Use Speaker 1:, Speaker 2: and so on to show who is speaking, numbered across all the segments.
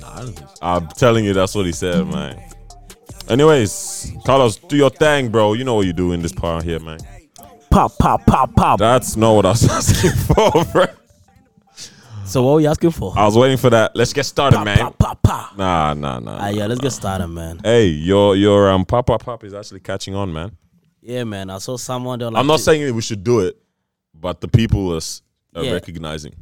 Speaker 1: Nah, I don't think so.
Speaker 2: I'm telling you, that's what he said, man. Anyways, Carlos, do your thing, bro. You know what you do in this part here, man.
Speaker 3: Pop, pop, pop, pop.
Speaker 2: That's not what I was asking for, bro.
Speaker 3: so what were you asking for?
Speaker 2: I was waiting for that. Let's get started,
Speaker 3: pop,
Speaker 2: Ah, man.
Speaker 3: pop, pop, pop.
Speaker 2: Nah, nah, nah.
Speaker 3: Ah, yeah, let's get started, man.
Speaker 2: Hey, your your um pop pop pop is actually catching on, man.
Speaker 3: Yeah, man. I saw someone. they were Like,
Speaker 2: I'm not saying that we should do it, but the people is, are
Speaker 3: Yeah.
Speaker 2: recognizing
Speaker 3: I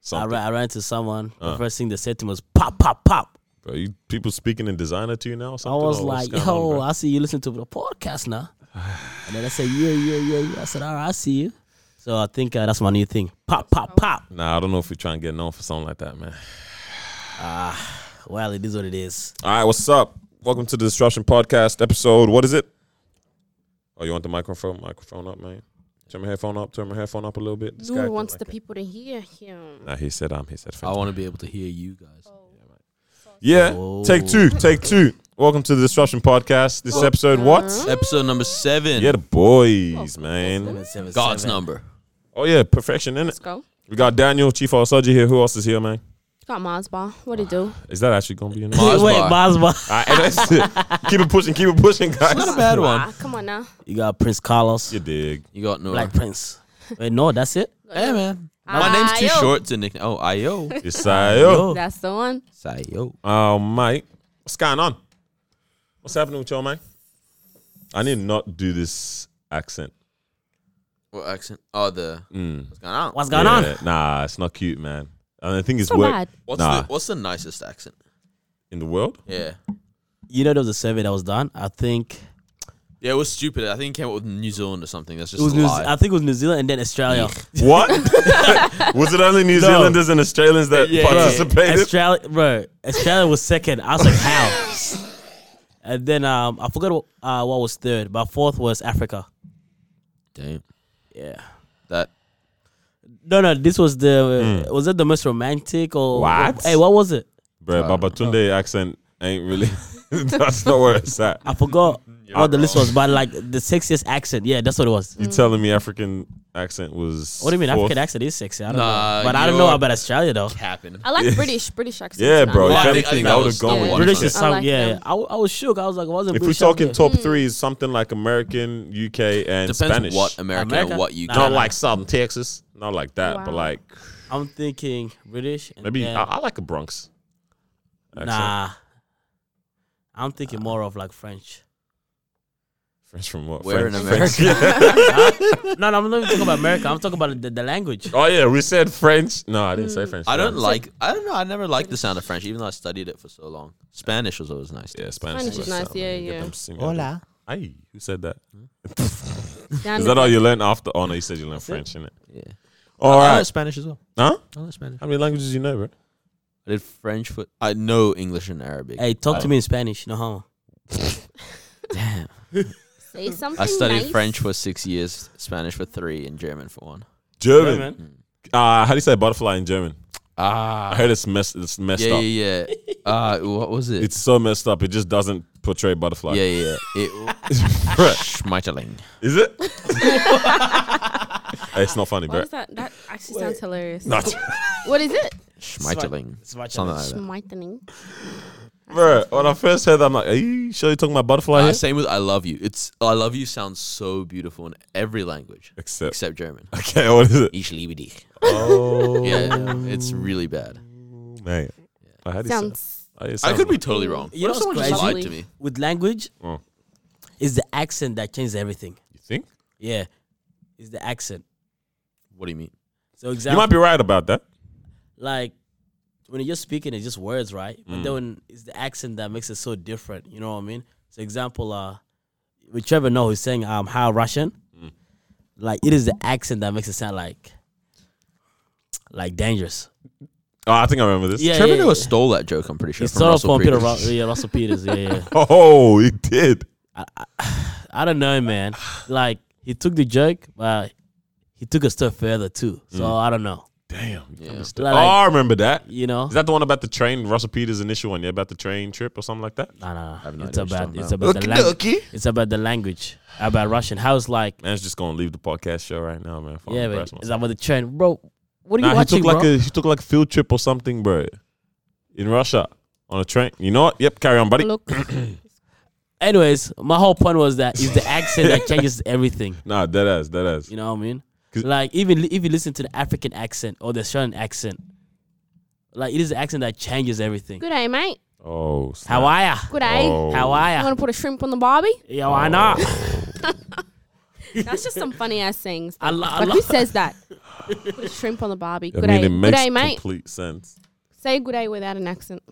Speaker 2: something.
Speaker 3: ran, I ran to someone.
Speaker 2: Uh.
Speaker 3: The first thing they said to me was pop, pop, pop.
Speaker 2: Bro, you, people speaking in designer to you now? or
Speaker 3: I
Speaker 2: Something
Speaker 3: was
Speaker 2: or what's
Speaker 3: like,
Speaker 2: going on,
Speaker 3: yo,
Speaker 2: bro?
Speaker 3: I see you listen to the podcast now. and then I said, yeah, yeah, yeah, yeah. I said, all right, I see you. So I think uh, that's my new thing. Pop, pop, pop.
Speaker 2: nah, I don't know if we're trying to get known for something like that, man.
Speaker 3: Well, it is what it is.
Speaker 2: All right, what's up? Welcome to the Disruption Podcast episode. What is it? Oh, you want the microphone microphone up, man? Turn my headphone up. Turn my headphone up a little bit. This guy-
Speaker 4: Who wants the people to hear him?
Speaker 2: Nah, he said I'm. He said.
Speaker 1: I want to be able to hear you guys.
Speaker 2: Yeah,
Speaker 3: Oh.
Speaker 2: take two. Take two. Welcome to the Disruption Podcast. This episode, what?
Speaker 1: Episode number seven.
Speaker 2: Yeah, the boys, man.
Speaker 3: Seven,
Speaker 1: God's
Speaker 3: seven.
Speaker 1: number.
Speaker 2: Oh yeah, perfection in it.
Speaker 4: Let's go.
Speaker 2: We got Daniel, Chief Osaji here. Who else is here, man?
Speaker 4: Got Mars Bar. What it do?
Speaker 2: Is that actually gonna be your name?
Speaker 1: Mars
Speaker 3: Wait,
Speaker 1: bar.
Speaker 3: Basba.
Speaker 2: All right, that's it. keep it pushing. Keep it pushing,
Speaker 1: Not a
Speaker 2: guys.
Speaker 1: bad
Speaker 4: Ah,
Speaker 1: one.
Speaker 4: come on now.
Speaker 3: You got Prince Carlos,
Speaker 2: You dig?
Speaker 1: You got no.
Speaker 3: Black Prince. Wait, no, that's it.
Speaker 1: Hey man, my name's too
Speaker 4: Ayo.
Speaker 1: short to nickname. Oh, Io.
Speaker 2: It's uh, Sayo.
Speaker 3: Oh,
Speaker 4: That's the one.
Speaker 1: Sayo.
Speaker 2: Oh, mate. What's going on? What's happening with y'all, man? I need to not do this accent.
Speaker 1: What accent? Oh, the.
Speaker 2: Mm.
Speaker 1: What's going on?
Speaker 3: what's going on?
Speaker 2: Yeah, Nah, it's not cute, man. And I think it's
Speaker 4: So
Speaker 2: work
Speaker 4: bad.
Speaker 1: What's
Speaker 2: Nah.
Speaker 1: the What's the nicest accent?
Speaker 2: in the world.
Speaker 1: Yeah.
Speaker 3: You know, there was a survey that was done. I think
Speaker 1: Yeah, it was stupid. I think it came up with New Zealand or something. That's
Speaker 3: it
Speaker 1: just
Speaker 3: was
Speaker 1: a
Speaker 3: New
Speaker 1: lie.
Speaker 3: I think it was New Zealand and then Australia.
Speaker 2: What? Was it only New
Speaker 3: No.
Speaker 2: Zealanders and Australians that
Speaker 1: Yeah.
Speaker 2: participated?
Speaker 3: Australia, bro. Australia was second. I was like, how? and then um, I forgot what, uh, what was third, but fourth was Africa.
Speaker 1: Damn.
Speaker 3: Yeah.
Speaker 1: That.
Speaker 3: No, no. This was the was it the most romantic or
Speaker 2: Hmm. What?
Speaker 3: Hey, what was it?
Speaker 2: Bro, Babatunde accent ain't really. that's not where it's at.
Speaker 3: I forgot what the list was, but like the sexiest accent. Yeah, that's what it was.
Speaker 2: You telling me African accent was?
Speaker 3: What do you mean?
Speaker 2: fourth?
Speaker 3: African accent is sexy. I don't
Speaker 1: Nah,
Speaker 3: know, but I don't know
Speaker 1: you're-
Speaker 3: about Australia though.
Speaker 1: Happened.
Speaker 4: I like British. British accent.
Speaker 2: Yeah, bro.
Speaker 1: Well,
Speaker 2: if
Speaker 1: I think- I
Speaker 2: anything,
Speaker 1: think
Speaker 2: I,
Speaker 1: that
Speaker 2: would have
Speaker 1: was
Speaker 2: gone
Speaker 1: the
Speaker 2: with
Speaker 1: one.
Speaker 3: British
Speaker 2: accent.
Speaker 3: is
Speaker 4: I
Speaker 3: some,
Speaker 4: like
Speaker 3: yeah.
Speaker 4: them.
Speaker 3: I, w- I was shook. I was like, wasn't
Speaker 2: If we're
Speaker 3: British out
Speaker 2: talking
Speaker 3: there?
Speaker 2: top three, is something like American, UK, and
Speaker 1: Depends
Speaker 2: Spanish.
Speaker 1: what America,
Speaker 3: America?
Speaker 1: and what you.
Speaker 3: Nah.
Speaker 2: not like Southern Texas, not like that, but
Speaker 4: Wow.
Speaker 2: like
Speaker 3: I'm thinking British. And
Speaker 2: maybe
Speaker 3: then-
Speaker 2: I, I like a Bronx. accent.
Speaker 3: nah. I'm thinking more of like French.
Speaker 2: French from what?
Speaker 1: Where in
Speaker 2: French-
Speaker 1: America?
Speaker 3: No, no, I'm not even talking about America. I'm talking about the, the language.
Speaker 2: Oh yeah, we said French. No, I didn't
Speaker 4: Mm.
Speaker 2: say French.
Speaker 1: I
Speaker 2: no.
Speaker 1: don't like. I don't know. I never liked the sound of French, even though I studied it for so long. Spanish was always nice.
Speaker 2: Yeah, Spanish,
Speaker 4: Spanish
Speaker 2: was
Speaker 4: is nice,
Speaker 2: something.
Speaker 4: yeah,
Speaker 2: Get
Speaker 4: yeah.
Speaker 2: them singing. Aye, who said that?
Speaker 4: Down
Speaker 2: Is
Speaker 4: the-
Speaker 2: that all you learned after? Oh no, you said you learned French, innit?
Speaker 1: Yeah.
Speaker 2: All
Speaker 1: I
Speaker 2: right.
Speaker 1: learned Spanish as well.
Speaker 2: Huh?
Speaker 1: I learned Spanish.
Speaker 2: How many languages do you know, bro?
Speaker 1: I did French for. I know English and Arabic.
Speaker 3: Hey, talk to me in Spanish. No homo.
Speaker 1: Damn.
Speaker 4: Say something
Speaker 1: I studied
Speaker 4: nice.
Speaker 1: French for six years, Spanish for three, and German for one.
Speaker 2: German.
Speaker 3: man.
Speaker 2: Uh, how do you say butterfly in German? I
Speaker 1: Ah.
Speaker 2: heard it's messed. It's messed
Speaker 1: Yeah,
Speaker 2: up.
Speaker 1: yeah, yeah. Uh, what was it?
Speaker 2: It's so messed up. It just doesn't portray butterfly.
Speaker 1: yeah, yeah. It,
Speaker 2: Bro,
Speaker 1: Schmeiterling.
Speaker 2: is it? Hey, it's not funny,
Speaker 4: What
Speaker 2: bro.
Speaker 4: is that? That actually sounds hilarious.
Speaker 2: Not,
Speaker 4: What is it?
Speaker 1: Schmeiterling.
Speaker 3: Schmeiterling.
Speaker 1: Something like that.
Speaker 4: Schmeitening.
Speaker 2: bro. When I first heard that, I'm like, "Are you sure you're talking about butterfly?"
Speaker 1: Uh,
Speaker 2: here?
Speaker 1: same with I love you. It's I love you sounds so beautiful in every language
Speaker 2: Except,
Speaker 1: except German.
Speaker 2: okay, what is it?
Speaker 1: Ich liebe dich.
Speaker 2: Oh,
Speaker 1: Yeah, yeah, it's really bad.
Speaker 2: man. I had
Speaker 4: Sounds.
Speaker 1: I could be totally wrong.
Speaker 3: You know
Speaker 1: What if someone
Speaker 3: what's
Speaker 1: just lied
Speaker 4: crazy?
Speaker 1: to me.
Speaker 3: With language,
Speaker 2: Oh.
Speaker 3: is the accent that changes everything.
Speaker 2: You think?
Speaker 3: Yeah, is the accent.
Speaker 1: What do you mean?
Speaker 3: So
Speaker 2: You
Speaker 3: example,
Speaker 2: might be right about that.
Speaker 3: like when you're just speaking, it's just words, right?
Speaker 1: Mm.
Speaker 3: But then when it's the accent that makes it so different. You know what I mean? So example, uh, with Trevor Noah, he's saying um how Russian,
Speaker 1: Mm.
Speaker 3: like it is the accent that makes it sound like like dangerous.
Speaker 2: Oh, I think I remember this.
Speaker 3: Yeah,
Speaker 1: Trevor
Speaker 3: yeah,
Speaker 1: Noah
Speaker 3: yeah.
Speaker 1: stole that joke. I'm pretty sure.
Speaker 3: He
Speaker 1: from
Speaker 3: stole it
Speaker 1: Russell
Speaker 3: from Peter
Speaker 1: Peters.
Speaker 3: Ru- yeah, Russell Peters. Yeah, yeah.
Speaker 2: Oh, he did.
Speaker 3: I don't know, man. Like he took the joke, but he took a step further too. So I don't know.
Speaker 2: Damn. you
Speaker 1: Mm. Yeah.
Speaker 2: understood.
Speaker 3: Like-
Speaker 2: oh, I remember that.
Speaker 3: You know,
Speaker 2: Is that the one about the train? Russell Peters' initial one, yeah, about the train trip or something like that.
Speaker 3: nah, nah,
Speaker 1: have no
Speaker 3: nah. It's
Speaker 1: idea what
Speaker 3: about
Speaker 1: you're talking
Speaker 3: it's
Speaker 1: about.
Speaker 3: about the language. It's about the language about Russian. How's like
Speaker 2: Man's just gonna leave the podcast show right now, man. Fuck,
Speaker 3: yeah,
Speaker 2: embarrass
Speaker 3: but it's
Speaker 2: myself.
Speaker 3: about the trend, bro. What are
Speaker 2: Nah,
Speaker 3: you
Speaker 2: he
Speaker 3: watching,
Speaker 2: took like
Speaker 3: bro?
Speaker 2: a he took like a field trip or something, bro, in Russia. on a train. You know what? Yep, carry on, buddy.
Speaker 4: Look,
Speaker 3: Anyways, my whole point was that it's the accent that changes everything.
Speaker 2: Nah, dead ass, dead ass.
Speaker 3: You know what I mean?
Speaker 2: 'Cause-
Speaker 3: Like even li- if you listen to the African accent or the Australian accent, like it is the accent that changes everything.
Speaker 4: good eye, mate.
Speaker 2: Oh, snap.
Speaker 3: Hawaii,
Speaker 4: Good eye.
Speaker 2: Oh.
Speaker 4: You
Speaker 3: Hawaii,
Speaker 4: want to put a shrimp on the barbie?
Speaker 3: yeah, why not?
Speaker 4: That's just some funny ass sayings.
Speaker 3: I, lo- I,
Speaker 4: Like who
Speaker 3: lo-
Speaker 4: says that? Put a shrimp on the barbie.
Speaker 2: I
Speaker 4: Good
Speaker 2: mean,
Speaker 4: day.
Speaker 2: it
Speaker 4: Good
Speaker 2: makes
Speaker 4: day, mate.
Speaker 2: complete sense.
Speaker 4: Say good day without an accent.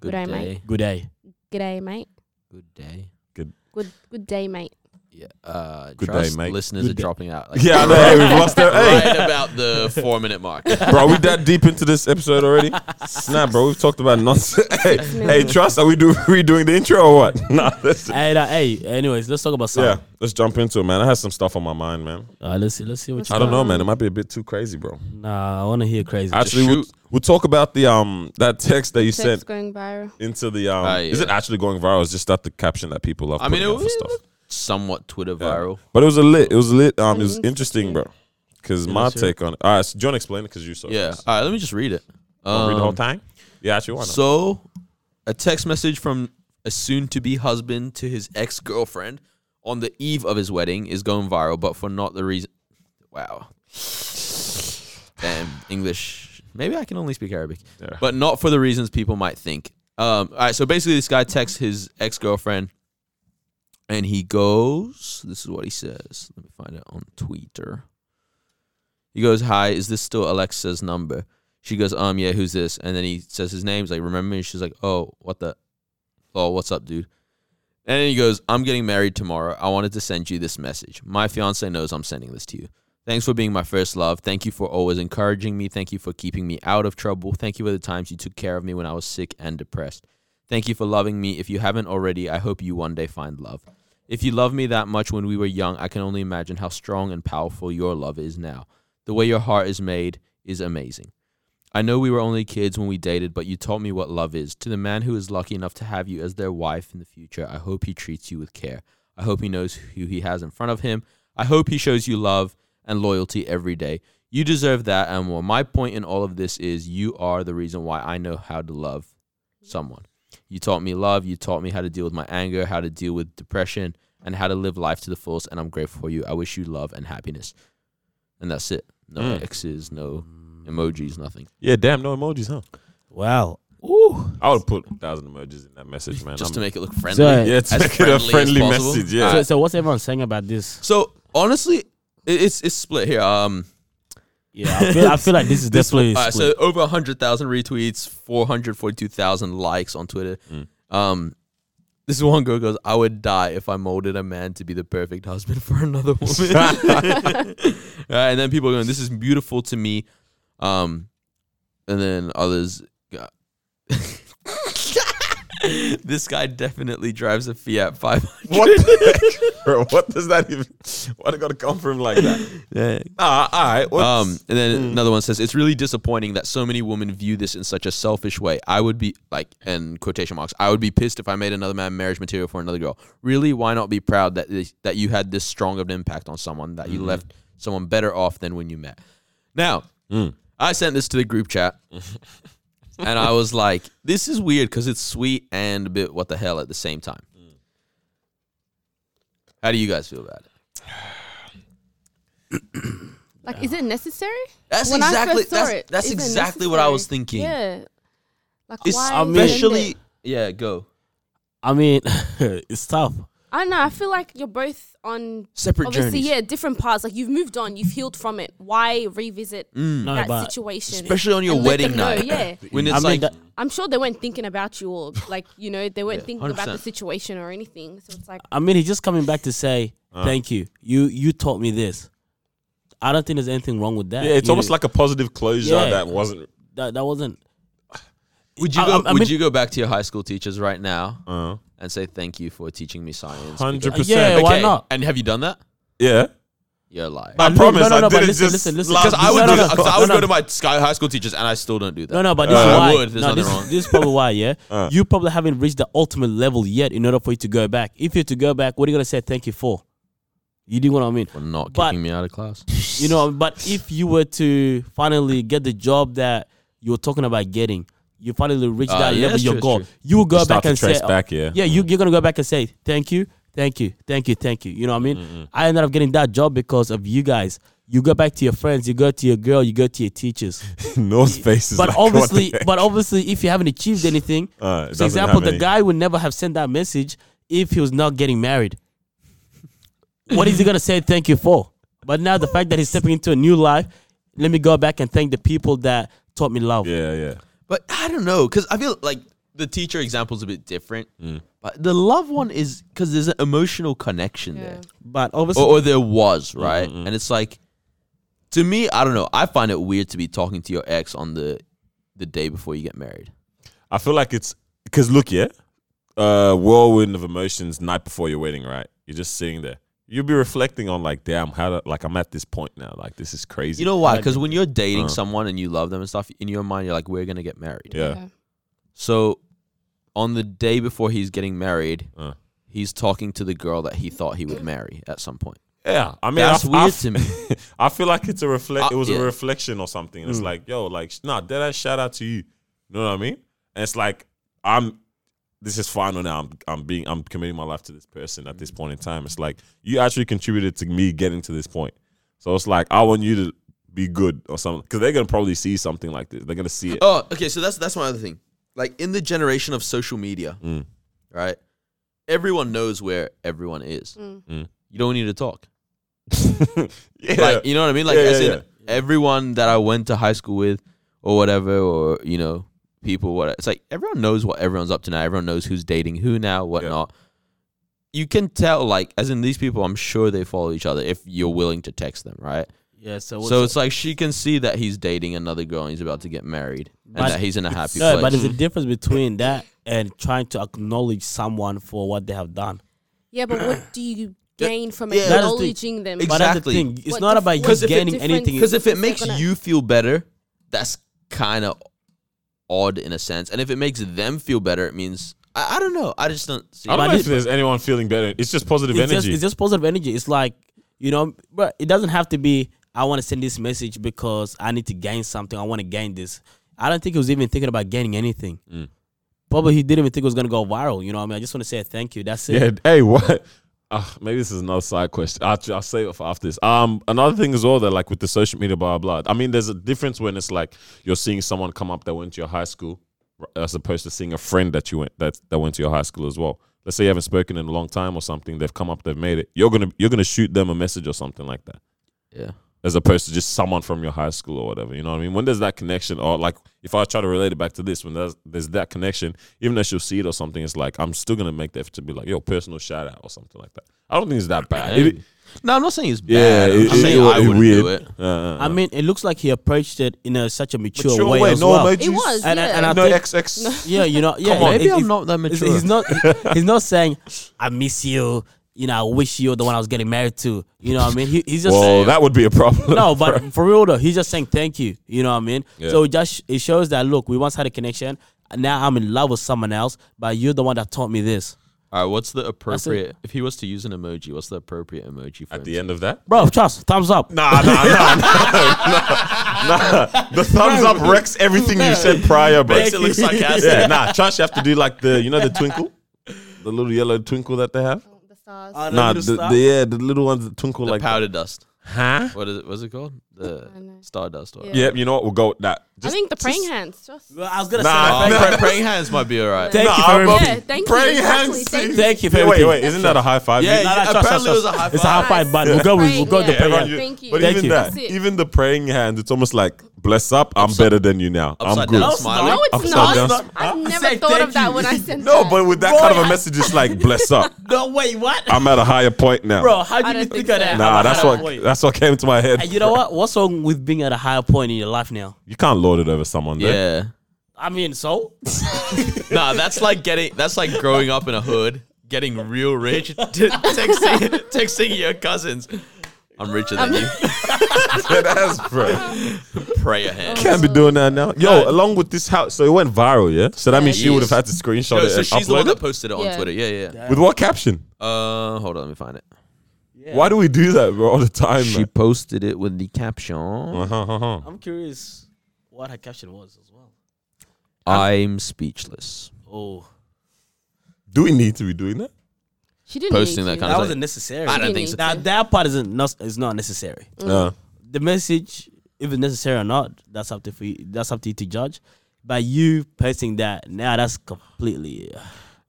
Speaker 4: Good day, mate.
Speaker 3: Good day.
Speaker 4: Good day, mate.
Speaker 1: Good day.
Speaker 4: Good good day, mate.
Speaker 1: Yeah. Uh,
Speaker 2: Good
Speaker 1: trust
Speaker 2: day, mate.
Speaker 1: Listeners
Speaker 3: Good
Speaker 1: are
Speaker 3: day.
Speaker 1: dropping out. Like,
Speaker 2: Yeah, I know. Hey, we've lost our. Hey,
Speaker 1: Right about the four minute mark.
Speaker 2: bro, we that deep into this episode already? Snap, bro. We've talked about nonsense. hey, hey, trust. Are we do redoing the intro or what? Nah, let's
Speaker 3: Hey, uh, hey. Anyways, let's talk about
Speaker 2: yeah,
Speaker 3: something.
Speaker 2: let's jump into it, man. I have some stuff on my mind, man.
Speaker 3: Uh, let's see. Let's see what.
Speaker 4: Let's
Speaker 3: You,
Speaker 2: I don't know, man. It might be a bit too crazy, bro.
Speaker 3: nah, I want to hear crazy.
Speaker 2: Actually, we'll,
Speaker 1: shoot.
Speaker 2: we'll talk about the um that text that you
Speaker 4: Text
Speaker 2: sent
Speaker 4: going viral.
Speaker 2: into the um.
Speaker 1: Ah,
Speaker 2: Is
Speaker 1: yeah.
Speaker 2: it actually going viral? Is just that the caption that people love?
Speaker 1: I mean,
Speaker 2: putting
Speaker 1: it
Speaker 2: up for
Speaker 1: was
Speaker 2: stuff.
Speaker 1: somewhat Twitter
Speaker 2: Yeah.
Speaker 1: viral.
Speaker 2: But it was a lit. It was lit. Um, it was
Speaker 4: Mm,
Speaker 2: interesting, bro. Because
Speaker 3: Yeah,
Speaker 2: my
Speaker 3: sure.
Speaker 2: take on it. All right, so John, explain it because you saw. it
Speaker 1: Yeah.
Speaker 2: first.
Speaker 1: All right. Let me just read it.
Speaker 2: Wanna read the whole
Speaker 1: Um,
Speaker 2: thing. Yeah, actually, why not?
Speaker 1: So, a text message from a soon to be husband to his ex girlfriend on the eve of his wedding is going viral, but for not the reason. Wow. Damn, English. Maybe I can only speak Arabic,
Speaker 2: Yeah.
Speaker 1: but not for the reasons people might think. Um, all right, so basically, this guy texts his ex girlfriend and he goes, This is what he says. Let me find it on Twitter. He goes, Hi, is this still Alexa's number? She goes, um, yeah, who's this? And then he says his name. He's like, remember me? She's like, oh, what the? Oh, what's up, dude? And then he goes, I'm getting married tomorrow. I wanted to send you this message. My fiance knows I'm sending this to you. Thanks for being my first love. Thank you for always encouraging me. Thank you for keeping me out of trouble. Thank you for the times you took care of me when I was sick and depressed. Thank you for loving me. If you haven't already, I hope you one day find love. If you loved me that much when we were young, I can only imagine how strong and powerful your love is now. The way your heart is made is amazing. I know we were only kids when we dated, but you taught me what love is. To the man who is lucky enough to have you as their wife in the future, I hope he treats you with care. I hope he knows who he has in front of him. I hope he shows you love and loyalty every day. You deserve that and more. My point in all of this is you are the reason why I know how to love someone. You taught me love, you taught me how to deal with my anger, how to deal with depression, and how to live life to the fullest, and I'm grateful for you. I wish you love and happiness. And that's it. No
Speaker 2: Mm.
Speaker 1: X's, no
Speaker 3: Mm.
Speaker 1: emojis, nothing.
Speaker 2: yeah, damn, no emojis, huh?
Speaker 3: Wow.
Speaker 2: I would put a thousand emojis in that message, man.
Speaker 1: just
Speaker 2: I'm-
Speaker 1: to make it look friendly.
Speaker 3: So,
Speaker 2: yeah, to
Speaker 1: as
Speaker 2: make it a
Speaker 1: friendly as
Speaker 2: friendly
Speaker 1: possible.
Speaker 2: message. Yeah,
Speaker 3: so, so what's everyone saying about this?
Speaker 1: So honestly, it, it's it's split here. Um,
Speaker 3: Yeah, I feel, I feel like this is definitely
Speaker 1: all right,
Speaker 3: split.
Speaker 1: so over hundred thousand retweets, four hundred forty-two thousand likes on Twitter.
Speaker 3: Mm.
Speaker 1: Um, this one girl goes, "I would die if I molded a man to be the perfect husband for another woman." All right, and then people are going, "This is beautiful to me," um, and then others. Got this guy definitely drives a Fiat 500.
Speaker 2: what the heck, bro? What does that even? Why it gotta come from like that?
Speaker 1: Yeah.
Speaker 2: Nah, all right. What?
Speaker 1: Um, and then another one says, "It's really disappointing that so many women view this in such a selfish way. I would be like, and quotation marks, I would be pissed if I made another man marriage material for another girl. Really, why not be proud that this, that you had this strong of an impact on someone that you left someone better off than when you met? Now,
Speaker 2: Hmm.
Speaker 1: I sent this to the group chat, and I was like, this is weird because it's sweet and a bit what the hell at the same time. How do you guys feel about it?
Speaker 4: Like, is it necessary?
Speaker 1: That's
Speaker 4: When I first
Speaker 1: exactly
Speaker 4: saw
Speaker 1: that's,
Speaker 4: it,
Speaker 1: that's
Speaker 4: is it
Speaker 1: exactly what I was
Speaker 4: necessary?
Speaker 1: thinking.
Speaker 4: Yeah. Like why send it?
Speaker 1: Especially, yeah, go
Speaker 3: I mean, it's tough.
Speaker 4: I don't know. I feel like you're both on
Speaker 1: separate
Speaker 4: obviously
Speaker 1: journeys,
Speaker 4: yeah different paths. Like you've moved on, you've healed from it. Why revisit
Speaker 1: Mm,
Speaker 3: No,
Speaker 4: that
Speaker 3: but
Speaker 4: situation?
Speaker 1: especially on your
Speaker 4: and let them
Speaker 1: wedding
Speaker 4: know,
Speaker 1: night.
Speaker 4: yeah.
Speaker 1: when it's
Speaker 3: I mean,
Speaker 1: like
Speaker 3: that-
Speaker 4: I'm sure they weren't thinking about you or like you know they weren't thinking about the
Speaker 1: 100%.
Speaker 4: situation or anything. So it's like
Speaker 3: I mean, he's just coming back to say
Speaker 1: Uh.
Speaker 3: thank you. You you taught me this. I don't think there's anything wrong with that.
Speaker 2: yeah, it's
Speaker 3: You
Speaker 2: almost
Speaker 3: know,
Speaker 2: like a positive closure
Speaker 3: Yeah.
Speaker 2: that wasn't.
Speaker 3: that, that wasn't.
Speaker 1: would you
Speaker 3: I-
Speaker 1: go?
Speaker 3: I- I
Speaker 1: would
Speaker 3: mean-
Speaker 1: you go back to your high school teachers right now
Speaker 2: Uh,
Speaker 1: and say thank you for teaching me science?
Speaker 2: hundred
Speaker 1: because-"
Speaker 3: Yeah,
Speaker 2: percent.
Speaker 3: why
Speaker 1: Okay,
Speaker 3: not?
Speaker 1: And have you done that?
Speaker 2: Yeah,
Speaker 1: You're a liar.
Speaker 2: I
Speaker 3: no,
Speaker 2: promise.
Speaker 3: no, no,
Speaker 2: I
Speaker 3: no, but
Speaker 2: didn't
Speaker 3: listen,
Speaker 2: just
Speaker 3: listen, listen.
Speaker 2: laugh
Speaker 1: Because I would,
Speaker 3: No,
Speaker 1: do
Speaker 3: no,
Speaker 1: that,
Speaker 3: no,
Speaker 1: 'cause I would
Speaker 3: no,
Speaker 1: go
Speaker 3: no.
Speaker 1: to my sky high school teachers and I still don't do that.
Speaker 3: No, no, but this
Speaker 1: Uh, I
Speaker 3: is why.
Speaker 1: would, there's
Speaker 3: no,
Speaker 1: nothing
Speaker 3: this,
Speaker 1: wrong.
Speaker 3: this is probably why. Yeah,
Speaker 2: Uh.
Speaker 3: you probably haven't reached the ultimate level yet in order for you to go back. If you're to go back, what are you gonna say thank you for? You do what I mean.
Speaker 1: For not
Speaker 3: But-
Speaker 1: kicking me out of class.
Speaker 3: You know, but if you were to finally get the job that you were talking about getting, you finally reach
Speaker 2: Uh,
Speaker 1: Ah,
Speaker 3: that
Speaker 1: yeah,
Speaker 3: level,
Speaker 1: that's
Speaker 3: your
Speaker 1: true,
Speaker 3: goal.
Speaker 1: that's
Speaker 3: You will go
Speaker 2: Start
Speaker 3: back
Speaker 2: to
Speaker 3: and say,
Speaker 2: trace back, yeah. Mm-hmm.
Speaker 3: yeah, you, you're gonna go back and say, thank you, thank you, thank you, thank you. You know what I mean? I ended up getting that job because of you guys. You go back to your friends, you go to your girl, you go to your teachers.
Speaker 2: Nose faces.
Speaker 3: But
Speaker 2: like, what
Speaker 3: obviously,
Speaker 2: the heck?
Speaker 3: but obviously, if you haven't achieved anything,
Speaker 2: Uh, it
Speaker 3: for
Speaker 2: doesn't
Speaker 3: example,
Speaker 2: have
Speaker 3: the
Speaker 2: any-
Speaker 3: guy would never have sent that message if he was not getting married. what is he gonna say thank you for? But now the fact that he's stepping into a new life, let me go back and thank the people that taught me love.
Speaker 2: Yeah, yeah.
Speaker 1: But I don't know, because I feel like the teacher example is a bit different.
Speaker 3: Mm.
Speaker 1: But the love one is because there's an emotional connection there,
Speaker 3: But obviously,
Speaker 2: Oh,
Speaker 1: or, or there was,
Speaker 2: Mm-hmm.
Speaker 1: right? And it's like, to me, I don't know. I find it weird to be talking to your ex on the the day before you get married.
Speaker 2: I feel like it's because look, yeah, uh, whirlwind of emotions night before your wedding, right? You're just sitting there. You'll be reflecting on like, damn, how do- like I'm at this point now. Like this is crazy.
Speaker 1: You know why? Because when you're dating someone and you love them and stuff, in your mind you're like, we're gonna get married.
Speaker 2: Uh-huh. yeah,
Speaker 1: So, on the day before he's getting married,
Speaker 2: Uh.
Speaker 1: he's talking to the girl that he thought he would marry at some point.
Speaker 2: yeah. I mean, I
Speaker 1: That's
Speaker 2: f- I,
Speaker 1: weird
Speaker 2: f-
Speaker 1: to me.
Speaker 2: I feel like it's a reflect.
Speaker 1: Uh,
Speaker 2: it was
Speaker 1: yeah. Mm.
Speaker 2: a reflection or something. It's like, yo, like, sh- nah, dead ass shout out to you. You know what I mean? And it's like, I'm. This is final now. I'm, I'm being. I'm committing my life to this person at this
Speaker 1: Mm.
Speaker 2: point in time. It's like you actually contributed to me getting to this point. So it's like I want you to be good or something because they're gonna probably see something like this. They're gonna see it.
Speaker 1: Oh, okay. So that's that's my other thing. Like in the generation of social media,
Speaker 2: Mm.
Speaker 1: right? Everyone knows where everyone is.
Speaker 2: Mm.
Speaker 1: You don't need to talk.
Speaker 2: yeah.
Speaker 1: Like you know what I mean? Like
Speaker 2: Yeah,
Speaker 1: as
Speaker 2: yeah,
Speaker 1: in
Speaker 2: yeah.
Speaker 1: everyone that I went to high school with, or whatever, or you know, people. What it's like? Everyone knows what everyone's up to now. Everyone knows who's dating who now, whatnot. You can tell, like, as in these people, I'm sure they follow each other if you're willing to text them, right?
Speaker 3: yeah. So, what's-
Speaker 1: so it's like she can see that he's dating another girl and he's about to get married and
Speaker 3: But-
Speaker 1: that he's in a happy
Speaker 3: no,
Speaker 1: place.
Speaker 3: but there's a difference between that and trying to acknowledge someone for what they have done.
Speaker 4: Yeah, but what do you gain from
Speaker 1: Yeah.
Speaker 3: That is the-
Speaker 4: acknowledging them?
Speaker 1: Ex-
Speaker 3: But that's the
Speaker 1: Exactly.
Speaker 3: thing; it's
Speaker 4: What
Speaker 3: not
Speaker 4: dif-
Speaker 3: about
Speaker 4: what's
Speaker 3: you
Speaker 4: the
Speaker 3: gaining
Speaker 4: difference?
Speaker 3: anything.
Speaker 1: Because if it
Speaker 4: It's
Speaker 1: makes
Speaker 4: gonna-
Speaker 1: you feel better, that's kind of odd in a sense. And if it makes them feel better, it means I, I don't know. I just don't see.
Speaker 2: I don't
Speaker 1: it.
Speaker 2: know
Speaker 3: But
Speaker 2: if there's anyone feeling better. It's just positive
Speaker 3: it's just,
Speaker 2: energy.
Speaker 3: it's just positive energy. It's like you know, but it doesn't have to be. I want to send this message because I need to gain something. I want to gain this. I don't think he was even thinking about gaining anything.
Speaker 2: Mm.
Speaker 3: Probably he didn't even think it was gonna go viral. You know, what I mean, I just want to say thank you. That's it.
Speaker 2: Yeah. Hey, what? Uh, maybe this is another side question. I'll, I'll save it for after this. Um, another thing as well that like with the social media, blah blah. I mean, there's a difference when it's like you're seeing someone come up that went to your high school, r- as opposed to seeing a friend that you went that that went to your high school as well. Let's say you haven't spoken in a long time or something. They've come up, they've made it. You're gonna you're gonna shoot them a message or something like that
Speaker 1: Yeah.
Speaker 2: as opposed to just someone from your high school or whatever. You know what I mean? When there's that connection, or like if I try to relate it back to this, when there's, there's that connection, even though she'll see it or something, it's like I'm still gonna make the effort to be like, yo, personal shout out or something like that. I don't think it's that bad. It-
Speaker 1: No, I'm not saying it's
Speaker 2: yeah,
Speaker 1: bad. I'm
Speaker 2: it-
Speaker 1: just
Speaker 2: it-
Speaker 1: saying I
Speaker 2: it-
Speaker 1: wouldn't
Speaker 2: weird.
Speaker 1: do it.
Speaker 2: Uh, uh,
Speaker 3: I mean, it looks like he approached it in a, such a mature,
Speaker 2: Mature
Speaker 3: way,
Speaker 2: way,
Speaker 3: as
Speaker 2: no
Speaker 3: well.
Speaker 2: emoji.
Speaker 4: it was.
Speaker 3: And I-
Speaker 4: yeah.
Speaker 3: and I
Speaker 2: no,
Speaker 3: think-
Speaker 2: XX.
Speaker 3: Yeah, you know, yeah.
Speaker 1: Come on,
Speaker 3: it-
Speaker 1: maybe
Speaker 3: it-
Speaker 1: I'm not that
Speaker 3: it's-
Speaker 1: mature.
Speaker 3: He's not. He's not saying, "I miss you." You know, I wish you were the one I was getting married to. You know, what I mean, he, he's just
Speaker 2: Well,
Speaker 3: saying,
Speaker 2: that would be a problem.
Speaker 3: no, but for real though, he's just saying thank you. You know what I mean?
Speaker 2: Yeah.
Speaker 3: So it just it shows that look, we once had a connection. Now I'm in love with someone else, but you're the one that taught me this,
Speaker 1: All right. What's the
Speaker 3: it.
Speaker 1: appropriate? If he was to use an emoji, what's the appropriate emoji for
Speaker 2: At
Speaker 1: him?
Speaker 2: the end of that.
Speaker 3: bro. Trust, thumbs up.
Speaker 2: Nah, nah, nah, nah, nah. The thumbs up wrecks everything you said prior, bro.
Speaker 1: Makes it look sarcastic.
Speaker 2: Yeah, nah. Trust you have to do like the, you know, the twinkle, the little yellow twinkle that they have.
Speaker 4: the stars.
Speaker 3: Uh,
Speaker 2: Nah,
Speaker 3: little
Speaker 2: the,
Speaker 3: star.
Speaker 2: the yeah, the little ones that twinkle
Speaker 1: The
Speaker 2: like
Speaker 1: powder dust.
Speaker 2: Huh?
Speaker 1: What is it? What's it called? The
Speaker 4: I know.
Speaker 1: stardust. Or
Speaker 4: Yeah.
Speaker 2: Yep, you know what? We'll go with that.
Speaker 4: I think the praying hands. Just
Speaker 3: Well, I was gonna
Speaker 2: Nah,
Speaker 1: Oh,
Speaker 3: say,
Speaker 1: pra- praying hands might be all right.
Speaker 3: Thank you
Speaker 2: Nah,
Speaker 3: for
Speaker 2: I'm up-
Speaker 3: everything.
Speaker 4: yeah, thank
Speaker 2: Praying
Speaker 4: you. Exactly.
Speaker 2: hands,
Speaker 4: Thank
Speaker 2: see?
Speaker 4: you.
Speaker 3: Thank you for
Speaker 2: Yeah, wait,
Speaker 3: everything.
Speaker 2: wait, isn't that a high five?
Speaker 1: Yeah,
Speaker 2: Yeah,
Speaker 3: Nah, nah, trust, trust,
Speaker 1: apparently it was a high
Speaker 3: It's a high
Speaker 1: five.
Speaker 3: five, but we'll go with we'll go with the
Speaker 4: Yeah, everyone
Speaker 3: prayer.
Speaker 2: you-
Speaker 4: Thank you.
Speaker 2: But
Speaker 3: Thank
Speaker 2: even
Speaker 3: you.
Speaker 2: that,
Speaker 4: That's it.
Speaker 2: even the praying hands, it's almost like bless up. I'm better than you now. I'm
Speaker 1: Upside
Speaker 2: good.
Speaker 1: down
Speaker 3: No, it's
Speaker 1: smiling.
Speaker 4: No, it's
Speaker 2: Upside
Speaker 4: not.
Speaker 2: down.
Speaker 4: I've
Speaker 3: say
Speaker 4: never thought
Speaker 3: thank
Speaker 4: of that
Speaker 3: you.
Speaker 4: when I sent
Speaker 2: No,
Speaker 4: that.
Speaker 2: but with that
Speaker 3: Roy,
Speaker 2: kind of
Speaker 3: I-
Speaker 2: a message, it's like bless up.
Speaker 3: No, wait, what,
Speaker 2: I'm at a higher point now.
Speaker 3: bro? How
Speaker 4: I
Speaker 3: did you
Speaker 4: don't
Speaker 3: think of
Speaker 4: think so.
Speaker 3: that?
Speaker 2: nah,
Speaker 3: I'm
Speaker 2: that's
Speaker 3: at a
Speaker 2: what
Speaker 3: point.
Speaker 2: that's what came to my head.
Speaker 3: And you know what? What's wrong with being at a higher point in your life now?
Speaker 2: You can't lord it over someone. though.
Speaker 1: Yeah.
Speaker 3: I mean, so
Speaker 1: Nah, that's like getting. That's like growing up in a hood, getting real rich, t- texting, texting your cousins. I'm richer than you.
Speaker 2: that's bro.
Speaker 1: Pray a hand.
Speaker 2: Can't be doing that now. Yo, along with this house, so it went viral, yeah. So that means she
Speaker 1: Yes.
Speaker 2: would have had to screenshot
Speaker 1: Yo,
Speaker 2: it.
Speaker 1: so
Speaker 2: and
Speaker 1: she's the one
Speaker 2: upload
Speaker 1: that
Speaker 2: it.
Speaker 1: posted it on
Speaker 4: Yeah.
Speaker 1: Twitter. Yeah, yeah. yeah.
Speaker 2: With what caption?
Speaker 1: Uh, hold on, let me find it.
Speaker 2: Why do we do that bro, all the time?
Speaker 1: She
Speaker 2: man?
Speaker 1: posted it with the caption.
Speaker 2: Uh-huh, uh-huh.
Speaker 3: I'm curious what her caption was as well.
Speaker 1: I'm speechless.
Speaker 3: Oh,
Speaker 2: Do we need to be doing that?
Speaker 4: She didn't. need
Speaker 1: Posting that
Speaker 4: to.
Speaker 1: kind I
Speaker 3: that
Speaker 1: was
Speaker 3: wasn't
Speaker 1: like,
Speaker 3: necessary.
Speaker 1: I
Speaker 4: don't think so.
Speaker 3: Now that part isn't not, is not necessary.
Speaker 2: Yeah.
Speaker 3: The message, if it's necessary or not, that's up to for you, that's up to you to judge. But you posting that now, that's completely.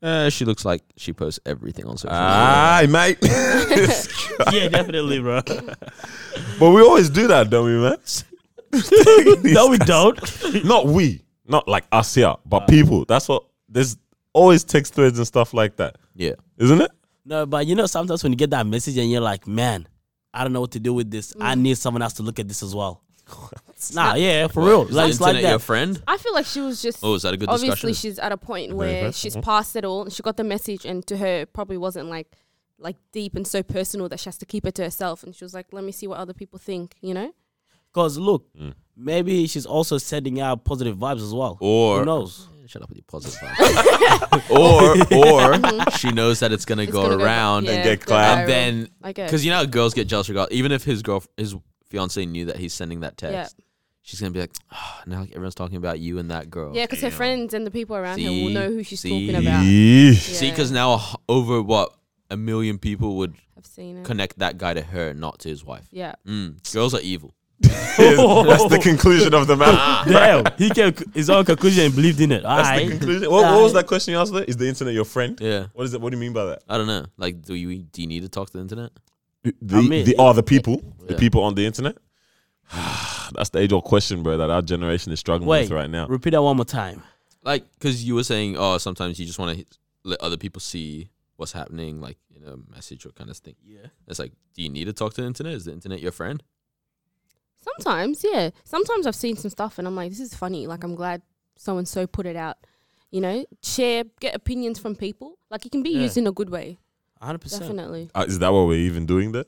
Speaker 1: Uh, she looks like she posts everything on social media.
Speaker 2: Aye, mate.
Speaker 3: yeah, definitely, bro.
Speaker 2: but we always do that, don't we, man?
Speaker 3: no, we don't.
Speaker 2: Not we, not like us here, but people. That's what there's always text threads and stuff like that,
Speaker 1: Yeah.
Speaker 2: isn't it?
Speaker 3: No, but you know, sometimes when you get that message and you're like, man, I don't know what to do with this. I need someone else to look at this as well. nah, yeah, for real.
Speaker 1: Is the
Speaker 3: Like, it's like
Speaker 1: internet your
Speaker 3: that.
Speaker 1: friend?
Speaker 4: I feel like she was just.
Speaker 1: Oh, is that a good
Speaker 4: obviously,
Speaker 1: discussion?
Speaker 4: she's at a point where
Speaker 2: first
Speaker 4: she's past it all. and She got the message, and to her, it probably wasn't like like deep and so personal that she has to keep it to herself. And she was like, "Let me see what other people think," you know.
Speaker 3: Because look, maybe she's also sending out positive vibes as well. Who
Speaker 1: Or
Speaker 3: knows?
Speaker 1: Shut up with your positive vibes. or or she knows that it's gonna
Speaker 4: Mm-hmm. It's
Speaker 1: go
Speaker 4: gonna go-
Speaker 1: around
Speaker 4: yeah,
Speaker 1: and
Speaker 2: get
Speaker 4: it's gonna
Speaker 2: clapped.
Speaker 1: and
Speaker 4: viral.
Speaker 1: then
Speaker 4: I guess.
Speaker 1: because you know how girls get jealous regard even if his girl his fiance knew that he's sending that
Speaker 4: Yeah.
Speaker 1: text, she's gonna be like, oh, now everyone's talking about you and that girl.
Speaker 4: Yeah, because her friends and the people around her will
Speaker 1: See?
Speaker 4: know who she's
Speaker 1: See?
Speaker 4: talking about.
Speaker 2: Yeesh.
Speaker 1: See,
Speaker 4: Yeah.
Speaker 1: because now h- over what a million people would
Speaker 4: I've seen it.
Speaker 1: connect that guy to her, not to his wife.
Speaker 4: yeah.
Speaker 1: Mm, girls are evil.
Speaker 2: That's the conclusion of the matter.
Speaker 3: Damn, he came to his own conclusion and believed in it. All
Speaker 2: That's the
Speaker 3: right.
Speaker 2: conclusion. What, what was that question you asked there? Is the internet your friend?
Speaker 1: Yeah,
Speaker 2: What is it? What do you mean by that?
Speaker 1: I don't know. Like, do you do you need to talk to the internet?
Speaker 2: The,
Speaker 3: I mean-
Speaker 2: the are the people, the
Speaker 1: Yeah.
Speaker 2: people on the internet. That's the age old question, bro, that our generation is struggling
Speaker 3: Wait,
Speaker 2: with right now.
Speaker 3: repeat that one more time.
Speaker 1: Like, because you were saying, oh, sometimes you just want to let other people see what's happening, like in a message or kind of thing.
Speaker 3: Yeah.
Speaker 1: It's like, do you need to talk to the internet? Is the internet your friend?
Speaker 4: Sometimes, yeah. Sometimes I've seen some stuff and I'm like, this is funny. Like, I'm glad so and so put it out. You know, share, get opinions from people. Like, it can be
Speaker 3: Yeah.
Speaker 4: used in a good way.
Speaker 3: 100%.
Speaker 4: Definitely.
Speaker 2: Uh, is that what we're even doing there?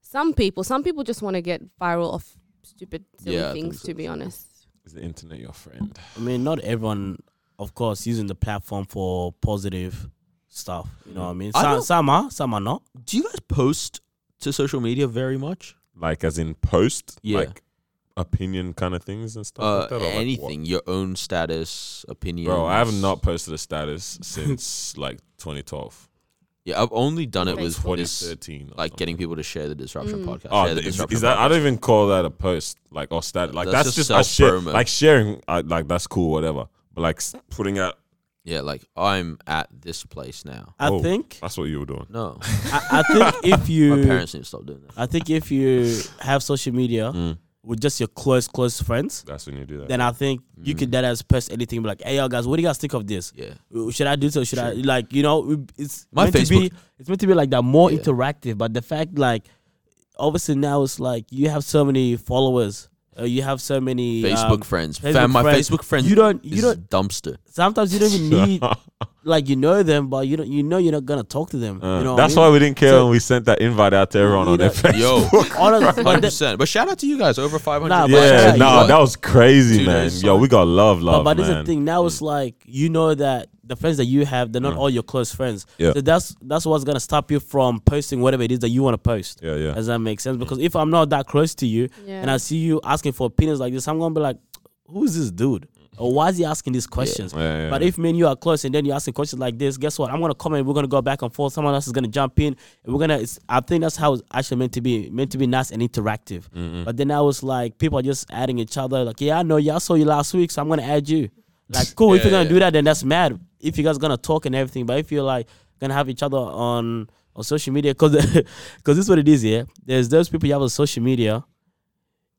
Speaker 4: Some people, some people just want to get viral off stupid, silly
Speaker 1: Yeah, I think
Speaker 4: things,
Speaker 1: so
Speaker 4: to be honest.
Speaker 2: Is the internet your friend?
Speaker 3: I mean, not everyone, of course, using the platform for positive stuff. You know what I mean?
Speaker 1: I
Speaker 3: Some,
Speaker 1: don't-
Speaker 3: some are, some are not.
Speaker 1: Do you guys post to social media very much?
Speaker 2: Like, as in post?
Speaker 1: Yeah.
Speaker 2: Like, opinion kind of things and stuff
Speaker 1: Uh,
Speaker 2: like that? or like what?
Speaker 1: anything, your own status, opinion.
Speaker 2: Bro, I have not posted a status since like 2012,
Speaker 1: Yeah, I've only done it with this,
Speaker 2: 2013. or
Speaker 1: like
Speaker 2: something.
Speaker 1: getting people to share the disruption podcast.
Speaker 2: Oh,
Speaker 1: share the
Speaker 2: is,
Speaker 1: Disruption
Speaker 2: is that?
Speaker 1: podcast.
Speaker 2: I don't even call that a post, like or status. Like
Speaker 1: That's
Speaker 2: that's,
Speaker 1: just
Speaker 2: just, a share,
Speaker 1: self-promo.
Speaker 2: like sharing. I, like that's cool, whatever. But like s- putting out,
Speaker 1: Yeah, like I'm at this place now.
Speaker 3: I
Speaker 2: Oh.
Speaker 3: think,
Speaker 2: that's what you were doing.
Speaker 1: No,
Speaker 3: I, I think if you.
Speaker 1: my parents need to stop doing that.
Speaker 3: I think if you have social media with just your close, close friends,
Speaker 2: That's when you do that.
Speaker 3: then I think you could that as post anything. Be like, hey, yo, guys, what do you guys think of this?
Speaker 1: Yeah.
Speaker 3: Uh, Should I do so? Should I like you know? It's
Speaker 1: My
Speaker 3: meant to
Speaker 1: Facebook-
Speaker 3: be. It's meant to be like that more
Speaker 1: Yeah.
Speaker 3: interactive. But the fact like, obviously now it's like you have so many followers. Uh, you have so many
Speaker 1: Facebook
Speaker 3: um,
Speaker 1: friends,
Speaker 3: Facebook
Speaker 1: Fam, my
Speaker 3: friends.
Speaker 1: Facebook friends.
Speaker 3: You don't- you
Speaker 1: is
Speaker 3: don't-
Speaker 1: dumpster.
Speaker 3: sometimes you don't even need like you know them, but you don't. You know you're not gonna talk to them.
Speaker 2: Uh,
Speaker 3: you know.
Speaker 2: that's
Speaker 3: what I
Speaker 2: why we didn't care
Speaker 3: So-
Speaker 2: when we sent that invite out to everyone
Speaker 3: You
Speaker 2: on their
Speaker 3: know-
Speaker 2: Facebook.
Speaker 1: Yo,
Speaker 3: mean? Honest- but
Speaker 1: hundred
Speaker 3: the-
Speaker 1: percent. But shout out to you guys, over five hundred.
Speaker 3: Nah, but-
Speaker 2: yeah,
Speaker 3: Yeah,
Speaker 2: no,
Speaker 3: you-
Speaker 2: that was crazy,
Speaker 1: Two
Speaker 2: man.
Speaker 1: days.
Speaker 2: Yo, we got love, love,
Speaker 3: But, but this is
Speaker 2: man. Mm.
Speaker 3: the thing. Now it's like you know that the friends that you have, they're not all your close friends.
Speaker 2: Yeah.
Speaker 3: So that's that's what's gonna stop you from posting whatever it is that you want to post.
Speaker 2: Yeah, Mm. yeah.
Speaker 3: Does that make sense? Because if I'm not that close to you,
Speaker 4: Yeah.
Speaker 3: and I see you asking for opinions like this, I'm gonna be like, "Who is this dude? Or why is he asking these questions?"
Speaker 2: Yeah, yeah,
Speaker 3: But
Speaker 2: yeah.
Speaker 3: if me and you are close, and then you're asking questions like this, guess what? I'm gonna comment. We're gonna go back and forth. Someone else is gonna jump in. And we're gonna. It's, I think that's how it's actually meant to be. Meant to be nice and interactive. But then I was like, people are just adding each other. Like, yeah, I know. Yeah, I saw you last week, so I'm gonna add you. Like, cool. if
Speaker 1: Yeah,
Speaker 3: you're gonna
Speaker 1: yeah.
Speaker 3: do that, then that's mad. If you guys gonna talk and everything, but if you're like gonna have each other on on social media, cause cause this is what it is. Yeah, there's those people you have on social media.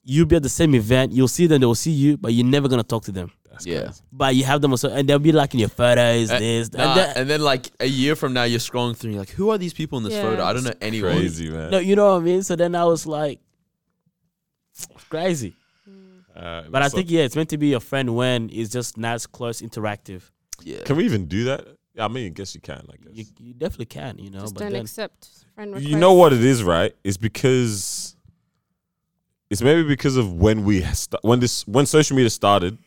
Speaker 3: You'll be at the same event. You'll see them. They'll see you, but you're never gonna talk to them
Speaker 1: yeah.
Speaker 3: but you have them also, and they'll be like in your photos,
Speaker 2: Eh,
Speaker 1: Uh,
Speaker 3: this,
Speaker 1: nah,
Speaker 3: and that.
Speaker 1: and then like a year from now, you're scrolling through, and you're like, who are these people in this
Speaker 4: Yeah.
Speaker 1: photo? I don't know anyone.
Speaker 2: crazy, man.
Speaker 3: no, you know what I mean. So then I was like, it's crazy.
Speaker 2: Uh,
Speaker 3: But I
Speaker 2: so-
Speaker 3: think yeah, it's meant to be your friend when it's just nice, close, interactive.
Speaker 1: Yeah,
Speaker 2: can we even do that? Yeah, I mean, I guess you can. I guess
Speaker 3: You, you definitely can, you know.
Speaker 4: Just
Speaker 3: but
Speaker 4: don't
Speaker 3: then
Speaker 4: accept friend requests.
Speaker 2: You know what it is, right? It's because it's maybe because of when we st- when this when social media started.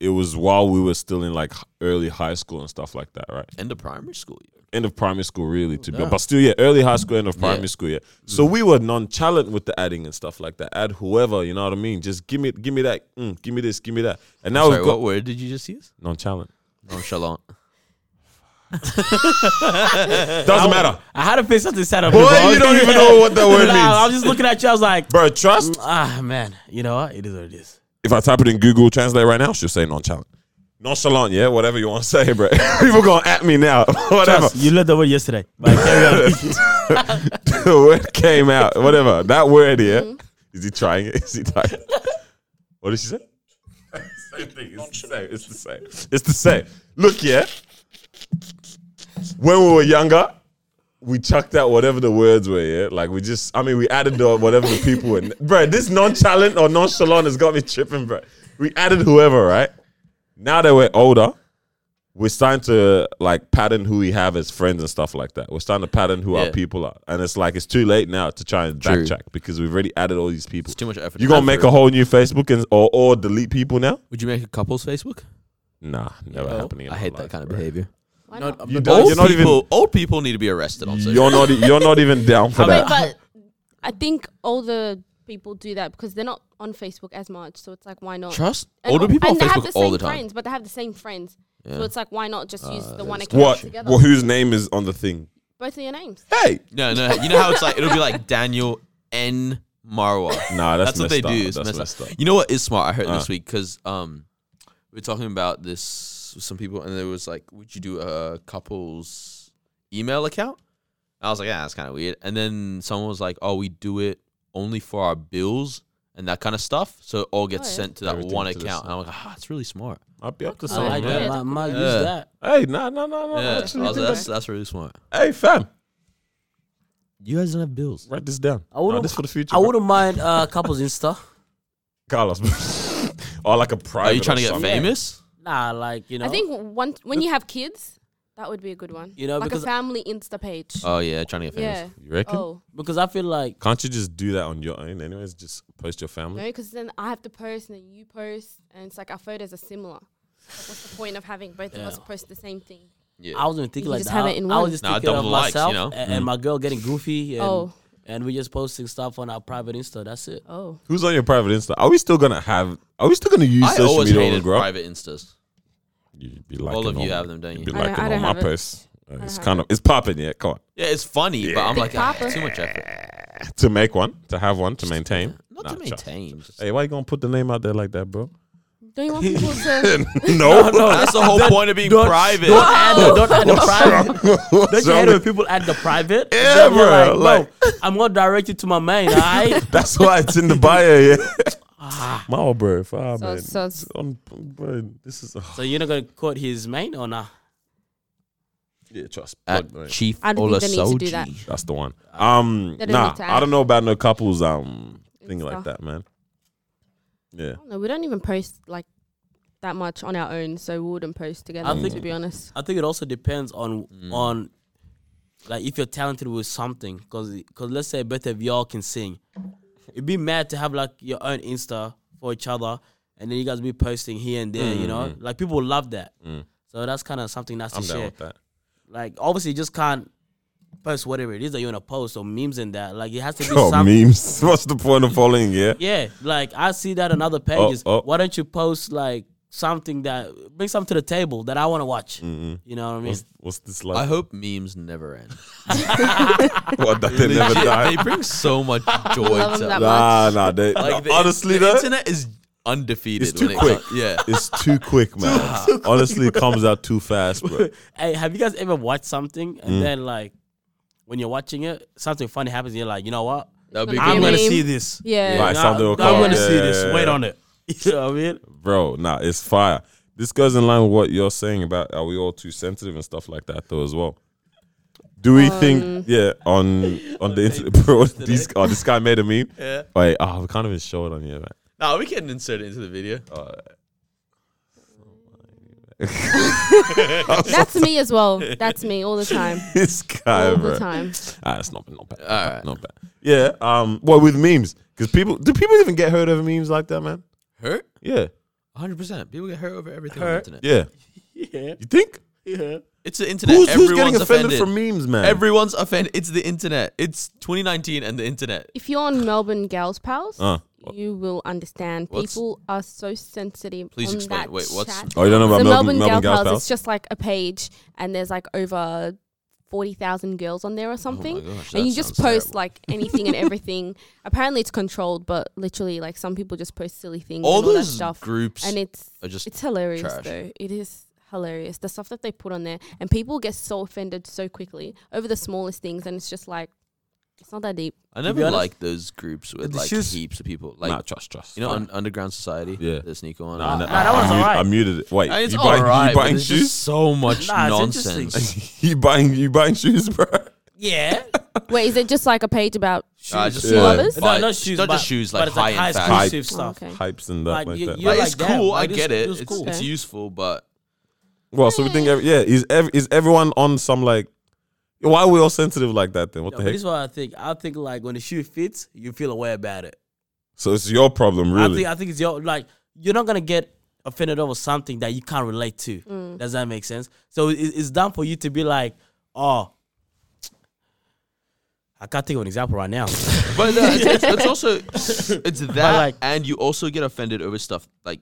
Speaker 2: It was while we were still in like h- early high school and stuff like that, right?
Speaker 1: end of primary school.
Speaker 2: end of primary school, really, to be
Speaker 3: damn.
Speaker 2: but still, yeah, early high school, end of primary
Speaker 1: Yeah.
Speaker 2: school, Oh, yeah. Mm. So we were nonchalant with the adding and stuff like that. Add whoever, you know what I mean? Just give me, give me that, mm, give me this, give me that, and now
Speaker 1: Sorry,
Speaker 2: we've got
Speaker 1: what word did you just use?
Speaker 2: nonchalant.
Speaker 1: Nonchalant.
Speaker 2: Doesn't matter,
Speaker 3: I had to fix something set up.
Speaker 2: Eh, boy. You don't even know what that word
Speaker 3: I
Speaker 2: means, Mm.
Speaker 3: was just looking at you. I was like,
Speaker 2: bro. Trust.
Speaker 3: ah, man. You know what? It is what it is.
Speaker 2: If I type it in Google Translate right now, she'll say nonchalant. Nonchalant, yeah, whatever you want to say, bro. People gonna at me now, whatever.
Speaker 3: Trust, you learned the word yesterday. But carry on.
Speaker 2: the word came out. Whatever that word, yeah. Is he trying it? Is he typing? what did she say? same thing. It's the same. It's the same. It's the same. Look, yeah. When we were younger, we chucked out whatever the words were. Yeah, like we just. I mean, we added the, whatever the people were. bro, this nonchalant or nonchalant has got me tripping, bro. We added whoever, right? Now that we're older. We're starting to like pattern who we have as friends and stuff like that. We're starting to pattern who our
Speaker 1: Yeah.
Speaker 2: people are, and it's like it's too late now to try and
Speaker 1: True.
Speaker 2: backtrack because we've already added all these people.
Speaker 1: It's too much effort.
Speaker 2: You gonna make a
Speaker 1: whole?
Speaker 2: whole new Facebook and or, or delete people now?
Speaker 1: Would you make a couple's Facebook?
Speaker 2: Nah, never
Speaker 3: No.
Speaker 2: happening. in
Speaker 1: I
Speaker 2: my
Speaker 1: hate
Speaker 2: life,
Speaker 1: that kind of
Speaker 2: bro.
Speaker 1: behavior.
Speaker 4: Why
Speaker 3: No,
Speaker 4: not?
Speaker 3: I'm
Speaker 2: You
Speaker 3: not-
Speaker 2: don't-
Speaker 1: Old
Speaker 2: you're not even-
Speaker 1: people, old people need to be arrested on social.
Speaker 2: You're not. e- You're not even down for
Speaker 3: I
Speaker 4: Wait,
Speaker 2: that.
Speaker 4: but I think older people do that because they're not on Facebook as much. So it's like, why not?
Speaker 1: Trust
Speaker 4: And-
Speaker 1: older people on
Speaker 4: and they have
Speaker 1: Facebook
Speaker 4: the
Speaker 1: all
Speaker 4: same
Speaker 1: the time.
Speaker 4: friends, but they have the same friends. So
Speaker 1: Yeah. Uh,
Speaker 4: it's like, why not just use the one account
Speaker 2: What?
Speaker 4: together?
Speaker 2: Well, whose name is on the thing?
Speaker 4: Both of your names.
Speaker 2: Hey,
Speaker 1: No, no, you know how it's like it'll be like Daniel N. Marwa.
Speaker 2: nah, that's,
Speaker 1: That's, what they
Speaker 2: messed up.
Speaker 1: do. It's
Speaker 2: That's
Speaker 1: messed
Speaker 2: messed up.
Speaker 1: up. You know what is smart? I heard
Speaker 2: Uh.
Speaker 1: this week because um, we were talking about this with some people, and there was like, "Would you do a couple's email account?" I was like, "Yeah, that's kind of weird." And then someone was like, "Oh, we do it only for our bills and that kind of stuff, so it all gets
Speaker 4: Oh, yeah.
Speaker 1: sent to that
Speaker 2: Everything to
Speaker 1: one
Speaker 2: the
Speaker 1: account."
Speaker 2: same.
Speaker 1: And I'm like, "Ah, it's really smart."
Speaker 2: Might be up to
Speaker 3: I like
Speaker 2: something.
Speaker 1: yeah.
Speaker 3: that. I might use
Speaker 1: Yeah.
Speaker 3: that.
Speaker 2: Hey, nah, nah, nah, nah.
Speaker 1: Yeah, I was
Speaker 2: actually
Speaker 1: like,
Speaker 2: do
Speaker 1: Oh, that's that's really smart.
Speaker 2: that. Hey, fam,
Speaker 1: You guys don't have bills.
Speaker 2: write this down.
Speaker 3: I wouldn't-
Speaker 2: Nah, this for the future.
Speaker 3: I
Speaker 2: bro.
Speaker 3: wouldn't mind uh, couples Insta.
Speaker 2: Carlos. or like a private.
Speaker 1: Are you trying to
Speaker 2: or
Speaker 1: get
Speaker 2: something.
Speaker 1: famous?
Speaker 3: Nah, like you know.
Speaker 4: I think once when you have kids, that would be a good one.
Speaker 3: You know,
Speaker 4: like a
Speaker 3: because-
Speaker 4: family Insta page.
Speaker 1: Oh yeah, trying to get famous.
Speaker 4: yeah.
Speaker 2: You reckon?
Speaker 4: Oh
Speaker 3: because I feel like
Speaker 2: Can't you just do that on your own? Anyways, just post your family.
Speaker 4: no, because then I have to post and then you post, and it's like our photos are similar. Like, what's the point of having both of us
Speaker 3: Yeah.
Speaker 4: post the same thing?
Speaker 1: Yeah.
Speaker 3: I wasn't thinking
Speaker 4: You
Speaker 3: like
Speaker 4: just
Speaker 3: that.
Speaker 4: have
Speaker 3: I-
Speaker 4: it in
Speaker 3: I
Speaker 4: one.
Speaker 3: was just
Speaker 1: Nah,
Speaker 3: thinking of
Speaker 1: double the likes, you
Speaker 3: myself
Speaker 1: know? Mm-hmm.
Speaker 3: a- and, my girl getting goofy and
Speaker 4: Oh.
Speaker 3: and we just posting stuff on our private Insta. That's it.
Speaker 4: Oh,
Speaker 2: Who's on your private Insta? Are we still gonna have? Are we still gonna use
Speaker 1: I
Speaker 2: social
Speaker 1: always
Speaker 2: media when we
Speaker 1: hated
Speaker 2: grow up?
Speaker 1: private instas.
Speaker 2: You'd be liking
Speaker 1: All of
Speaker 2: all-
Speaker 1: you have them, don't
Speaker 2: you'd
Speaker 1: you?
Speaker 2: Be
Speaker 4: I don't-
Speaker 2: liking
Speaker 4: I
Speaker 2: all
Speaker 4: don't
Speaker 2: my
Speaker 4: have it.
Speaker 2: posts. Uh, It's
Speaker 4: have
Speaker 2: kind of it's popping, yeah. Come on,
Speaker 1: Yeah, it's funny, but I'm like, ah,
Speaker 4: Papa.
Speaker 1: too much effort.
Speaker 2: to make one, to have one, to maintain.
Speaker 1: Not
Speaker 2: Nah,
Speaker 1: to
Speaker 2: chill.
Speaker 1: maintain. just-
Speaker 2: Hey, why you gonna put the name out there like that, bro?
Speaker 4: don't you want people to?
Speaker 2: no,
Speaker 1: That's the whole point of being
Speaker 3: Don't-
Speaker 1: private.
Speaker 3: Don't add, don't add the private. Don't you hate it when
Speaker 2: That's
Speaker 3: people add the private?
Speaker 2: Yeah,
Speaker 3: Then you're
Speaker 2: bro,
Speaker 3: Like, bro, I'm gonna direct you to my main. I
Speaker 2: why it's in the bio, yeah. My bro, if I,
Speaker 4: So-
Speaker 2: man,
Speaker 4: so it's-
Speaker 2: I'm- bro, this is
Speaker 3: so you're not gonna quote his main or nah?
Speaker 2: yeah, trust.
Speaker 1: At
Speaker 2: plug, mate.
Speaker 1: Chief
Speaker 4: I don't think they need to do that.
Speaker 1: Olasoji.
Speaker 2: That's the one. Um,
Speaker 4: They don't
Speaker 2: nah,
Speaker 4: need to
Speaker 2: I don't
Speaker 4: add.
Speaker 2: know about no couples um thing
Speaker 4: Insta.
Speaker 2: like that, man. Yeah,
Speaker 4: no, we don't even post like that much on our own, so we wouldn't post together.
Speaker 3: I think-
Speaker 4: to be honest,
Speaker 3: I think it also depends on
Speaker 2: Mm.
Speaker 3: on like if you're talented with something. Cause, 'cause let's say both of y'all can sing, it'd be mad to have like your own Insta for each other, and then you guys be posting here and there. You know, like people love that. So that's kind of something nice
Speaker 2: Mm. I'm
Speaker 3: to
Speaker 2: down
Speaker 3: share.
Speaker 2: with that.
Speaker 3: Like obviously, you just can't post whatever it is that you wanna post or memes and that. Like it has to be
Speaker 2: Oh,
Speaker 3: something.
Speaker 2: memes. What's the point of following? Yeah,
Speaker 3: Yeah, like I see that on other pages.
Speaker 2: oh.
Speaker 3: Why don't you post like something that bring something to the table that I want to watch?
Speaker 2: Mm-hmm.
Speaker 3: You know what I mean?
Speaker 2: What's, what's this like?
Speaker 1: I hope memes never end.
Speaker 2: what that they never
Speaker 1: they
Speaker 2: die.
Speaker 1: bring so much joy
Speaker 4: love
Speaker 1: to
Speaker 4: them that
Speaker 1: life.
Speaker 2: Nah, nah. They,
Speaker 1: Like,
Speaker 2: no,
Speaker 1: the-
Speaker 2: honestly,
Speaker 1: the
Speaker 2: though,
Speaker 1: internet is undefeated.
Speaker 2: It's too
Speaker 1: when it
Speaker 2: quick.
Speaker 1: comes- yeah.
Speaker 2: it's too quick, man. honestly, it comes out too fast, bro.
Speaker 3: Hey, have you guys ever watched something
Speaker 2: Mm.
Speaker 3: and then like when you're watching it, something funny happens? And you're like, you know what?
Speaker 4: It's
Speaker 1: That'd
Speaker 4: gonna
Speaker 1: be good.
Speaker 4: be
Speaker 3: I'm
Speaker 4: a
Speaker 3: gonna
Speaker 4: meme.
Speaker 3: see this.
Speaker 4: yeah.
Speaker 2: Right,
Speaker 3: Nah,
Speaker 2: something will
Speaker 3: I'm
Speaker 2: come up.
Speaker 3: gonna
Speaker 2: Yeah,
Speaker 3: see
Speaker 2: yeah,
Speaker 3: this.
Speaker 2: yeah,
Speaker 3: Wait
Speaker 2: yeah.
Speaker 3: on it. You know what I mean?
Speaker 2: bro. Nah, it's fire. This goes in line with what you're saying about are we all too sensitive and stuff like that though as well. Do we think yeah on on the internet, bro? These, oh, this guy made a meme.
Speaker 1: Yeah.
Speaker 2: Wait, oh, we can't even show it on here, man.
Speaker 1: Nah, we can insert it into the video.
Speaker 4: That's me as well. That's me all the time.
Speaker 2: This guy,
Speaker 4: All
Speaker 2: bro.
Speaker 4: the time.
Speaker 2: Ah, it's not not bad. not
Speaker 1: All
Speaker 2: bad,
Speaker 1: right.
Speaker 2: Not bad. Yeah. Um. Well, with memes, because people do people even get hurt over memes like that, man?
Speaker 1: Hurt?
Speaker 2: Yeah.
Speaker 1: 100%. People get hurt over everything on the internet.
Speaker 2: Yeah.
Speaker 3: Yeah.
Speaker 2: You think? Yeah.
Speaker 1: It's the internet.
Speaker 2: Who's, who's
Speaker 1: Everyone's
Speaker 2: getting offended,
Speaker 1: offended.
Speaker 2: from memes, man?
Speaker 1: Everyone's offended. It's the internet. It's 2019 and the internet.
Speaker 4: If you're on Melbourne Gals Pals,
Speaker 3: Uh-huh.
Speaker 2: Uh.
Speaker 4: you will understand.
Speaker 1: What's-
Speaker 4: People are so sensitive.
Speaker 1: Please
Speaker 4: on
Speaker 1: explain.
Speaker 4: That
Speaker 1: Wait, what's-
Speaker 4: chat.
Speaker 2: oh, you don't know about
Speaker 4: so
Speaker 2: Melbourne,
Speaker 4: Melbourne,
Speaker 2: Melbourne
Speaker 4: Gal
Speaker 2: Gal
Speaker 4: Pals,
Speaker 2: Pals?
Speaker 4: it's just like a page, and there's like over forty thousand girls on there or something.
Speaker 1: Oh gosh,
Speaker 4: and
Speaker 1: that
Speaker 4: you just
Speaker 1: sounds
Speaker 4: post
Speaker 1: terrible.
Speaker 4: like anything and everything. Apparently, it's controlled, but literally, like some people just post silly things
Speaker 1: all
Speaker 4: and all that
Speaker 1: those
Speaker 4: stuff.
Speaker 1: groups
Speaker 4: And it's
Speaker 1: are just
Speaker 4: it's hilarious
Speaker 1: trash.
Speaker 4: though. It is hilarious. The stuff that they put on there, and people get so offended so quickly over the smallest things, and it's just like it's not that deep.
Speaker 1: I
Speaker 3: be
Speaker 1: never
Speaker 3: honest-
Speaker 1: liked those groups with
Speaker 2: The
Speaker 1: like
Speaker 2: shoes-
Speaker 1: heaps of people. Like
Speaker 2: nah, trust, trust.
Speaker 1: you know, un- Underground Society.
Speaker 2: Yeah.
Speaker 1: the sneaker one.
Speaker 2: Nah, nah,
Speaker 3: nah, that
Speaker 2: I
Speaker 3: one's
Speaker 2: mute-
Speaker 3: alright.
Speaker 2: I muted it. Wait,
Speaker 1: it's
Speaker 2: you buying,
Speaker 1: alright.
Speaker 2: you
Speaker 1: but
Speaker 2: buying
Speaker 1: there's just
Speaker 2: shoes?
Speaker 1: so much
Speaker 3: Nah, it's interesting.
Speaker 1: nonsense.
Speaker 2: you buying you buying shoes, bro?
Speaker 3: Yeah.
Speaker 4: Wait, is it just like a page about?
Speaker 1: Uh, just
Speaker 2: Yeah.
Speaker 1: like,
Speaker 4: Lovers?
Speaker 1: buy-
Speaker 3: No, not shoes.
Speaker 1: Not
Speaker 3: but,
Speaker 1: just shoes,
Speaker 3: but
Speaker 1: like
Speaker 3: it's
Speaker 1: high
Speaker 3: high
Speaker 1: end
Speaker 2: high-
Speaker 1: fashion.
Speaker 3: exclusive stuff.
Speaker 4: Okay.
Speaker 2: Hypes and that
Speaker 3: Like,
Speaker 2: like,
Speaker 3: you-
Speaker 2: that.
Speaker 3: you
Speaker 2: Like,
Speaker 1: Like,
Speaker 3: like
Speaker 1: it's
Speaker 3: them.
Speaker 1: cool.
Speaker 3: Like,
Speaker 1: I
Speaker 3: this-
Speaker 1: get
Speaker 3: this
Speaker 1: it.
Speaker 3: was
Speaker 1: It's,
Speaker 3: cool.
Speaker 1: it's
Speaker 4: Okay.
Speaker 1: useful, but
Speaker 2: well, so we think, every, yeah, is ev- is everyone on some like? Why are we all sensitive like that? Then what
Speaker 3: No,
Speaker 2: the
Speaker 3: but
Speaker 2: heck?
Speaker 3: this is what I think. I think like when the shoe fits, you feel a way about it.
Speaker 2: So it's your problem,
Speaker 3: I
Speaker 2: really.
Speaker 3: think I think it's your like you're not gonna get offended over something that you can't relate to. Does that make sense? So it, it's done for you to be like, oh, I can't think of an example right now.
Speaker 1: but uh, it's, it's, it's also it's that,
Speaker 3: like-
Speaker 1: and you also get offended over stuff like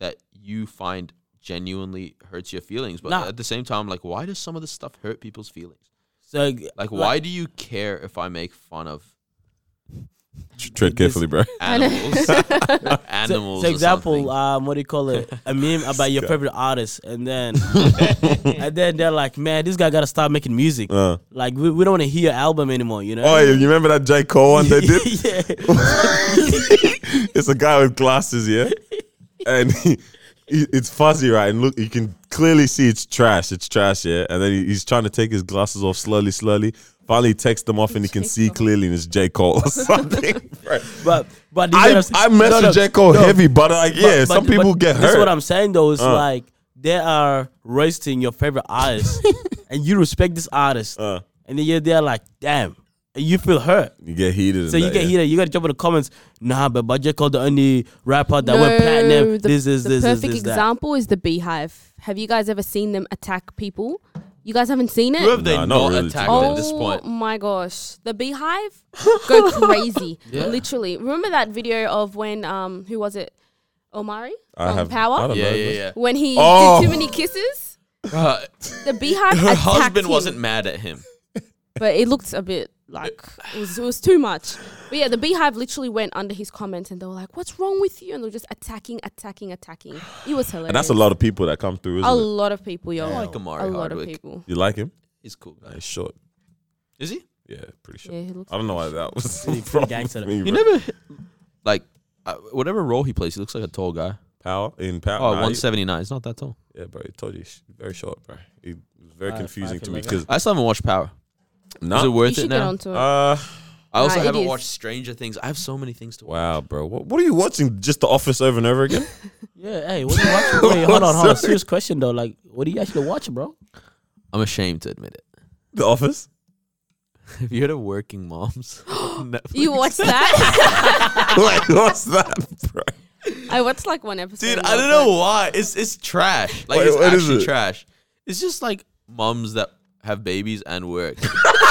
Speaker 1: that you find genuinely hurts your feelings. But
Speaker 3: Nah.
Speaker 1: at the same time, like, why does some of this stuff hurt people's feelings?
Speaker 3: so
Speaker 1: Like, why do you care if I make fun of
Speaker 2: Tread carefully, bro.
Speaker 1: animals?
Speaker 3: So-
Speaker 1: animals.
Speaker 3: So,
Speaker 1: or something.
Speaker 3: example, um, what do you call it? A meme about your favorite artist, and then and then they're like, man, this guy gotta start making music.
Speaker 2: Uh.
Speaker 3: Like we, we don't want to hear your album anymore, you know?
Speaker 2: Oh, yeah, you remember that J Cole one they did?
Speaker 3: yeah.
Speaker 2: it's a guy with glasses, yeah, and he, he- it's fuzzy, right? And look, you can clearly see it's trash. It's trash, yeah. And then he, he's trying to take his glasses off slowly, slowly. Finally, he takes them off, and he can
Speaker 4: J.
Speaker 2: see
Speaker 4: Cole.
Speaker 2: clearly, and it's J Cole or something. bro.
Speaker 3: But but this is what
Speaker 2: I
Speaker 3: I'm-
Speaker 2: I
Speaker 3: no,
Speaker 2: mess
Speaker 3: no,
Speaker 2: with J Cole
Speaker 3: no.
Speaker 2: heavy, but like,
Speaker 3: But-
Speaker 2: yeah,
Speaker 3: but-
Speaker 2: some people
Speaker 3: but
Speaker 2: get
Speaker 3: This is what
Speaker 2: hurt.
Speaker 3: I'm saying though. Is
Speaker 2: Uh.
Speaker 3: like they are roasting your favorite artist, and you respect this artist,
Speaker 2: Uh.
Speaker 3: and then you're there like, damn, and you feel hurt.
Speaker 2: You get heated.
Speaker 3: So
Speaker 2: and
Speaker 3: you
Speaker 2: that,
Speaker 3: get
Speaker 2: yeah.
Speaker 3: heated. You gotta jump in the comments. Nah, but Budget called the only rapper that went
Speaker 4: No,
Speaker 3: platinum.
Speaker 4: the-
Speaker 3: this is
Speaker 4: the
Speaker 3: this is
Speaker 4: perfect
Speaker 3: this that.
Speaker 4: example is the beehive. Have you guys ever seen them attack people? You guys haven't seen it? Oh
Speaker 1: Who have they
Speaker 2: Nah, not
Speaker 1: not
Speaker 2: really, to
Speaker 1: attacked
Speaker 2: be
Speaker 1: at this point?
Speaker 4: my gosh, the beehive go crazy.
Speaker 1: Yeah.
Speaker 4: Literally, remember that video of when um who was it? Omari
Speaker 2: I
Speaker 4: from
Speaker 2: have I
Speaker 4: Power
Speaker 2: don't
Speaker 1: Yeah,
Speaker 2: know.
Speaker 1: yeah,
Speaker 4: when he
Speaker 2: Oh.
Speaker 4: did too many kisses.
Speaker 1: yeah. Uh,
Speaker 4: The beehive
Speaker 1: her
Speaker 4: attacked
Speaker 1: husband
Speaker 4: him,
Speaker 1: wasn't mad at him.
Speaker 4: but it looked a bit like it was, it was too much. But yeah, the beehive literally went under his comments and they were like, "What's wrong with you?" And they were just attacking, attacking, attacking. It was hilarious.
Speaker 2: And that's a lot of people that come through,
Speaker 4: A
Speaker 2: isn't it?
Speaker 4: lot of people, yo.
Speaker 1: I like Amari
Speaker 4: a lot of
Speaker 1: Hardwick.
Speaker 4: people.
Speaker 2: You like him?
Speaker 1: He's a cool guy.
Speaker 2: He's short.
Speaker 1: Is he?
Speaker 2: Yeah, pretty short.
Speaker 4: Yeah, he looks.
Speaker 2: I don't know why that was
Speaker 3: Pretty- pretty
Speaker 2: from
Speaker 3: gangster.
Speaker 2: me,
Speaker 1: He
Speaker 2: bro.
Speaker 1: never like uh, whatever role he plays. He looks like a tall guy.
Speaker 2: Power in power.
Speaker 1: Oh,
Speaker 2: Nah, you-
Speaker 1: 179. He's not that tall.
Speaker 2: Yeah, bro. I told you, he's very short, bro. It was very
Speaker 3: Five-
Speaker 2: confusing
Speaker 3: five
Speaker 2: to me
Speaker 3: eleven.
Speaker 2: because
Speaker 1: I still haven't watched Power. Is it
Speaker 2: no.
Speaker 4: You
Speaker 1: worth
Speaker 4: should
Speaker 1: it
Speaker 4: get
Speaker 1: now?
Speaker 4: onto it.
Speaker 2: Uh,
Speaker 1: I also
Speaker 4: Nah, it
Speaker 1: haven't
Speaker 4: is.
Speaker 1: watched Stranger Things. I have so many things to watch.
Speaker 2: wow, bro. What, what are you watching? Just The Office over and over again?
Speaker 3: Yeah, hey, what are you watching? Wait, hold on, hold on. Serious question though. Like, what do you actually watch, bro?
Speaker 1: I'm ashamed to admit it.
Speaker 2: the Office.
Speaker 1: Have you heard of Working Moms? Netflix?
Speaker 4: You watched that?
Speaker 2: like, what's that, bro?
Speaker 4: I watched like one episode.
Speaker 1: Dude,
Speaker 4: and
Speaker 1: I
Speaker 4: was
Speaker 1: don't know
Speaker 4: like-
Speaker 1: why. It's it's trash. Like
Speaker 2: Wait,
Speaker 1: it's
Speaker 2: what is
Speaker 1: actually
Speaker 2: it?
Speaker 1: trash. It's just like moms that have babies and work. but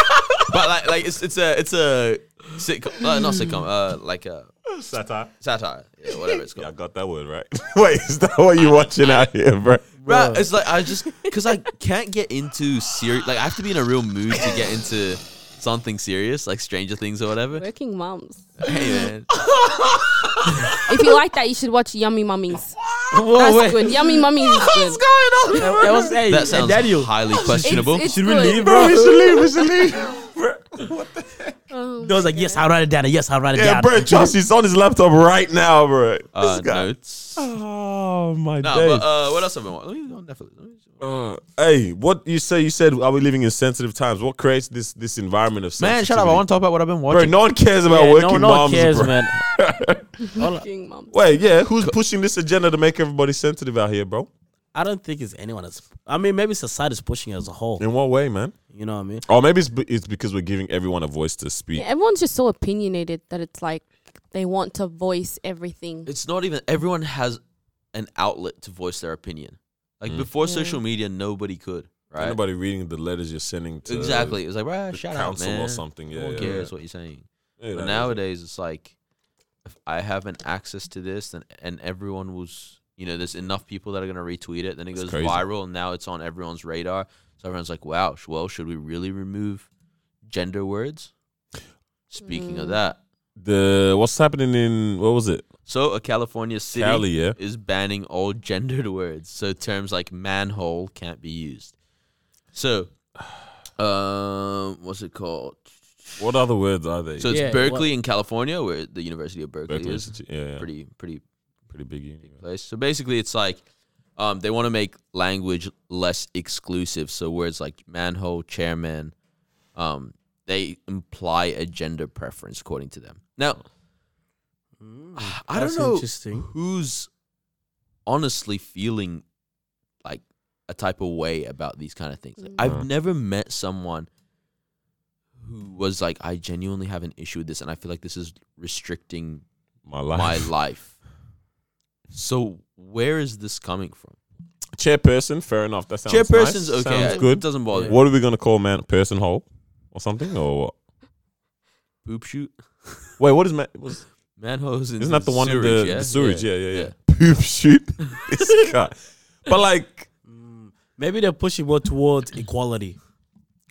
Speaker 1: like like it's it's a it's a sitcom uh, not sitcom uh like a
Speaker 2: Satire.
Speaker 1: satire yeah, whatever it's called.
Speaker 2: Yeah, I got that word right. Wait, is that what you watching out here, bro?
Speaker 1: Right, it's like I just because I can't get into serious. Like I have to be in a real mood to get into something serious, like Stranger Things or whatever.
Speaker 4: Working moms.
Speaker 1: Hey man,
Speaker 4: if you like that, you should watch Yummy Mummies. That's
Speaker 1: whoa,
Speaker 4: good. Yummy Mummies is good.
Speaker 1: going
Speaker 3: That, that was hey,
Speaker 1: That sounds
Speaker 3: Daniel.
Speaker 1: highly questionable.
Speaker 4: It's, it's good.
Speaker 2: bro, we should leave. We should leave. Bro.
Speaker 4: Oh,
Speaker 3: They was like, yes, I'll write it down. Yes, I'll write it
Speaker 2: Yeah,
Speaker 3: down.
Speaker 2: bro. Trust, he's on his laptop right now, bro. This
Speaker 1: uh,
Speaker 2: guy.
Speaker 1: notes. No,
Speaker 2: Oh my days.
Speaker 1: but uh, what else have I watched? Let me on Netflix. Let me just-
Speaker 2: Uh, hey, what you say? You said are we living in sensitive times? What creates this this environment of
Speaker 1: Man, shut up!
Speaker 2: sensitivity?
Speaker 1: I want to talk about what I've been
Speaker 2: bro.
Speaker 1: watching.
Speaker 2: No one cares about
Speaker 3: Yeah,
Speaker 2: working
Speaker 3: no, no one
Speaker 2: moms,
Speaker 3: cares,
Speaker 2: bro.
Speaker 3: man.
Speaker 4: Working moms.
Speaker 2: Wait, yeah, who's pushing this agenda to make everybody sensitive out here, bro?
Speaker 3: I don't think it's anyone that's. I mean, maybe society's pushing it as a whole.
Speaker 2: In what way, man?
Speaker 3: You know what I mean?
Speaker 2: Or maybe it's, be- it's because we're giving everyone a voice to speak.
Speaker 4: Yeah, everyone's just so opinionated that it's like they want to voice everything.
Speaker 1: It's not even everyone has an outlet to voice their opinion. Like
Speaker 2: Mm.
Speaker 1: before
Speaker 4: Yeah.
Speaker 1: social media, nobody could. Right.
Speaker 2: Ain't nobody reading the letters you're sending to
Speaker 1: exactly. It was like, right,
Speaker 2: the
Speaker 1: shout out,
Speaker 2: council
Speaker 1: man.
Speaker 2: or something. Yeah,
Speaker 1: no one
Speaker 2: yeah,
Speaker 1: cares
Speaker 2: yeah.
Speaker 1: what you're saying.
Speaker 2: Yeah,
Speaker 1: But
Speaker 2: that is-
Speaker 1: nowadays, it's like if I haven't access to this, then and everyone was, you know, there's enough people that are gonna retweet it. Then it
Speaker 2: That's
Speaker 1: goes
Speaker 2: crazy.
Speaker 1: viral, and now it's on everyone's radar. So everyone's like, wow, sh- well, should we really remove gender words? Speaking of
Speaker 4: Mm.
Speaker 1: that,
Speaker 2: the what's happening in what was it?
Speaker 1: so a California city
Speaker 2: Cali, yeah.
Speaker 1: is banning all gendered words, so terms like manhole can't be used. So, um, what's it called?
Speaker 2: What other words are they?
Speaker 1: So it's
Speaker 3: Yeah,
Speaker 1: Berkeley in California, where the University of Berkeley,
Speaker 2: Berkeley
Speaker 1: is.
Speaker 2: Institute, yeah, yeah. Pretty,
Speaker 1: Pretty, pretty
Speaker 2: big. uni.
Speaker 1: place. So basically, it's like um, they want to make language less exclusive. So words like manhole, chairman, um, they imply a gender preference according to them. Now, I don't
Speaker 3: Mm, That's
Speaker 1: know
Speaker 3: interesting.
Speaker 1: who's honestly feeling like a type of way about these kind of things. Like, I've
Speaker 2: Mm.
Speaker 1: never met someone who was like, I genuinely have an issue with this, and I feel like this is restricting
Speaker 2: My life.
Speaker 1: my life. So where is this coming from?
Speaker 2: Chairperson, fair enough. That sounds
Speaker 1: Chairperson's
Speaker 2: nice.
Speaker 1: okay.
Speaker 2: Sounds
Speaker 1: It
Speaker 2: good.
Speaker 1: doesn't bother. me.
Speaker 2: What are we gonna call man? Person hole or something or what?
Speaker 1: Poop shoot.
Speaker 2: Wait, what is man? Was,
Speaker 1: Manholes in
Speaker 2: isn't that the one
Speaker 1: sewage,
Speaker 2: in the,
Speaker 1: yeah?
Speaker 2: the sewage? Yeah, yeah, yeah. Poop shoot. this guy. But like,
Speaker 3: Mm. Maybe they're pushing more towards equality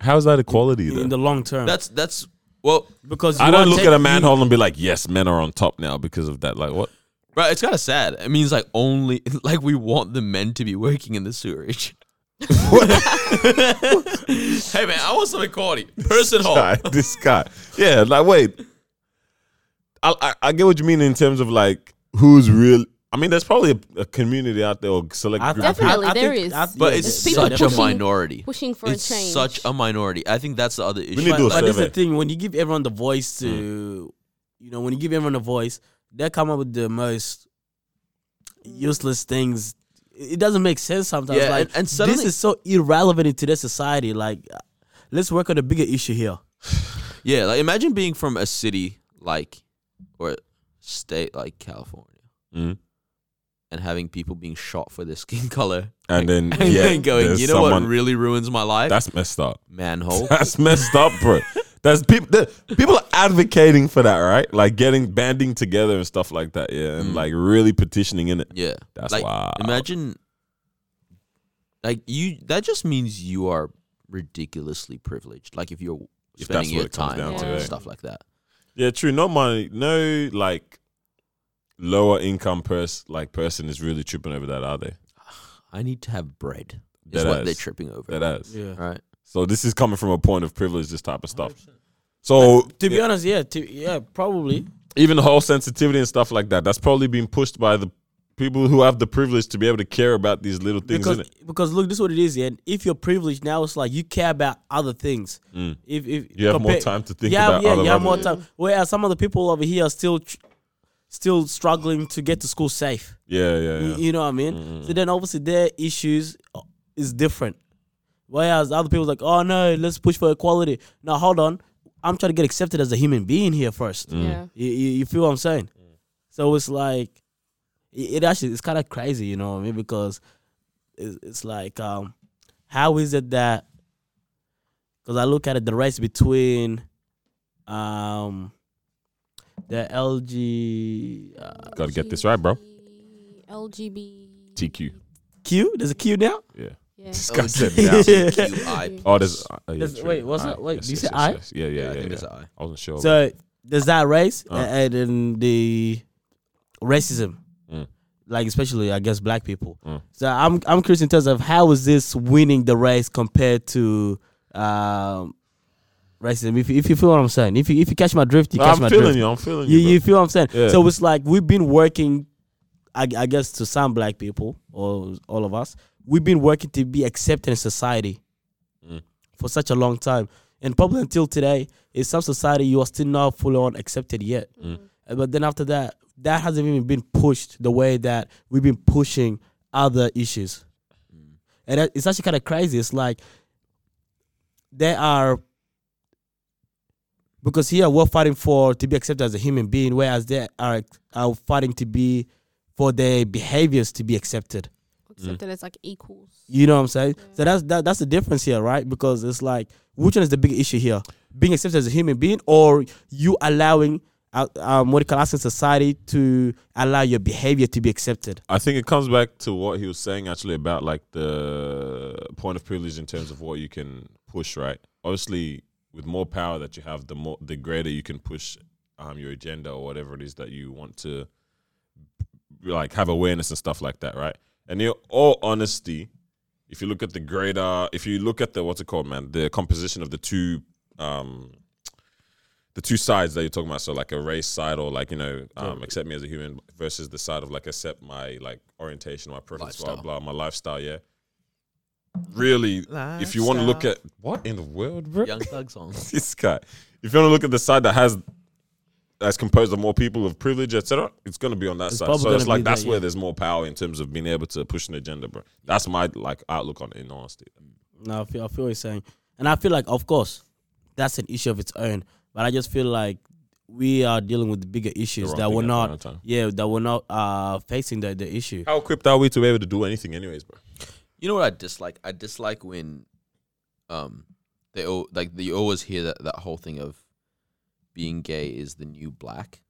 Speaker 2: how's that equality?
Speaker 3: in
Speaker 2: Then?
Speaker 3: the long term.
Speaker 1: That's that's well,
Speaker 3: because
Speaker 2: I
Speaker 3: you
Speaker 2: don't
Speaker 3: wanna
Speaker 2: look
Speaker 3: take-
Speaker 2: at a manhole and be like, yes, men are on top now because of that. Like what?
Speaker 1: right. It's kind of sad. It means like only like we want the men to be working in the sewage. hey man, I want something quality. Person hole.
Speaker 2: guy, this guy. Yeah, like wait. I, I I get what you mean in terms of like who's real. I mean, there's probably a, a community out there or select
Speaker 3: I- I-
Speaker 2: group.
Speaker 3: I-
Speaker 2: of people.
Speaker 4: Definitely,
Speaker 3: I
Speaker 4: there
Speaker 3: think-
Speaker 4: is.
Speaker 3: I-
Speaker 1: But
Speaker 3: yeah,
Speaker 1: it's
Speaker 3: there-
Speaker 4: people
Speaker 1: such a
Speaker 4: pushing-
Speaker 1: minority.
Speaker 4: Pushing for
Speaker 1: It's
Speaker 4: a change.
Speaker 1: such a minority. I think that's the other issue.
Speaker 2: need to do a
Speaker 3: but that's the
Speaker 2: survey.
Speaker 3: thing when you give everyone the voice
Speaker 1: Mm.
Speaker 3: to you know when you give everyone a voice they come up with the most useless things it it doesn't make sense sometimes
Speaker 1: Yeah,
Speaker 3: like
Speaker 1: and- and suddenly-
Speaker 3: this is so irrelevant in today's society like uh, let's work on a bigger issue here
Speaker 1: Yeah, like imagine being from a city like or state like California
Speaker 2: Mm.
Speaker 1: and having people being shot for their skin color
Speaker 2: And then
Speaker 1: and
Speaker 2: yeah,
Speaker 1: then going,
Speaker 2: there's
Speaker 1: you know
Speaker 2: someone-
Speaker 1: what Oh. really ruins my life?
Speaker 2: That's messed up.
Speaker 1: Manhole.
Speaker 2: That's messed up, bro. That's people. people are advocating for that, right? Like getting banding together and stuff like that. Yeah, and
Speaker 1: Mm.
Speaker 2: like really petitioning in it.
Speaker 1: yeah.
Speaker 2: That's
Speaker 1: like,
Speaker 2: wild.
Speaker 1: Imagine like you that just means you are ridiculously privileged. Like if you're
Speaker 2: If that's
Speaker 1: spending
Speaker 2: what
Speaker 1: your
Speaker 2: it comes
Speaker 1: time
Speaker 2: down eh?
Speaker 4: to,
Speaker 1: on
Speaker 4: yeah.
Speaker 1: stuff like that.
Speaker 2: Yeah, true. No money, no like lower income pers like person is really tripping over that, are they?
Speaker 1: I need to have bread. Is
Speaker 2: Dead
Speaker 1: what
Speaker 2: ass.
Speaker 1: they're tripping over.
Speaker 2: That ass.
Speaker 3: yeah
Speaker 1: Right.
Speaker 2: So this is coming from a point of privilege, this type of stuff.
Speaker 1: Oh,
Speaker 2: So
Speaker 3: to be
Speaker 2: yeah,
Speaker 3: honest yeah to, yeah probably
Speaker 2: even the whole sensitivity and stuff like that, that's probably being pushed by the people who have the privilege to be able to care about these little things
Speaker 3: because
Speaker 2: in it.
Speaker 3: because look this is what it is yeah if you're privileged now it's like you care about other things
Speaker 2: Mm.
Speaker 3: if if
Speaker 2: You have more
Speaker 3: compare-
Speaker 2: time to think
Speaker 3: yeah,
Speaker 2: about
Speaker 3: yeah,
Speaker 2: other
Speaker 3: yeah, more
Speaker 2: relatives.
Speaker 3: time. Whereas some of the people over here are still, tr- still struggling to get to school safe.
Speaker 2: Yeah, yeah, Mm-hmm.
Speaker 3: You,
Speaker 2: yeah.
Speaker 3: you know what I mean? So then obviously their issues uh, is different. Whereas other people's like, oh no, let's push for equality. Now hold on, I'm trying to get accepted as a human being here first.
Speaker 2: Mm.
Speaker 4: Yeah.
Speaker 3: You, you, you feel what I'm saying? So it's like, it, it actually it's kind of crazy, you know what I mean? Because it's, it's like, um, how is it that? Because I look at it, the race between, um, the LG
Speaker 1: Mm.
Speaker 3: uh,
Speaker 2: Gotta get this right, bro.
Speaker 4: LGB.
Speaker 2: TQ.
Speaker 3: Q. There's a Q now.
Speaker 2: Yeah.
Speaker 4: Yeah.
Speaker 2: This guy said
Speaker 3: Yeah.
Speaker 2: now.
Speaker 1: LGBTQI+.
Speaker 2: Oh, there's. Uh, yeah,
Speaker 3: There's-
Speaker 2: true.
Speaker 3: wait, what's
Speaker 2: Aye.
Speaker 3: that? Wait,
Speaker 2: Yes,
Speaker 3: did you
Speaker 2: yes,
Speaker 3: say
Speaker 2: yes,
Speaker 3: aye?
Speaker 2: yes. Yeah, yeah,
Speaker 1: Yeah, I
Speaker 2: yeah.
Speaker 1: think
Speaker 2: yeah.
Speaker 1: that's I.
Speaker 2: I wasn't sure. about-
Speaker 3: So there's that race
Speaker 2: Uh.
Speaker 3: and then the racism,
Speaker 2: Mm.
Speaker 3: like especially I guess black people.
Speaker 2: Mm.
Speaker 3: So I'm I'm curious in terms of how is this winning the race compared to um, racism? If you- if you feel what I'm saying, if you if you catch my drift, you catch
Speaker 2: I'm
Speaker 3: my
Speaker 2: feeling
Speaker 3: drift.
Speaker 2: you. I'm feeling
Speaker 3: You,
Speaker 2: you.
Speaker 3: you feel what I'm saying?
Speaker 2: Yeah.
Speaker 3: So it's like we've been working, I, I guess, to some black people or all of us, we've been working to be accepted in society
Speaker 2: Mm.
Speaker 3: for such a long time, and probably until today, in some society, you are still not fully on accepted yet.
Speaker 2: Mm.
Speaker 3: Uh, But then after that, that hasn't even been pushed the way that we've been pushing other issues,
Speaker 2: Mm.
Speaker 3: and that- it's actually kind of crazy. It's like there are because here we're fighting for to be accepted as a human being, whereas they are are fighting to be for their behaviors to be accepted.
Speaker 4: accepted as like equals.
Speaker 3: You know what I'm saying? So that's that, that's the difference here, right? Because it's like which one is the big issue here? Being accepted as a human being, or you allowing uh, um, what you call asking society to allow your behavior to be accepted?
Speaker 2: I think it comes back to what he was saying actually about like the point of privilege in terms of what you can push, right? Obviously, with more power that you have, the more the greater you can push um, your agenda or whatever it is that you want to like have awareness and stuff like that, right? And in all honesty, if you look at the greater, if you look at the what's it called, man, the composition of the two, um, the two sides that you're talking about, so like a race side or like you know, um, accept me as a human versus the side of like accept my like orientation, my preference, blah blah, my lifestyle, yeah. Really, if you want to look at what in the world, bro,
Speaker 1: Young Thug songs.
Speaker 2: this guy. If you want to look at the side that has that's composed of more people of privilege, etc., it's going to be on that
Speaker 3: It's
Speaker 2: side.
Speaker 3: probably
Speaker 2: So it's
Speaker 3: gonna
Speaker 2: like
Speaker 3: be
Speaker 2: that's
Speaker 3: there,
Speaker 2: where
Speaker 3: yeah.
Speaker 2: there's more power in terms of being able to push an agenda, bro. That's my like outlook on it, in honesty.
Speaker 3: No, I feel, I feel what you're saying. And I feel like, of course, that's an issue of its own. But I just feel like we are dealing with bigger issues
Speaker 2: wrong
Speaker 3: that
Speaker 2: thing
Speaker 3: we're
Speaker 2: at the
Speaker 3: not,
Speaker 2: wrong time.
Speaker 3: yeah, that we're not uh, facing the, the issue.
Speaker 2: How equipped are we to be able to do anything, anyways, bro?
Speaker 1: You know what I dislike? I dislike when, um, they all like you always hear that that whole thing of being gay is the new black.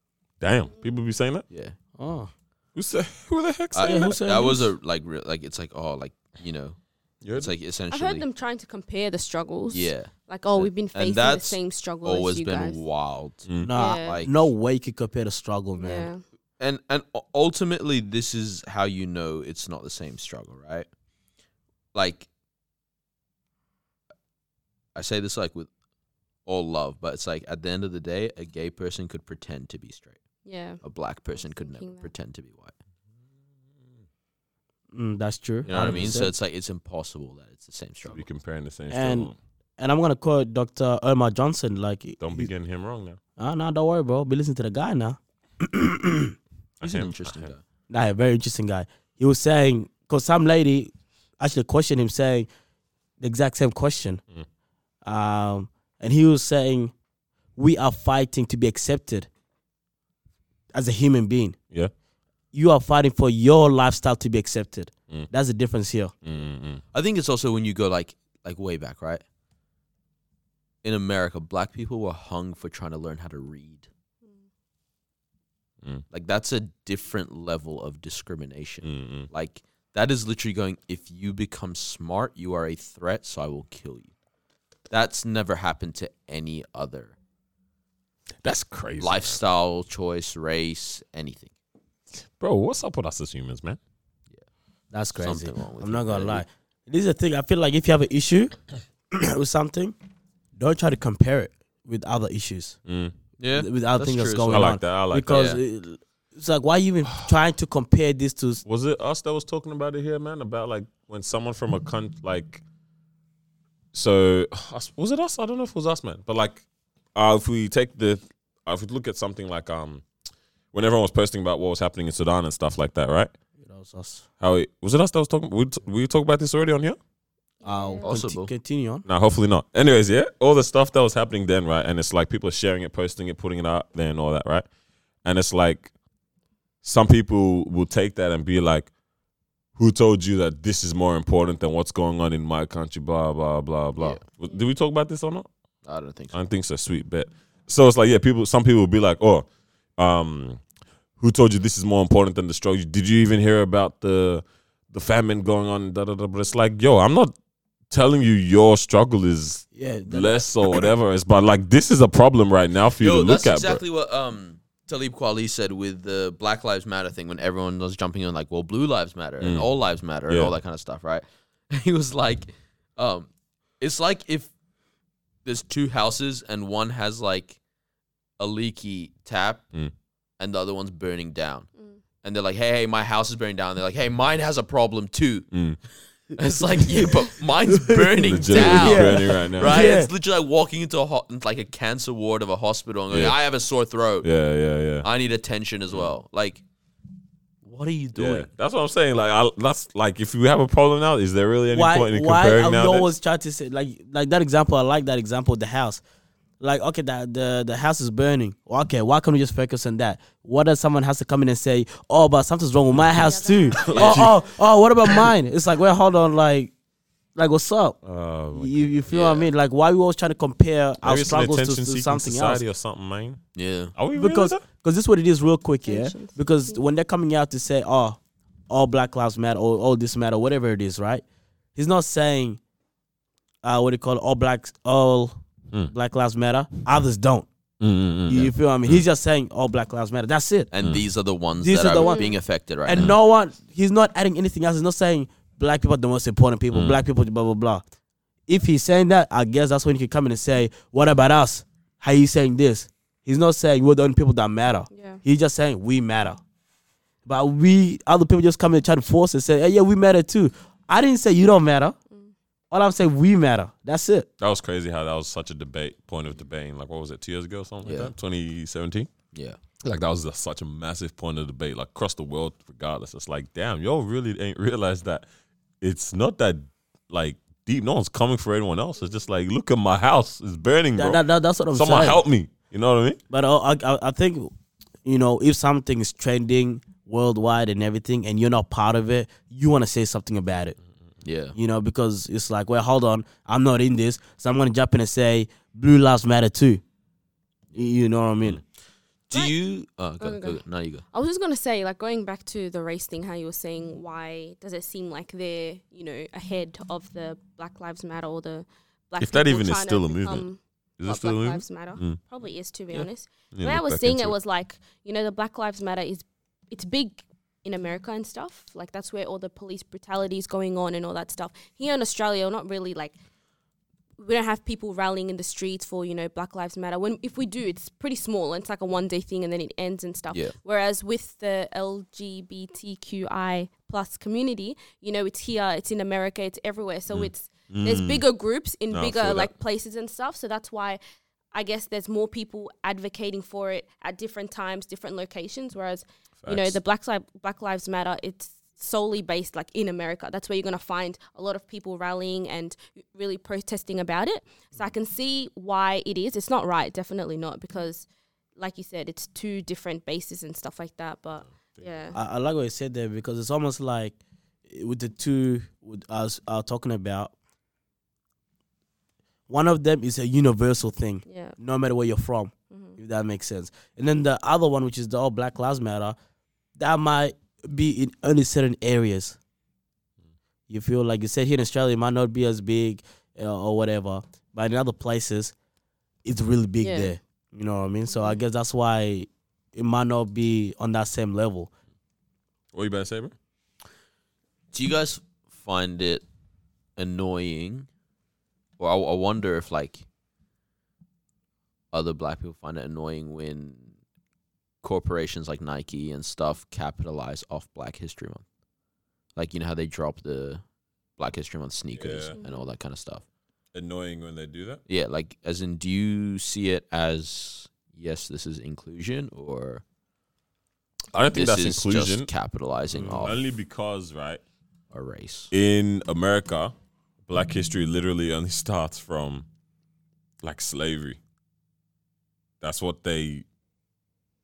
Speaker 2: Damn, people be saying that.
Speaker 1: Yeah,
Speaker 3: Oh,
Speaker 2: Who say, Who the heck
Speaker 1: I,
Speaker 2: saying
Speaker 3: who
Speaker 2: that?
Speaker 3: said
Speaker 1: that was
Speaker 3: this?
Speaker 1: a like real like it's like oh like you know
Speaker 2: You heard
Speaker 1: it's like
Speaker 4: I've
Speaker 1: essentially
Speaker 4: heard them trying to compare the struggles.
Speaker 1: yeah
Speaker 4: Like, oh, we've been facing the
Speaker 1: that's
Speaker 4: same struggle as
Speaker 1: always
Speaker 4: you
Speaker 1: been
Speaker 4: guys.
Speaker 1: wild.
Speaker 2: Mm.
Speaker 3: Nah,
Speaker 4: Yeah.
Speaker 1: Like
Speaker 3: no way you could compare the struggle, man.
Speaker 4: yeah.
Speaker 1: and and u- ultimately this is how you know it's not the same struggle right like i say this like with all love but it's like at the end of the day a gay person could pretend to be straight
Speaker 4: Yeah.
Speaker 1: a black person could never
Speaker 4: thinking that.
Speaker 1: pretend to be white
Speaker 3: Mm, that's true.
Speaker 1: you know what i mean so
Speaker 3: 100%.
Speaker 1: it's like it's impossible that it's the same struggle
Speaker 2: You comparing the same
Speaker 3: And-
Speaker 2: struggle.
Speaker 3: and I'm gonna quote Dr. Omar Johnson. Like,
Speaker 2: Don't be getting him wrong now.
Speaker 3: Ah, nah, don't worry, bro. Be listening to the guy now.
Speaker 1: he's
Speaker 2: I
Speaker 1: an
Speaker 2: am-
Speaker 1: interesting
Speaker 2: I am.
Speaker 1: guy
Speaker 3: Nah, a very interesting guy. He was saying, because some lady actually questioned him, saying the exact same question.
Speaker 1: Mm.
Speaker 3: Um, and he was saying, We are fighting to be accepted as a human being.
Speaker 2: Yeah.
Speaker 3: You are fighting for your lifestyle to be accepted.
Speaker 2: Mm.
Speaker 3: That's the difference here.
Speaker 2: Mm-mm.
Speaker 1: i think it's also when you go like like way back right in america black people were hung for trying to learn how to read
Speaker 2: Mm.
Speaker 1: like that's a different level of discrimination
Speaker 2: Mm-mm.
Speaker 1: Like that is literally going. If you become smart, you are a threat, so I will kill you. That's never happened to any other
Speaker 2: That's crazy,
Speaker 1: lifestyle choice, race, anything.
Speaker 2: bro. What's up with us as humans, man?
Speaker 3: That's crazy.
Speaker 1: Something wrong with
Speaker 3: I'm
Speaker 1: it,
Speaker 3: not gonna
Speaker 1: but
Speaker 3: lie. This is the thing. I feel like if you have an issue with something, don't try to compare it with other issues.
Speaker 2: Mm.
Speaker 1: Yeah,
Speaker 3: with other things that's going
Speaker 2: I
Speaker 3: on.
Speaker 2: like that. I like that.
Speaker 3: because it- it's like, why you even trying to compare this to? s-
Speaker 2: Was it us that was talking about it here, man? About like when someone from a cunt like, so us- was it us? I don't know if it was us, man. But like, uh, if we take the, uh, if we look at something like um, when everyone was posting about what was happening in Sudan and stuff like that, right? How it, was it us that was talking? We we talk about this already on here?
Speaker 3: I'll conti-
Speaker 1: Possible.
Speaker 3: continue on.
Speaker 2: No, hopefully not. Anyways, yeah, all the stuff that was happening then, right? And it's like people are sharing it, posting it, putting it out there, and all that, right? And it's like some people will take that and be like, "Who told you that this is more important than what's going on in my country?" Blah blah blah blah.
Speaker 1: Yeah.
Speaker 2: W- Did we talk about this or not?
Speaker 1: I don't think
Speaker 2: I
Speaker 1: so.
Speaker 2: don't think so. Sweet bet. So it's like, yeah, people. Some people will be like, "Oh, um, who told you this is more important than the struggle? Did you even hear about the the famine going on?" Da da da. But it's like, yo, I'm not telling you your struggle is
Speaker 3: Yeah, that-
Speaker 2: less or whatever. It's but like this is a problem right now for you to
Speaker 1: Yo,
Speaker 2: look
Speaker 1: that's
Speaker 2: at,
Speaker 1: exactly what um Talib Kweli said with the Black Lives Matter thing when everyone was jumping on like, well, blue lives matter and all lives matter and
Speaker 2: Mm. Yeah.
Speaker 1: all that kind of stuff, right? He was like, um, it's like if there's two houses and one has like a leaky tap
Speaker 2: Mm.
Speaker 1: and the other one's burning down. And they're like, hey, hey, my house is burning down. They're like, hey, mine has a problem too.
Speaker 2: bro. Mm.
Speaker 1: It's like, yeah, but mine's burning
Speaker 2: Legitimately
Speaker 1: down
Speaker 2: burning right now.
Speaker 1: right?
Speaker 3: Yeah.
Speaker 1: It's literally like walking into a ho- like a cancer ward of a hospital and going,
Speaker 2: Yeah.
Speaker 1: "I have a sore throat.
Speaker 2: Yeah, yeah, yeah.
Speaker 1: I need attention as well." Like, what are you doing?
Speaker 2: Yeah, that's what I'm saying. Like, I, that's like, if we have a problem now, is there really any
Speaker 3: why?
Speaker 2: point in
Speaker 3: Why
Speaker 2: comparing
Speaker 3: I would
Speaker 2: now?
Speaker 3: always try to say like like that example. I like that example. The house. Like, okay, that the, the house is burning. Okay, why can't we just focus on that? What if someone has to come in and say, Oh, but something's wrong with my house too? oh, oh, oh, what about mine? It's like, wait, hold on, like like what's up?
Speaker 2: Oh,
Speaker 3: You you feel what I mean? Like why are we always trying to compare our
Speaker 2: maybe it's an
Speaker 3: struggles to, to
Speaker 2: attention-seeking
Speaker 3: something else?
Speaker 2: society or something, man.
Speaker 1: Yeah.
Speaker 2: Are we really
Speaker 3: because
Speaker 2: there?
Speaker 3: because this is what it is real quick yeah
Speaker 4: Patience.
Speaker 3: because when they're coming out to say oh all black lives matter or all this matter whatever it is right he's not saying uh what do you call it all blacks all
Speaker 2: Mm.
Speaker 3: black lives matter others don't
Speaker 2: Mm, mm, mm.
Speaker 3: you, you feel what i mean he's just saying all black lives matter that's it
Speaker 1: And these are the ones
Speaker 3: These
Speaker 1: that
Speaker 3: are
Speaker 1: are
Speaker 3: the one-
Speaker 1: being affected right
Speaker 3: and
Speaker 1: now.
Speaker 3: no one he's not adding anything else he's not saying black people are the most important people
Speaker 2: Mm.
Speaker 3: black people blah blah blah if he's saying that i guess that's when he can come in and say what about us how you saying this he's not saying we're the only people that matter
Speaker 4: Yeah.
Speaker 3: He's just saying we matter. But we other people just come and try to force and say, hey, yeah, we matter too. I didn't say you don't matter. All I'm saying we matter. That's it.
Speaker 2: That was crazy how that was such a debate, point of debating. Like, what was it, two years ago or something
Speaker 1: Yeah.
Speaker 2: like that? 2017?
Speaker 1: Yeah.
Speaker 2: Like, that was a, such a massive point of debate, like, across the world, regardless. It's like, damn, y'all really ain't realized that it's not that, like, deep. No one's coming for anyone else. It's just like, look at my house. It's burning, bro.
Speaker 3: That, that, that- that's what I'm
Speaker 2: Someone
Speaker 3: saying.
Speaker 2: help me. You know what I mean?
Speaker 3: But uh, I, I, I- I think, you know, if something is trending worldwide and everything and you're not part of it, you want to say something about it.
Speaker 1: Yeah.
Speaker 3: You know, because it's like, well, hold on, I'm not in this. So I'm going to jump in and say blue lives matter too. You- You know what I mean?
Speaker 1: Do you? Oh, go,
Speaker 4: no,
Speaker 1: go,
Speaker 4: go.
Speaker 1: go. No, you go.
Speaker 4: I was just gonna say, like going back to the race thing, how you were saying, why does it seem like they're you know ahead of the Black Lives Matter or the Black
Speaker 2: If that even
Speaker 4: people
Speaker 2: is
Speaker 4: trying to
Speaker 2: still a movement.
Speaker 4: become
Speaker 2: Is
Speaker 4: what
Speaker 2: it still
Speaker 4: Black
Speaker 2: moving?
Speaker 4: Lives Matter?
Speaker 2: Mm.
Speaker 4: Probably is to be
Speaker 2: Yeah.
Speaker 4: honest.
Speaker 2: Yeah,
Speaker 4: the way I
Speaker 2: look
Speaker 4: was
Speaker 2: back
Speaker 4: seeing
Speaker 2: into
Speaker 4: it was like you know the Black Lives Matter is it's big in America and stuff. Like that's where all the police brutality is going on and all that stuff. Here in Australia, we're not really like we don't have people rallying in the streets for you know Black Lives Matter. When if we do, it's pretty small. It's like a one day thing and then it ends and stuff.
Speaker 1: Yeah.
Speaker 4: Whereas with the LGBTQI plus community, you know, it's here, it's in America, it's everywhere. So it's there's bigger groups in
Speaker 2: Mm. No, I feel
Speaker 4: bigger
Speaker 2: that.
Speaker 4: like places and stuff. So that's why I guess there's more people advocating for it at different times, different locations. Whereas you know
Speaker 2: Facts.
Speaker 4: the Black Lives Black Lives Matter, it's solely based like in America. That's where you're gonna find a lot of people rallying and really protesting about it. So I can see why it is. It's not right, definitely not, because like you said, it's two different bases and stuff like that. But yeah,
Speaker 3: I, I like what you said there because it's almost like eh, with the two with us are talking about. One of them is a universal thing,
Speaker 4: yeah,
Speaker 3: no matter where you're from, if that makes sense. And then the other one, which is the all Black Lives Matter, that might be in only certain areas. You feel like you said here in Australia, it might not be as big uh, or whatever, but in other places, it's really big
Speaker 4: Yeah.
Speaker 3: there. You know what I mean? So I guess that's why it might not be on that same level.
Speaker 2: What you about to say, bro?
Speaker 1: Do you guys find it annoying? Or I, I wonder if like other black people find it annoying when corporations like Nike and stuff capitalize off Black History Month. Like you know how they drop the Black History Month sneakers
Speaker 2: Yeah.
Speaker 1: and all that kind of stuff.
Speaker 2: Annoying when they do that.
Speaker 1: Yeah, like as in, do you see it as yes, this is inclusion, or
Speaker 2: I don't think
Speaker 1: this
Speaker 2: that's
Speaker 1: is
Speaker 2: inclusion. Mm,
Speaker 1: just capitalizing off
Speaker 2: Only because, right?
Speaker 1: a race?
Speaker 2: in America, black history literally only starts from like slavery. That's what they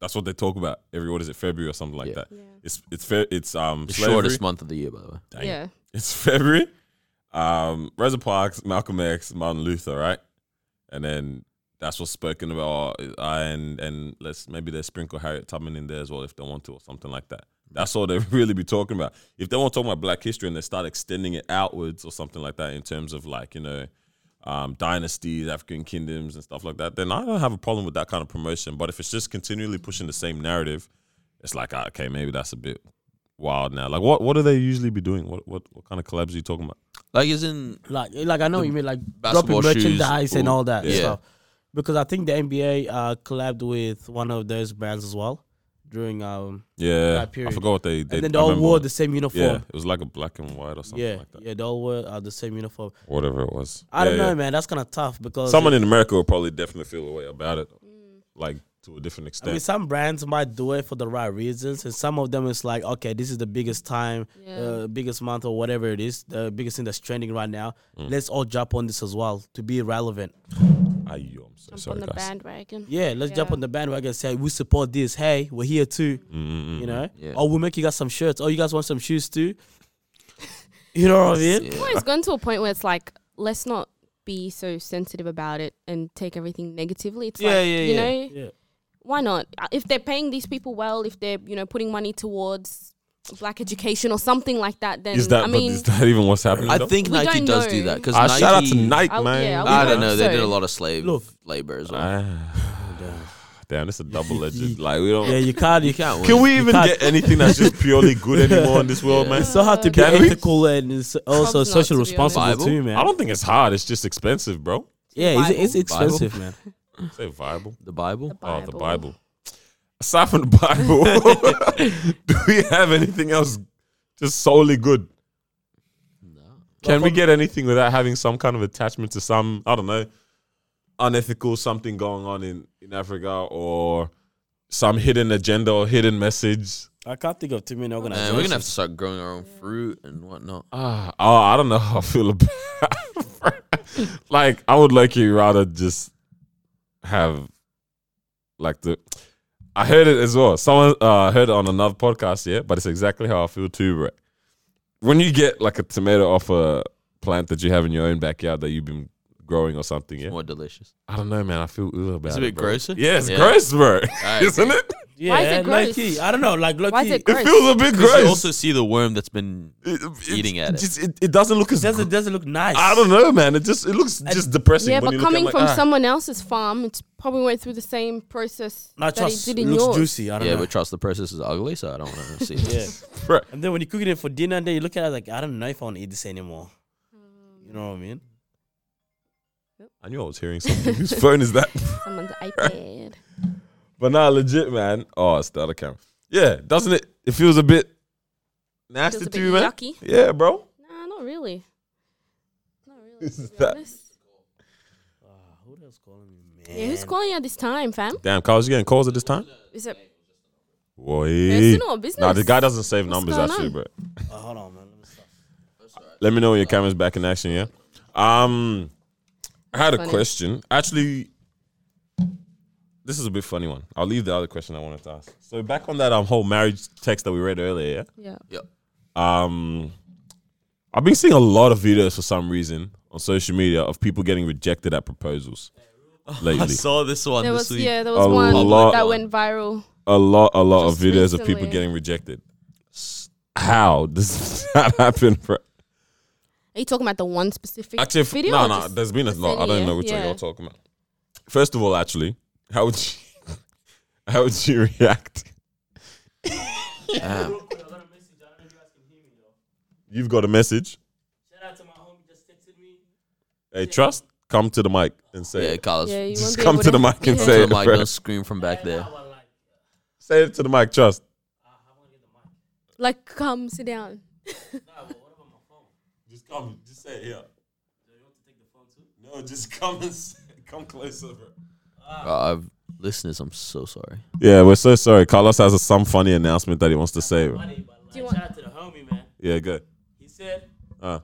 Speaker 2: that's what they talk about every what is it, February or something like
Speaker 1: Yeah.
Speaker 2: that.
Speaker 4: yeah,
Speaker 2: It's it's fe- it's um
Speaker 1: The
Speaker 2: slavery.
Speaker 1: shortest month of the year, by the way.
Speaker 2: Dang.
Speaker 4: yeah.
Speaker 2: It's February. Um Rosa Parks, Malcolm X, Martin Luther, right? And then that's what's spoken about uh, and and let's maybe they sprinkle Harriet Tubman in there as well if they want to or something like that. That's all they really be talking about. If they want to talk about Black history and they start extending it outwards or something like that in terms of like you know um, dynasties, African kingdoms, and stuff like that, then I don't have a problem with that kind of promotion. But if it's just continually pushing the same narrative, it's like ah, okay, maybe that's a bit wild now. Like what what do they usually be doing? What what what kind of collabs are you talking about?
Speaker 1: Like as in,
Speaker 3: Like, like I know what you mean, like dropping
Speaker 1: basketball shoes,
Speaker 3: merchandise and
Speaker 1: food.
Speaker 3: all that
Speaker 1: Yeah.
Speaker 3: stuff. Because I think the NBA uh, collabed with one of those brands as well during um,
Speaker 2: Yeah,
Speaker 3: That
Speaker 2: I
Speaker 3: period.
Speaker 2: forgot what they. they
Speaker 3: and then they
Speaker 2: I
Speaker 3: all
Speaker 2: remember
Speaker 3: wore
Speaker 2: what-
Speaker 3: the same
Speaker 2: Yeah,
Speaker 3: uniform.
Speaker 2: it was like a black and white or something
Speaker 3: Yeah, yeah,
Speaker 2: like that.
Speaker 3: they all wore uh, the same uniform.
Speaker 2: Whatever it was.
Speaker 3: I don't
Speaker 2: Yeah,
Speaker 3: know,
Speaker 2: yeah.
Speaker 3: man. That's kind of tough because
Speaker 2: Someone in America would probably definitely feel a way about it,
Speaker 4: Mm.
Speaker 2: like to a different
Speaker 3: I mean,
Speaker 2: extent.
Speaker 3: some brands might do it for the right reasons, and some of them it's like, okay, this is the biggest time,
Speaker 4: Yeah.
Speaker 3: uh, biggest month, or whatever
Speaker 2: Mm.
Speaker 3: it is, the biggest thing that's trending right now. Let's all jump on this as well to be relevant.
Speaker 2: Ayo, I'm so
Speaker 4: Jump
Speaker 2: sorry,
Speaker 4: on the
Speaker 2: guys.
Speaker 4: bandwagon.
Speaker 3: Yeah, let's jump
Speaker 4: Yeah.
Speaker 3: on the bandwagon. and Say we support this. Hey, we're here too.
Speaker 2: Mm, mm,
Speaker 3: You
Speaker 2: mm.
Speaker 3: know.
Speaker 1: Yeah.
Speaker 3: Oh, we'll make you guys some shirts. Oh, you guys want some shoes too? You know what I mean?
Speaker 1: Yeah.
Speaker 4: Well, it's gone to a point where it's like, let's not be so sensitive about it and take everything negatively. It's
Speaker 1: Yeah,
Speaker 4: like,
Speaker 1: yeah,
Speaker 4: you
Speaker 1: yeah.
Speaker 4: know,
Speaker 3: Yeah.
Speaker 4: why not? Uh, If they're paying these people well, if they're, you know, putting money towards black education or something like that, then
Speaker 2: Is that
Speaker 4: I
Speaker 2: but
Speaker 4: mean,
Speaker 2: is that even what's happening?
Speaker 1: I
Speaker 2: though?
Speaker 1: think
Speaker 4: We
Speaker 1: Nike
Speaker 4: don't
Speaker 1: does
Speaker 4: know.
Speaker 1: do that because
Speaker 2: Ah,
Speaker 1: Nike.
Speaker 2: shout out to Nike,
Speaker 4: I-
Speaker 2: man.
Speaker 4: yeah,
Speaker 1: I
Speaker 4: we
Speaker 1: don't
Speaker 4: hope
Speaker 1: know. They did
Speaker 4: so.
Speaker 1: a lot of slave
Speaker 3: Look.
Speaker 1: labor as well.
Speaker 2: Ah, damn, this is a double legend. Like we don't.
Speaker 3: Yeah, you can't. You
Speaker 1: you can't.
Speaker 3: can't.
Speaker 1: win.
Speaker 2: Can we even
Speaker 3: can't-
Speaker 2: get anything that's just purely good anymore in this world,
Speaker 1: Yeah.
Speaker 2: man?
Speaker 3: It's so hard to be
Speaker 2: Can we?
Speaker 3: ethical and it's also
Speaker 4: Probably not,
Speaker 3: social
Speaker 4: to be honest.
Speaker 3: responsible
Speaker 1: Viable?
Speaker 3: too, man.
Speaker 2: I don't think it's hard. It's just expensive, bro.
Speaker 3: yeah,
Speaker 4: Bible?
Speaker 3: it's, it's expensive, man.
Speaker 2: Say viable.
Speaker 1: the Bible?
Speaker 2: Oh, the Bible. Aside from the Bible, do we have anything else just solely good?
Speaker 1: No.
Speaker 2: Can we get anything without having some kind of attachment to some, I don't know, unethical something going on in, in Africa or some hidden agenda or hidden message?
Speaker 3: I can't think of too many organizations.
Speaker 1: Man, we're gonna have to start growing our own fruit and whatnot.
Speaker 2: Ah, oh, I don't know how I feel about Like, I would like you rather just have, like, the. I heard it as well. Someone uh, heard it on another podcast, yeah, but it's exactly how I feel too, bro. When you get, like, a tomato off a plant that you have in your own backyard that you've been growing or something, yeah.
Speaker 1: More delicious.
Speaker 2: I don't know, man. I feel ill about
Speaker 1: It's
Speaker 2: it.
Speaker 1: a bit
Speaker 2: bro.
Speaker 1: grosser?
Speaker 2: Yeah, it's
Speaker 1: Yeah.
Speaker 2: gross, bro.
Speaker 1: I
Speaker 2: Isn't it?
Speaker 3: yeah,
Speaker 4: Why is it gross?
Speaker 3: low-key. I don't know, like low
Speaker 4: Why is it
Speaker 2: It
Speaker 4: gross?
Speaker 2: feels a bit
Speaker 1: 'Cause
Speaker 2: gross.
Speaker 1: You also see the worm that's been.
Speaker 2: It- it-
Speaker 1: eating at it.
Speaker 2: just- it. It doesn't look as.
Speaker 3: Doesn't doesn't look nice.
Speaker 2: I don't know, man. It just it looks just depressing.
Speaker 4: Yeah,
Speaker 2: when
Speaker 4: but
Speaker 2: you
Speaker 4: coming
Speaker 2: look at,
Speaker 4: from
Speaker 2: like, ah.
Speaker 4: someone else's farm, it's probably went through the same process
Speaker 3: Nah,
Speaker 4: that it
Speaker 3: trust.
Speaker 4: did
Speaker 3: It
Speaker 4: in
Speaker 3: looks
Speaker 4: yours.
Speaker 3: juicy. I don't
Speaker 1: Yeah,
Speaker 3: know.
Speaker 1: but trust the process is ugly, so I don't want to see it.
Speaker 3: yeah.
Speaker 2: Bro,
Speaker 3: And then when you're cooking it for dinner, and then you look at it like, I don't know if I want to eat this anymore. You know what I mean?
Speaker 2: I knew I was hearing something. Whose phone is that?
Speaker 4: Someone's iPad.
Speaker 2: But nah, legit, man. Oh, it's the other camera. Yeah, doesn't it? It feels a bit
Speaker 4: Feels
Speaker 2: nasty
Speaker 4: a
Speaker 2: to
Speaker 4: bit
Speaker 2: you, man.
Speaker 4: yucky.
Speaker 2: Yeah, bro.
Speaker 4: Nah, not really. Not really.
Speaker 2: Is
Speaker 4: To be
Speaker 2: that-
Speaker 4: honest.
Speaker 1: Ah,
Speaker 3: Who else calling me, man?
Speaker 4: Yeah, who's calling you at this time, fam?
Speaker 2: Damn, Carlos, you getting calls at this time?
Speaker 4: Is it
Speaker 2: Boy.
Speaker 4: personal or business?
Speaker 2: Nah, the guy doesn't save
Speaker 4: What's
Speaker 2: numbers
Speaker 4: going
Speaker 2: actually,
Speaker 4: on?
Speaker 2: bro.
Speaker 3: Oh, hold on, man. Let me stop.
Speaker 2: Let me know when your camera's back in action, yeah? Um I had a
Speaker 4: Funny.
Speaker 2: question. Actually, this is a bit funny one. I'll leave the other question I wanted to ask. So back on that um whole marriage text that we read earlier,
Speaker 4: Yeah.
Speaker 1: Yep.
Speaker 2: yeah. Um I've been seeing a lot of videos for some reason on social media of people getting rejected at proposals
Speaker 1: I
Speaker 2: lately.
Speaker 1: saw this one
Speaker 4: There
Speaker 1: this
Speaker 4: was
Speaker 1: week.
Speaker 4: yeah, there was
Speaker 2: A
Speaker 4: one
Speaker 2: lot.
Speaker 4: that went viral.
Speaker 2: A lot, a lot of
Speaker 4: Just
Speaker 2: videos of people
Speaker 4: recently.
Speaker 2: getting rejected. How does that happen, bro?
Speaker 4: Are you talking about the one specific
Speaker 2: Actually, if,
Speaker 4: video?
Speaker 2: no,
Speaker 4: or
Speaker 2: no.
Speaker 4: just-
Speaker 2: There's been a
Speaker 4: just
Speaker 2: lot. I
Speaker 4: any,
Speaker 2: don't
Speaker 4: yeah?
Speaker 2: know which one
Speaker 4: Yeah.
Speaker 2: you're talking about. First of all, actually, how would you, how would you react?
Speaker 1: Damn.
Speaker 2: You've got a message. Hey, trust. Come to the mic and say.
Speaker 1: Yeah,
Speaker 2: it.
Speaker 1: Carlos.
Speaker 4: Yeah, you
Speaker 2: Just
Speaker 4: won't be
Speaker 2: come
Speaker 4: able
Speaker 2: to the mic and
Speaker 4: yeah.
Speaker 2: say
Speaker 1: So
Speaker 2: it,
Speaker 1: Mike,
Speaker 2: bro.
Speaker 1: don't scream from back there.
Speaker 2: Say it to the mic, trust.
Speaker 4: Like, come sit down.
Speaker 2: Just come. Just say it here. No, just come and say, come closer, bro.
Speaker 1: Uh, I've- listeners, I'm so sorry.
Speaker 2: Yeah, we're so sorry. Carlos has a, some funny announcement that he wants to say. bro.
Speaker 4: Do you want-
Speaker 3: Shout out to the homie, man.
Speaker 2: Yeah, good.
Speaker 3: He said,
Speaker 2: Uh,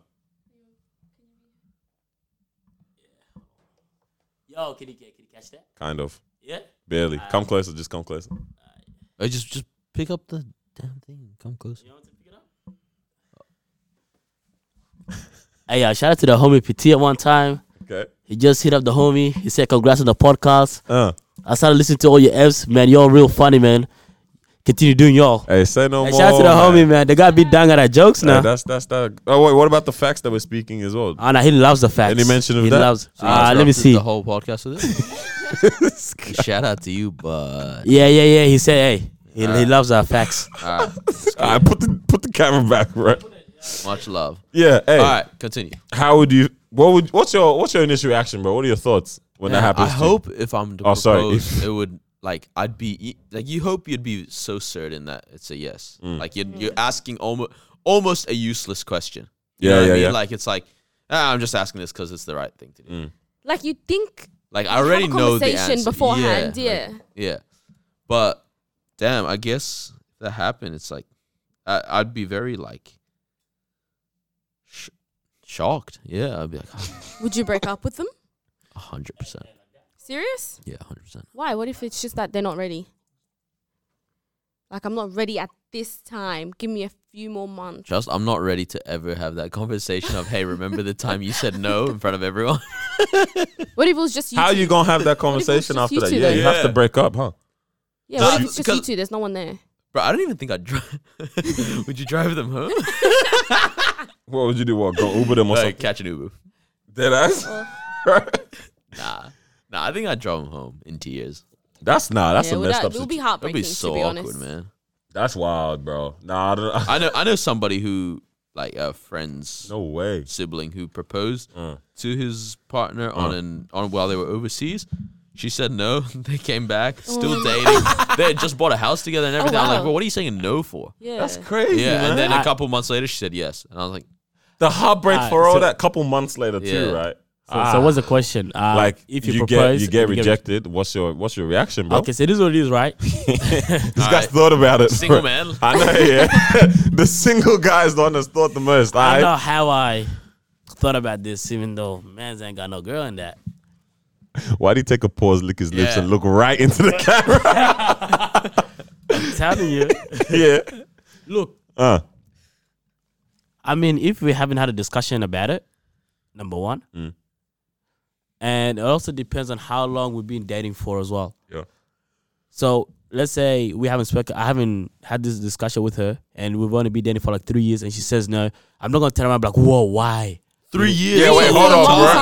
Speaker 3: "Yo, can you can you catch that?
Speaker 2: kind of.
Speaker 3: Yeah,
Speaker 2: Barely. Come closer. Just come closer.
Speaker 1: I just just pick up the damn thing. and Come closer.
Speaker 3: you want to pick it up." Hey, yo, shout out to the homie Petit at one time.
Speaker 2: Okay.
Speaker 3: He just hit up the homie. He said, "Congrats on the podcast."
Speaker 2: Uh.
Speaker 3: I started listening to all your F's, man. Y'all real funny, man. Continue doing y'all.
Speaker 2: Hey, say no
Speaker 3: Hey,
Speaker 2: more.
Speaker 3: shout out to the
Speaker 2: man.
Speaker 3: homie, man. The guy be down at our jokes
Speaker 2: Hey,
Speaker 3: now.
Speaker 2: that's that's that. Oh wait, what about the facts that we're speaking as well?
Speaker 3: Ah, nah, he loves the facts.
Speaker 2: Any mention of
Speaker 3: he
Speaker 2: that?
Speaker 3: Loves.
Speaker 1: So you
Speaker 3: Ah, let me
Speaker 1: interrupted
Speaker 3: see.
Speaker 1: The whole podcast with it. Shout out to you, but
Speaker 3: Yeah, yeah, yeah. He said, "Hey, he, he
Speaker 2: Ah.
Speaker 1: Alright.
Speaker 3: loves our facts."
Speaker 1: all right,
Speaker 2: I put the put the camera back, right?
Speaker 1: much love.
Speaker 2: Yeah. Hey,
Speaker 1: All right, continue.
Speaker 2: how would you? What would? What's your what's your initial reaction, bro? What are your thoughts when that
Speaker 1: Yeah,
Speaker 2: happens?
Speaker 1: I
Speaker 2: to you?
Speaker 1: hope if I'm to
Speaker 2: Oh,
Speaker 1: propose,
Speaker 2: sorry,
Speaker 1: it would like I'd be like you hope you'd be so certain that it's a yes.
Speaker 2: Mm.
Speaker 1: Like you're, you're asking almost almost a useless question. You
Speaker 2: Yeah,
Speaker 1: know what
Speaker 2: yeah, Mm.
Speaker 1: I mean?
Speaker 2: yeah.
Speaker 1: Like it's like ah, I'm just asking this because it's the right thing to do.
Speaker 4: Like, you think
Speaker 1: Like I already
Speaker 4: have a
Speaker 1: know the
Speaker 4: conversation
Speaker 1: answer
Speaker 4: beforehand.
Speaker 1: Yeah, like,
Speaker 4: Yeah.
Speaker 1: yeah. But damn, I guess if that happened. It's like I, I'd be very like sh- shocked. Yeah, I'd be like
Speaker 4: Would you break up with them?
Speaker 1: hundred percent.
Speaker 4: Serious?
Speaker 1: Yeah, hundred percent.
Speaker 4: Why? What if it's just that they're not ready? Like I'm not ready at this time. Give me a few more months.
Speaker 1: Just, I'm not ready to ever have that conversation of, hey, remember the time you said no in front of everyone?
Speaker 4: What if it was just you?
Speaker 2: How
Speaker 4: two?
Speaker 2: you gonna have that
Speaker 4: if it's
Speaker 2: conversation
Speaker 4: just
Speaker 2: after
Speaker 4: you
Speaker 2: that?
Speaker 4: two
Speaker 2: Yeah,
Speaker 4: then?
Speaker 2: you have to
Speaker 1: Yeah.
Speaker 2: break up, huh?
Speaker 4: yeah, what
Speaker 1: Nah,
Speaker 4: if it's just
Speaker 1: because-
Speaker 4: you two? There's no one there.
Speaker 1: Bro, I don't even think I'd drive. Would you drive them home?
Speaker 2: What would you do? What go Uber them or
Speaker 1: like,
Speaker 2: something?
Speaker 1: catch an Uber.
Speaker 2: Dead ass.
Speaker 1: Nah. Nah, I think I'd drive them home in tears.
Speaker 2: That's nah. That's
Speaker 4: yeah,
Speaker 2: a
Speaker 4: well,
Speaker 2: messed
Speaker 4: that,
Speaker 2: up.
Speaker 4: it'll be
Speaker 2: situation.
Speaker 1: That'd
Speaker 4: heartbreaking.
Speaker 1: be so
Speaker 4: to be
Speaker 1: awkward,
Speaker 4: honest.
Speaker 1: man.
Speaker 2: That's wild, bro. Nah, I don't,
Speaker 1: I know I know somebody who like a friend's
Speaker 2: no way.
Speaker 1: sibling who proposed
Speaker 2: Uh.
Speaker 1: to his partner on an on while they were overseas. She said no. They came back, still dating. they had just bought a house together and everything. I'm like,
Speaker 4: Oh. wow.
Speaker 1: bro, what are you saying no for?
Speaker 4: Yeah,
Speaker 2: That's crazy,
Speaker 1: Yeah,
Speaker 2: man.
Speaker 1: and then a
Speaker 3: I-
Speaker 1: couple months later, she said yes, and I was like,
Speaker 2: the heartbreak
Speaker 3: Alright,
Speaker 2: for all
Speaker 3: so-
Speaker 2: that. Couple months later,
Speaker 1: Yeah.
Speaker 2: too, right?
Speaker 3: So, so what's the question? Uh,
Speaker 2: Ah. like
Speaker 3: if you,
Speaker 2: get
Speaker 3: propose,
Speaker 2: you get rejected? what's your what's your reaction, bro?
Speaker 3: Okay, so it is what it is, right?
Speaker 2: This guy's
Speaker 1: Alright.
Speaker 2: thought about it.
Speaker 1: single
Speaker 2: bro.
Speaker 1: man.
Speaker 2: I know, yeah. the single guy is the one that's thought the most.
Speaker 3: I
Speaker 2: I
Speaker 3: don't know how I thought about this, even though man's ain't got no girl in that.
Speaker 2: Why do you take a pause, lick his lips,
Speaker 1: Yeah.
Speaker 2: and look right into the camera?
Speaker 3: telling you.
Speaker 2: yeah.
Speaker 3: Look,
Speaker 2: Uh.
Speaker 3: I mean, if we haven't had a discussion about it, number one,
Speaker 2: Mm.
Speaker 3: and it also depends on how long we've been dating for as well.
Speaker 2: Yeah.
Speaker 3: So let's say we haven't spoken, I haven't had this discussion with her, and we've only been dating for like three years, and she says no. I'm not gonna tell her. I'm like, whoa, why?
Speaker 1: Three years.
Speaker 2: Yeah, wait,
Speaker 4: Three
Speaker 2: hold
Speaker 4: years
Speaker 2: on,
Speaker 4: is a long
Speaker 2: bro.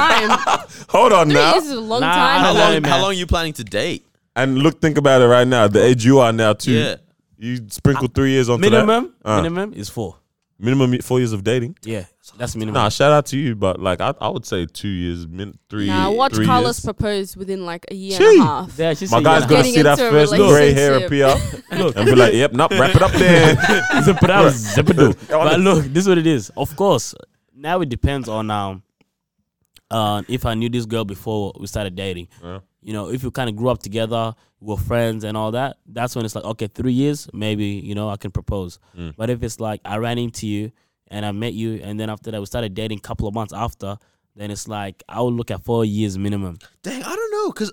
Speaker 4: time.
Speaker 2: Hold on
Speaker 4: Three
Speaker 2: now.
Speaker 4: years is a long
Speaker 3: Nah,
Speaker 4: time.
Speaker 1: How
Speaker 3: I know,
Speaker 1: long? How
Speaker 3: man.
Speaker 1: long you planning to date?
Speaker 2: And look, think about it right now. The age you are now, too.
Speaker 1: Yeah.
Speaker 2: You sprinkle three years onto that.
Speaker 3: Minimum,
Speaker 2: Uh.
Speaker 3: minimum is four.
Speaker 2: Minimum four years of dating.
Speaker 3: Yeah, that's minimum.
Speaker 2: Nah, shout out to you, but like I, I would say two years, min, three.
Speaker 4: Nah, watch
Speaker 2: three
Speaker 4: Carlos
Speaker 2: years.
Speaker 4: propose within like a year
Speaker 2: Gee.
Speaker 4: and a half.
Speaker 3: Yeah, she
Speaker 2: My
Speaker 3: said,
Speaker 2: guy's
Speaker 3: yeah.
Speaker 2: gonna
Speaker 4: Getting
Speaker 2: see that
Speaker 4: into a
Speaker 2: first grey hair appear
Speaker 4: relationship.
Speaker 2: and be like, "Yep, nope, wrap it up then."
Speaker 3: Zip it out, zip it do. But look, this is what it is. Of course, now it depends on um, uh, if I knew this girl before we started dating.
Speaker 2: Yeah.
Speaker 3: You know, if you kind of grew up together, we're friends and all that. That's when it's like, okay, three years, maybe you know I can propose.
Speaker 2: Mm.
Speaker 3: But if it's like I ran into you and I met you, and then after that we started dating, a couple of months after, then it's like I would look at four years minimum.
Speaker 1: Dang, I don't know, cause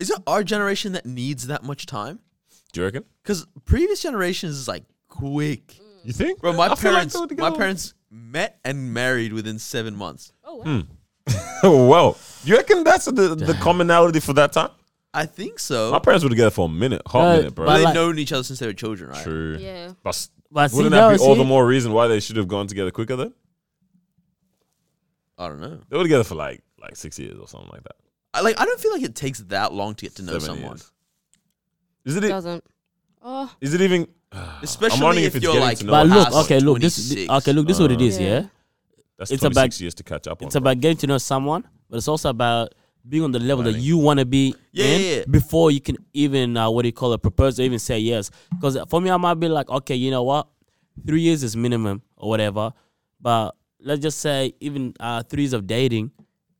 Speaker 1: is it our generation that needs that much time?
Speaker 2: Do you reckon?
Speaker 1: Cause previous generations is like
Speaker 4: Mm.
Speaker 1: quick.
Speaker 2: You think?
Speaker 1: Bro, my
Speaker 2: I feel like
Speaker 1: parents,
Speaker 2: they would
Speaker 1: my
Speaker 2: go-
Speaker 1: parents met and married within seven months.
Speaker 4: Oh wow.
Speaker 2: well, Oh, you reckon that's the, the commonality for that time?
Speaker 1: I think so.
Speaker 2: My parents were together for a minute, hot
Speaker 3: No,
Speaker 2: minute, bro.
Speaker 1: Uh, but
Speaker 3: but
Speaker 1: they've
Speaker 3: like-
Speaker 1: known each other since they were children, right?
Speaker 2: True.
Speaker 4: Yeah.
Speaker 2: But s-
Speaker 3: But see,
Speaker 2: wouldn't
Speaker 3: no,
Speaker 2: that be all
Speaker 3: see-
Speaker 2: the more reason why they should have gone together quicker? Then
Speaker 1: I don't know.
Speaker 2: they were together for like like six years or something like that.
Speaker 1: I, like I don't feel like it takes that long to get to know
Speaker 2: Seven
Speaker 1: someone,
Speaker 2: years. Is it?
Speaker 4: Doesn't. Oh,
Speaker 2: Is it even?
Speaker 1: especially
Speaker 2: wondering
Speaker 1: if,
Speaker 2: if it's
Speaker 1: you're
Speaker 2: getting
Speaker 1: like.
Speaker 2: to know
Speaker 3: But
Speaker 2: No,
Speaker 3: look,
Speaker 2: past
Speaker 3: okay, look, this, th-
Speaker 1: 26.
Speaker 3: okay, look, this is what it is,
Speaker 4: Yeah.
Speaker 3: yeah.
Speaker 2: That's
Speaker 3: It's
Speaker 2: it's
Speaker 3: about-
Speaker 2: 26 years to catch up on.
Speaker 3: It's about getting to know someone, but it's also about being on the level that you want to be
Speaker 1: Yeah,
Speaker 3: in
Speaker 1: yeah, yeah.
Speaker 3: before you can even uh, what do you call it propose or even say yes. Because for me, I might be like, okay, you know what, three years is minimum or whatever. But let's just say even uh, three years of dating,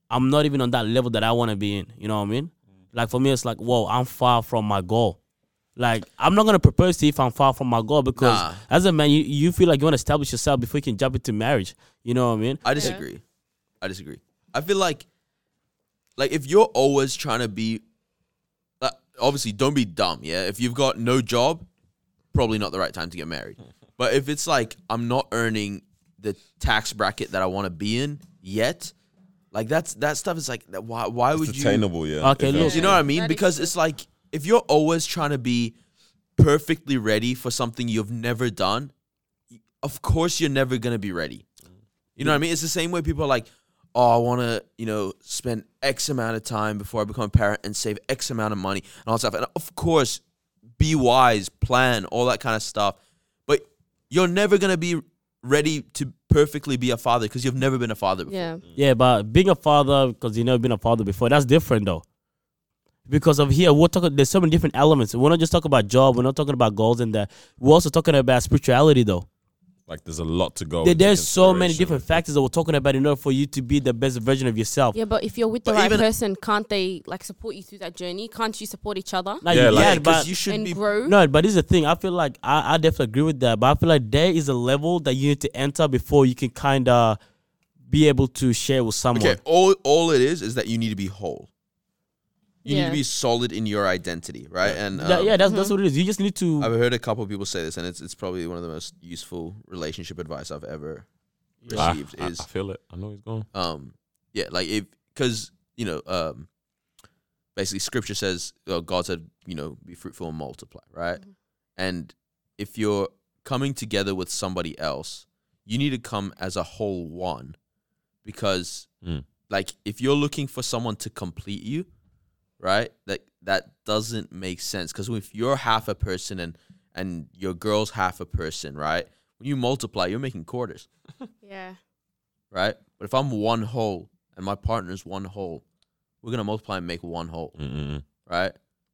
Speaker 3: I'm not even on that level that I want to be in. You know what I mean? Like for me, it's like, whoa, I'm far from my goal. Like I'm not gonna propose to you if I'm far from my goal because
Speaker 1: Nah.
Speaker 3: as a man, you, you feel like you want to establish yourself before you can jump into marriage. You know what I mean?
Speaker 1: I disagree. I disagree. I feel like, like if you're always trying to be, like, obviously don't be dumb. Yeah, if you've got no job, probably not the right time to get married. But if it's like I'm not earning the tax bracket that I want to be in yet, like that's that stuff is like that- why why would
Speaker 2: It's
Speaker 1: you
Speaker 2: attainable, yeah.
Speaker 3: Okay,
Speaker 2: If
Speaker 3: look.
Speaker 1: Do you know what I mean?
Speaker 4: That is
Speaker 1: Because
Speaker 4: true.
Speaker 1: it's like if you're always trying to be perfectly ready for something you've never done, of course you're never gonna be ready. You know what I mean? It's the same way people are like, oh, I want to, you know, spend X amount of time before I become a parent and save X amount of money and all that stuff. And of course, be wise, plan, all that kind of stuff. But you're never gonna be ready to perfectly be a father because you've never been a father before.
Speaker 4: yeah.
Speaker 3: Yeah, but being a father, because you know, being a father before, that's different though. Because of here, we're talking. There's so many different elements. We're not just talking about job. We're not talking about goals and that. We're also talking about spirituality though.
Speaker 2: Like there's a lot to go.
Speaker 3: There,
Speaker 2: into
Speaker 3: there's so many
Speaker 2: consideration.
Speaker 3: different factors that we're talking about in order for you to be the best version of yourself.
Speaker 4: Yeah, but if you're with the
Speaker 1: But
Speaker 4: right
Speaker 1: even-
Speaker 4: person, can't they like support you through that journey? Can't you support each other
Speaker 3: Now,
Speaker 2: Yeah,
Speaker 3: you
Speaker 2: like-
Speaker 3: can,
Speaker 1: Yeah, 'cause
Speaker 3: but
Speaker 1: you should
Speaker 4: and
Speaker 1: be
Speaker 4: grow?
Speaker 3: No, but this is the thing. I feel like I, I definitely agree with that. But I feel like there is a level that you need to enter before you can kind of be able to share with someone.
Speaker 1: Okay, all all it is is that you need to be whole. You need
Speaker 4: Yeah.
Speaker 1: to be solid in your identity, right? And
Speaker 3: yeah,
Speaker 1: um,
Speaker 3: yeah, that's that's what it is. You just need to.
Speaker 1: I've heard a couple of people say this, and it's it's probably one of the most useful relationship advice I've ever
Speaker 3: Ah.
Speaker 2: I,
Speaker 1: received.
Speaker 2: Ah, I-
Speaker 1: is
Speaker 2: I feel it. I know he's gone.
Speaker 1: um yeah like if because you know um basically scripture says uh, god said you know be fruitful and multiply right
Speaker 4: Mhm.
Speaker 1: and if you're coming together with somebody else you need to come as a whole one because
Speaker 2: Mm.
Speaker 1: like if you're looking for someone to complete you right that that doesn't make sense because if you're half a person and and your girl's half a person right when you multiply you're making quarters
Speaker 4: Yeah.
Speaker 1: right? But if I'm one whole and my partner's one whole, we're gonna multiply and make one whole,
Speaker 2: Mm-mm.
Speaker 1: right?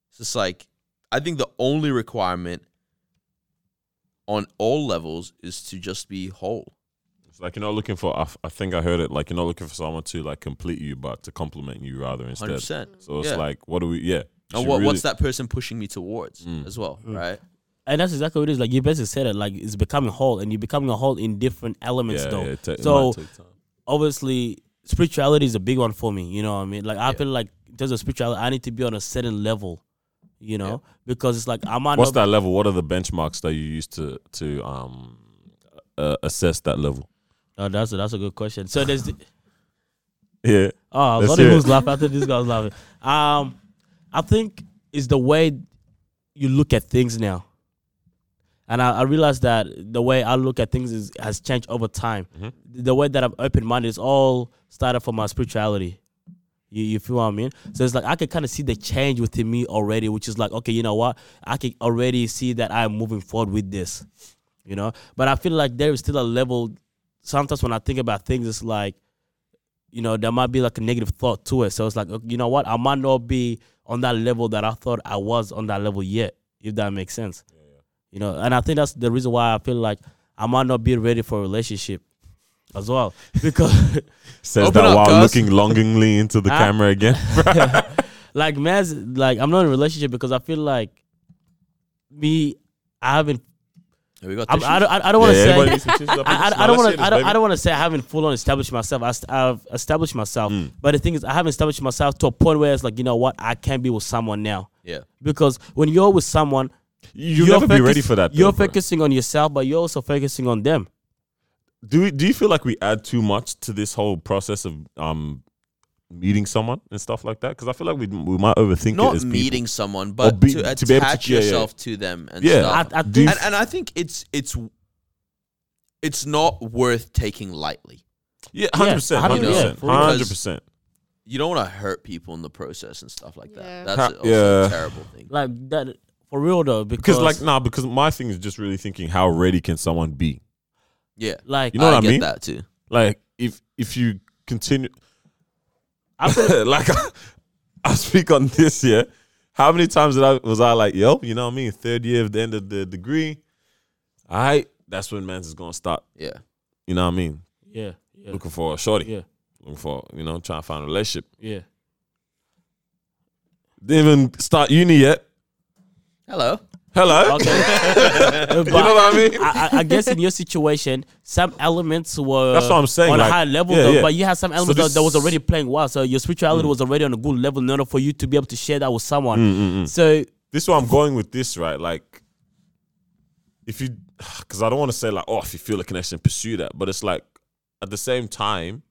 Speaker 1: It's just like I think the only requirement on all levels is to just be whole.
Speaker 2: It's like you're not looking for. I, f- I think I heard it. Like you're not looking for someone to like complete you, but to compliment you rather
Speaker 1: Hundred
Speaker 2: instead.
Speaker 1: percent.
Speaker 2: So it's
Speaker 1: Yeah.
Speaker 2: like, what do we? Yeah. you
Speaker 1: And
Speaker 2: should
Speaker 1: what,
Speaker 2: really-
Speaker 1: what's that person pushing me towards
Speaker 2: Mm.
Speaker 1: as well,
Speaker 3: Mm.
Speaker 1: right?
Speaker 3: and that's exactly what it is. Like you basically said it. Like it's becoming whole, and you're becoming a whole in different elements.
Speaker 2: Yeah,
Speaker 3: though,
Speaker 2: yeah, it ta- it
Speaker 3: So-
Speaker 2: might take time.
Speaker 3: obviously, spirituality is a big one for me. You know what I mean? Like I
Speaker 1: Yeah.
Speaker 3: feel like in terms of spirituality, I need to be on a certain level. You know, because it's like I might
Speaker 2: What's
Speaker 3: not.
Speaker 2: that level? What are the benchmarks that you use to to um uh, assess that level?
Speaker 3: Oh, that's a, that's a good question. So there's. the-
Speaker 2: Yeah.
Speaker 3: Oh, I was
Speaker 2: Let's
Speaker 3: wondering
Speaker 2: hear it.
Speaker 3: who's laughing. I think this guy was laughing. Um, I think it's the way you look at things now. And I, I realized that the way I look at things is, has changed over time.
Speaker 2: Mhm.
Speaker 3: The way that I'm open minded is all started from my spirituality. You, you feel what I mean? So it's like I could kind of see the change within me already, which is like, okay, you know what? I can already see that I'm moving forward with this, you know? But I feel like there is still a level. Sometimes when I think about things, it's like, you know, there might be like a negative thought to it. So it's like, okay, you know what? I might not be on that level that I thought I was on that level yet, if that makes sense. You know, and I think that's the reason why I feel like I might not be ready for a relationship as well. Because
Speaker 2: Says
Speaker 1: Open
Speaker 2: that
Speaker 1: up,
Speaker 2: while
Speaker 1: cuz.
Speaker 2: looking longingly into the
Speaker 3: Huh?
Speaker 2: camera again.
Speaker 3: like man's like I'm not in a relationship because I feel like me I haven't
Speaker 1: Have we got
Speaker 3: I'm, I
Speaker 1: tissues?
Speaker 3: don't I, I don't want to
Speaker 2: Yeah,
Speaker 3: say
Speaker 2: everybody needs some cheese up in
Speaker 3: I,
Speaker 2: this.
Speaker 3: I,
Speaker 2: No,
Speaker 3: I don't
Speaker 2: let's
Speaker 3: want
Speaker 2: hear
Speaker 3: to.
Speaker 2: this,
Speaker 3: I don't,
Speaker 2: baby.
Speaker 3: I don't want to say I haven't full on established myself. I have established myself,
Speaker 2: Mm.
Speaker 3: but the thing is, I haven't established myself to a point where it's like you know what I can't be with someone now
Speaker 1: yeah.
Speaker 3: because when you're with someone,
Speaker 2: You'll
Speaker 3: you're
Speaker 2: never be ready
Speaker 3: focus-
Speaker 2: for that.
Speaker 3: You're
Speaker 2: though, bro.
Speaker 3: focusing on yourself, but you're also focusing on them.
Speaker 2: Do we, do you feel like we add too much to this whole process of um meeting someone and stuff like that? Because I feel like we we might overthink it
Speaker 1: Not
Speaker 2: as
Speaker 1: meeting someone, but
Speaker 2: be-
Speaker 1: to
Speaker 2: to be able to-
Speaker 1: attach
Speaker 2: yeah, yeah.
Speaker 1: yourself to them and
Speaker 2: Yeah.
Speaker 1: stuff.
Speaker 3: I, I
Speaker 2: Do you
Speaker 3: think
Speaker 1: and, and I think it's it's it's not worth taking lightly.
Speaker 2: people. Yeah, hundred percent, hundred
Speaker 3: 100%,
Speaker 2: percent,
Speaker 3: yeah,
Speaker 2: hundred percent.
Speaker 1: You don't want to hurt people in the process and stuff like that.
Speaker 4: Yeah.
Speaker 1: That's
Speaker 2: Ha-
Speaker 1: also
Speaker 2: yeah.
Speaker 1: a terrible thing.
Speaker 3: like that for real though because
Speaker 2: Because like nah, because my thing is just really thinking how ready can someone be?
Speaker 1: Yeah,
Speaker 3: like
Speaker 2: You know
Speaker 1: I
Speaker 2: what I
Speaker 1: get
Speaker 2: mean?
Speaker 1: that too.
Speaker 2: Like if if you continue,
Speaker 3: I feel
Speaker 2: like I, I speak on this year. How many times did I was I like, yo, you know what I mean? Third year of the end of the degree. All right, that's when man's is gonna start.
Speaker 1: Yeah,
Speaker 2: You know what I mean?
Speaker 3: yeah yeah
Speaker 2: Looking for a shorty.
Speaker 3: yeah
Speaker 2: Looking for you know trying to find a relationship.
Speaker 3: yeah.
Speaker 2: Didn't even start uni yet.
Speaker 1: hello.
Speaker 2: Hello.
Speaker 3: Okay,
Speaker 2: You know what I mean?
Speaker 3: I, I I guess in your situation, some elements were
Speaker 2: That's what I'm saying,
Speaker 3: on
Speaker 2: like,
Speaker 3: a high level,
Speaker 2: yeah,
Speaker 3: though,
Speaker 2: yeah.
Speaker 3: but you had some elements
Speaker 2: this- Mm.
Speaker 3: that, that was already playing well. So your spirituality was already on a good level in order for you to be able to share that with someone.
Speaker 2: mm,
Speaker 3: So
Speaker 2: This is where I'm going with this, right? Like, if you, because I don't want to say like, oh, if you feel a connection, pursue that. But it's like, at the same time,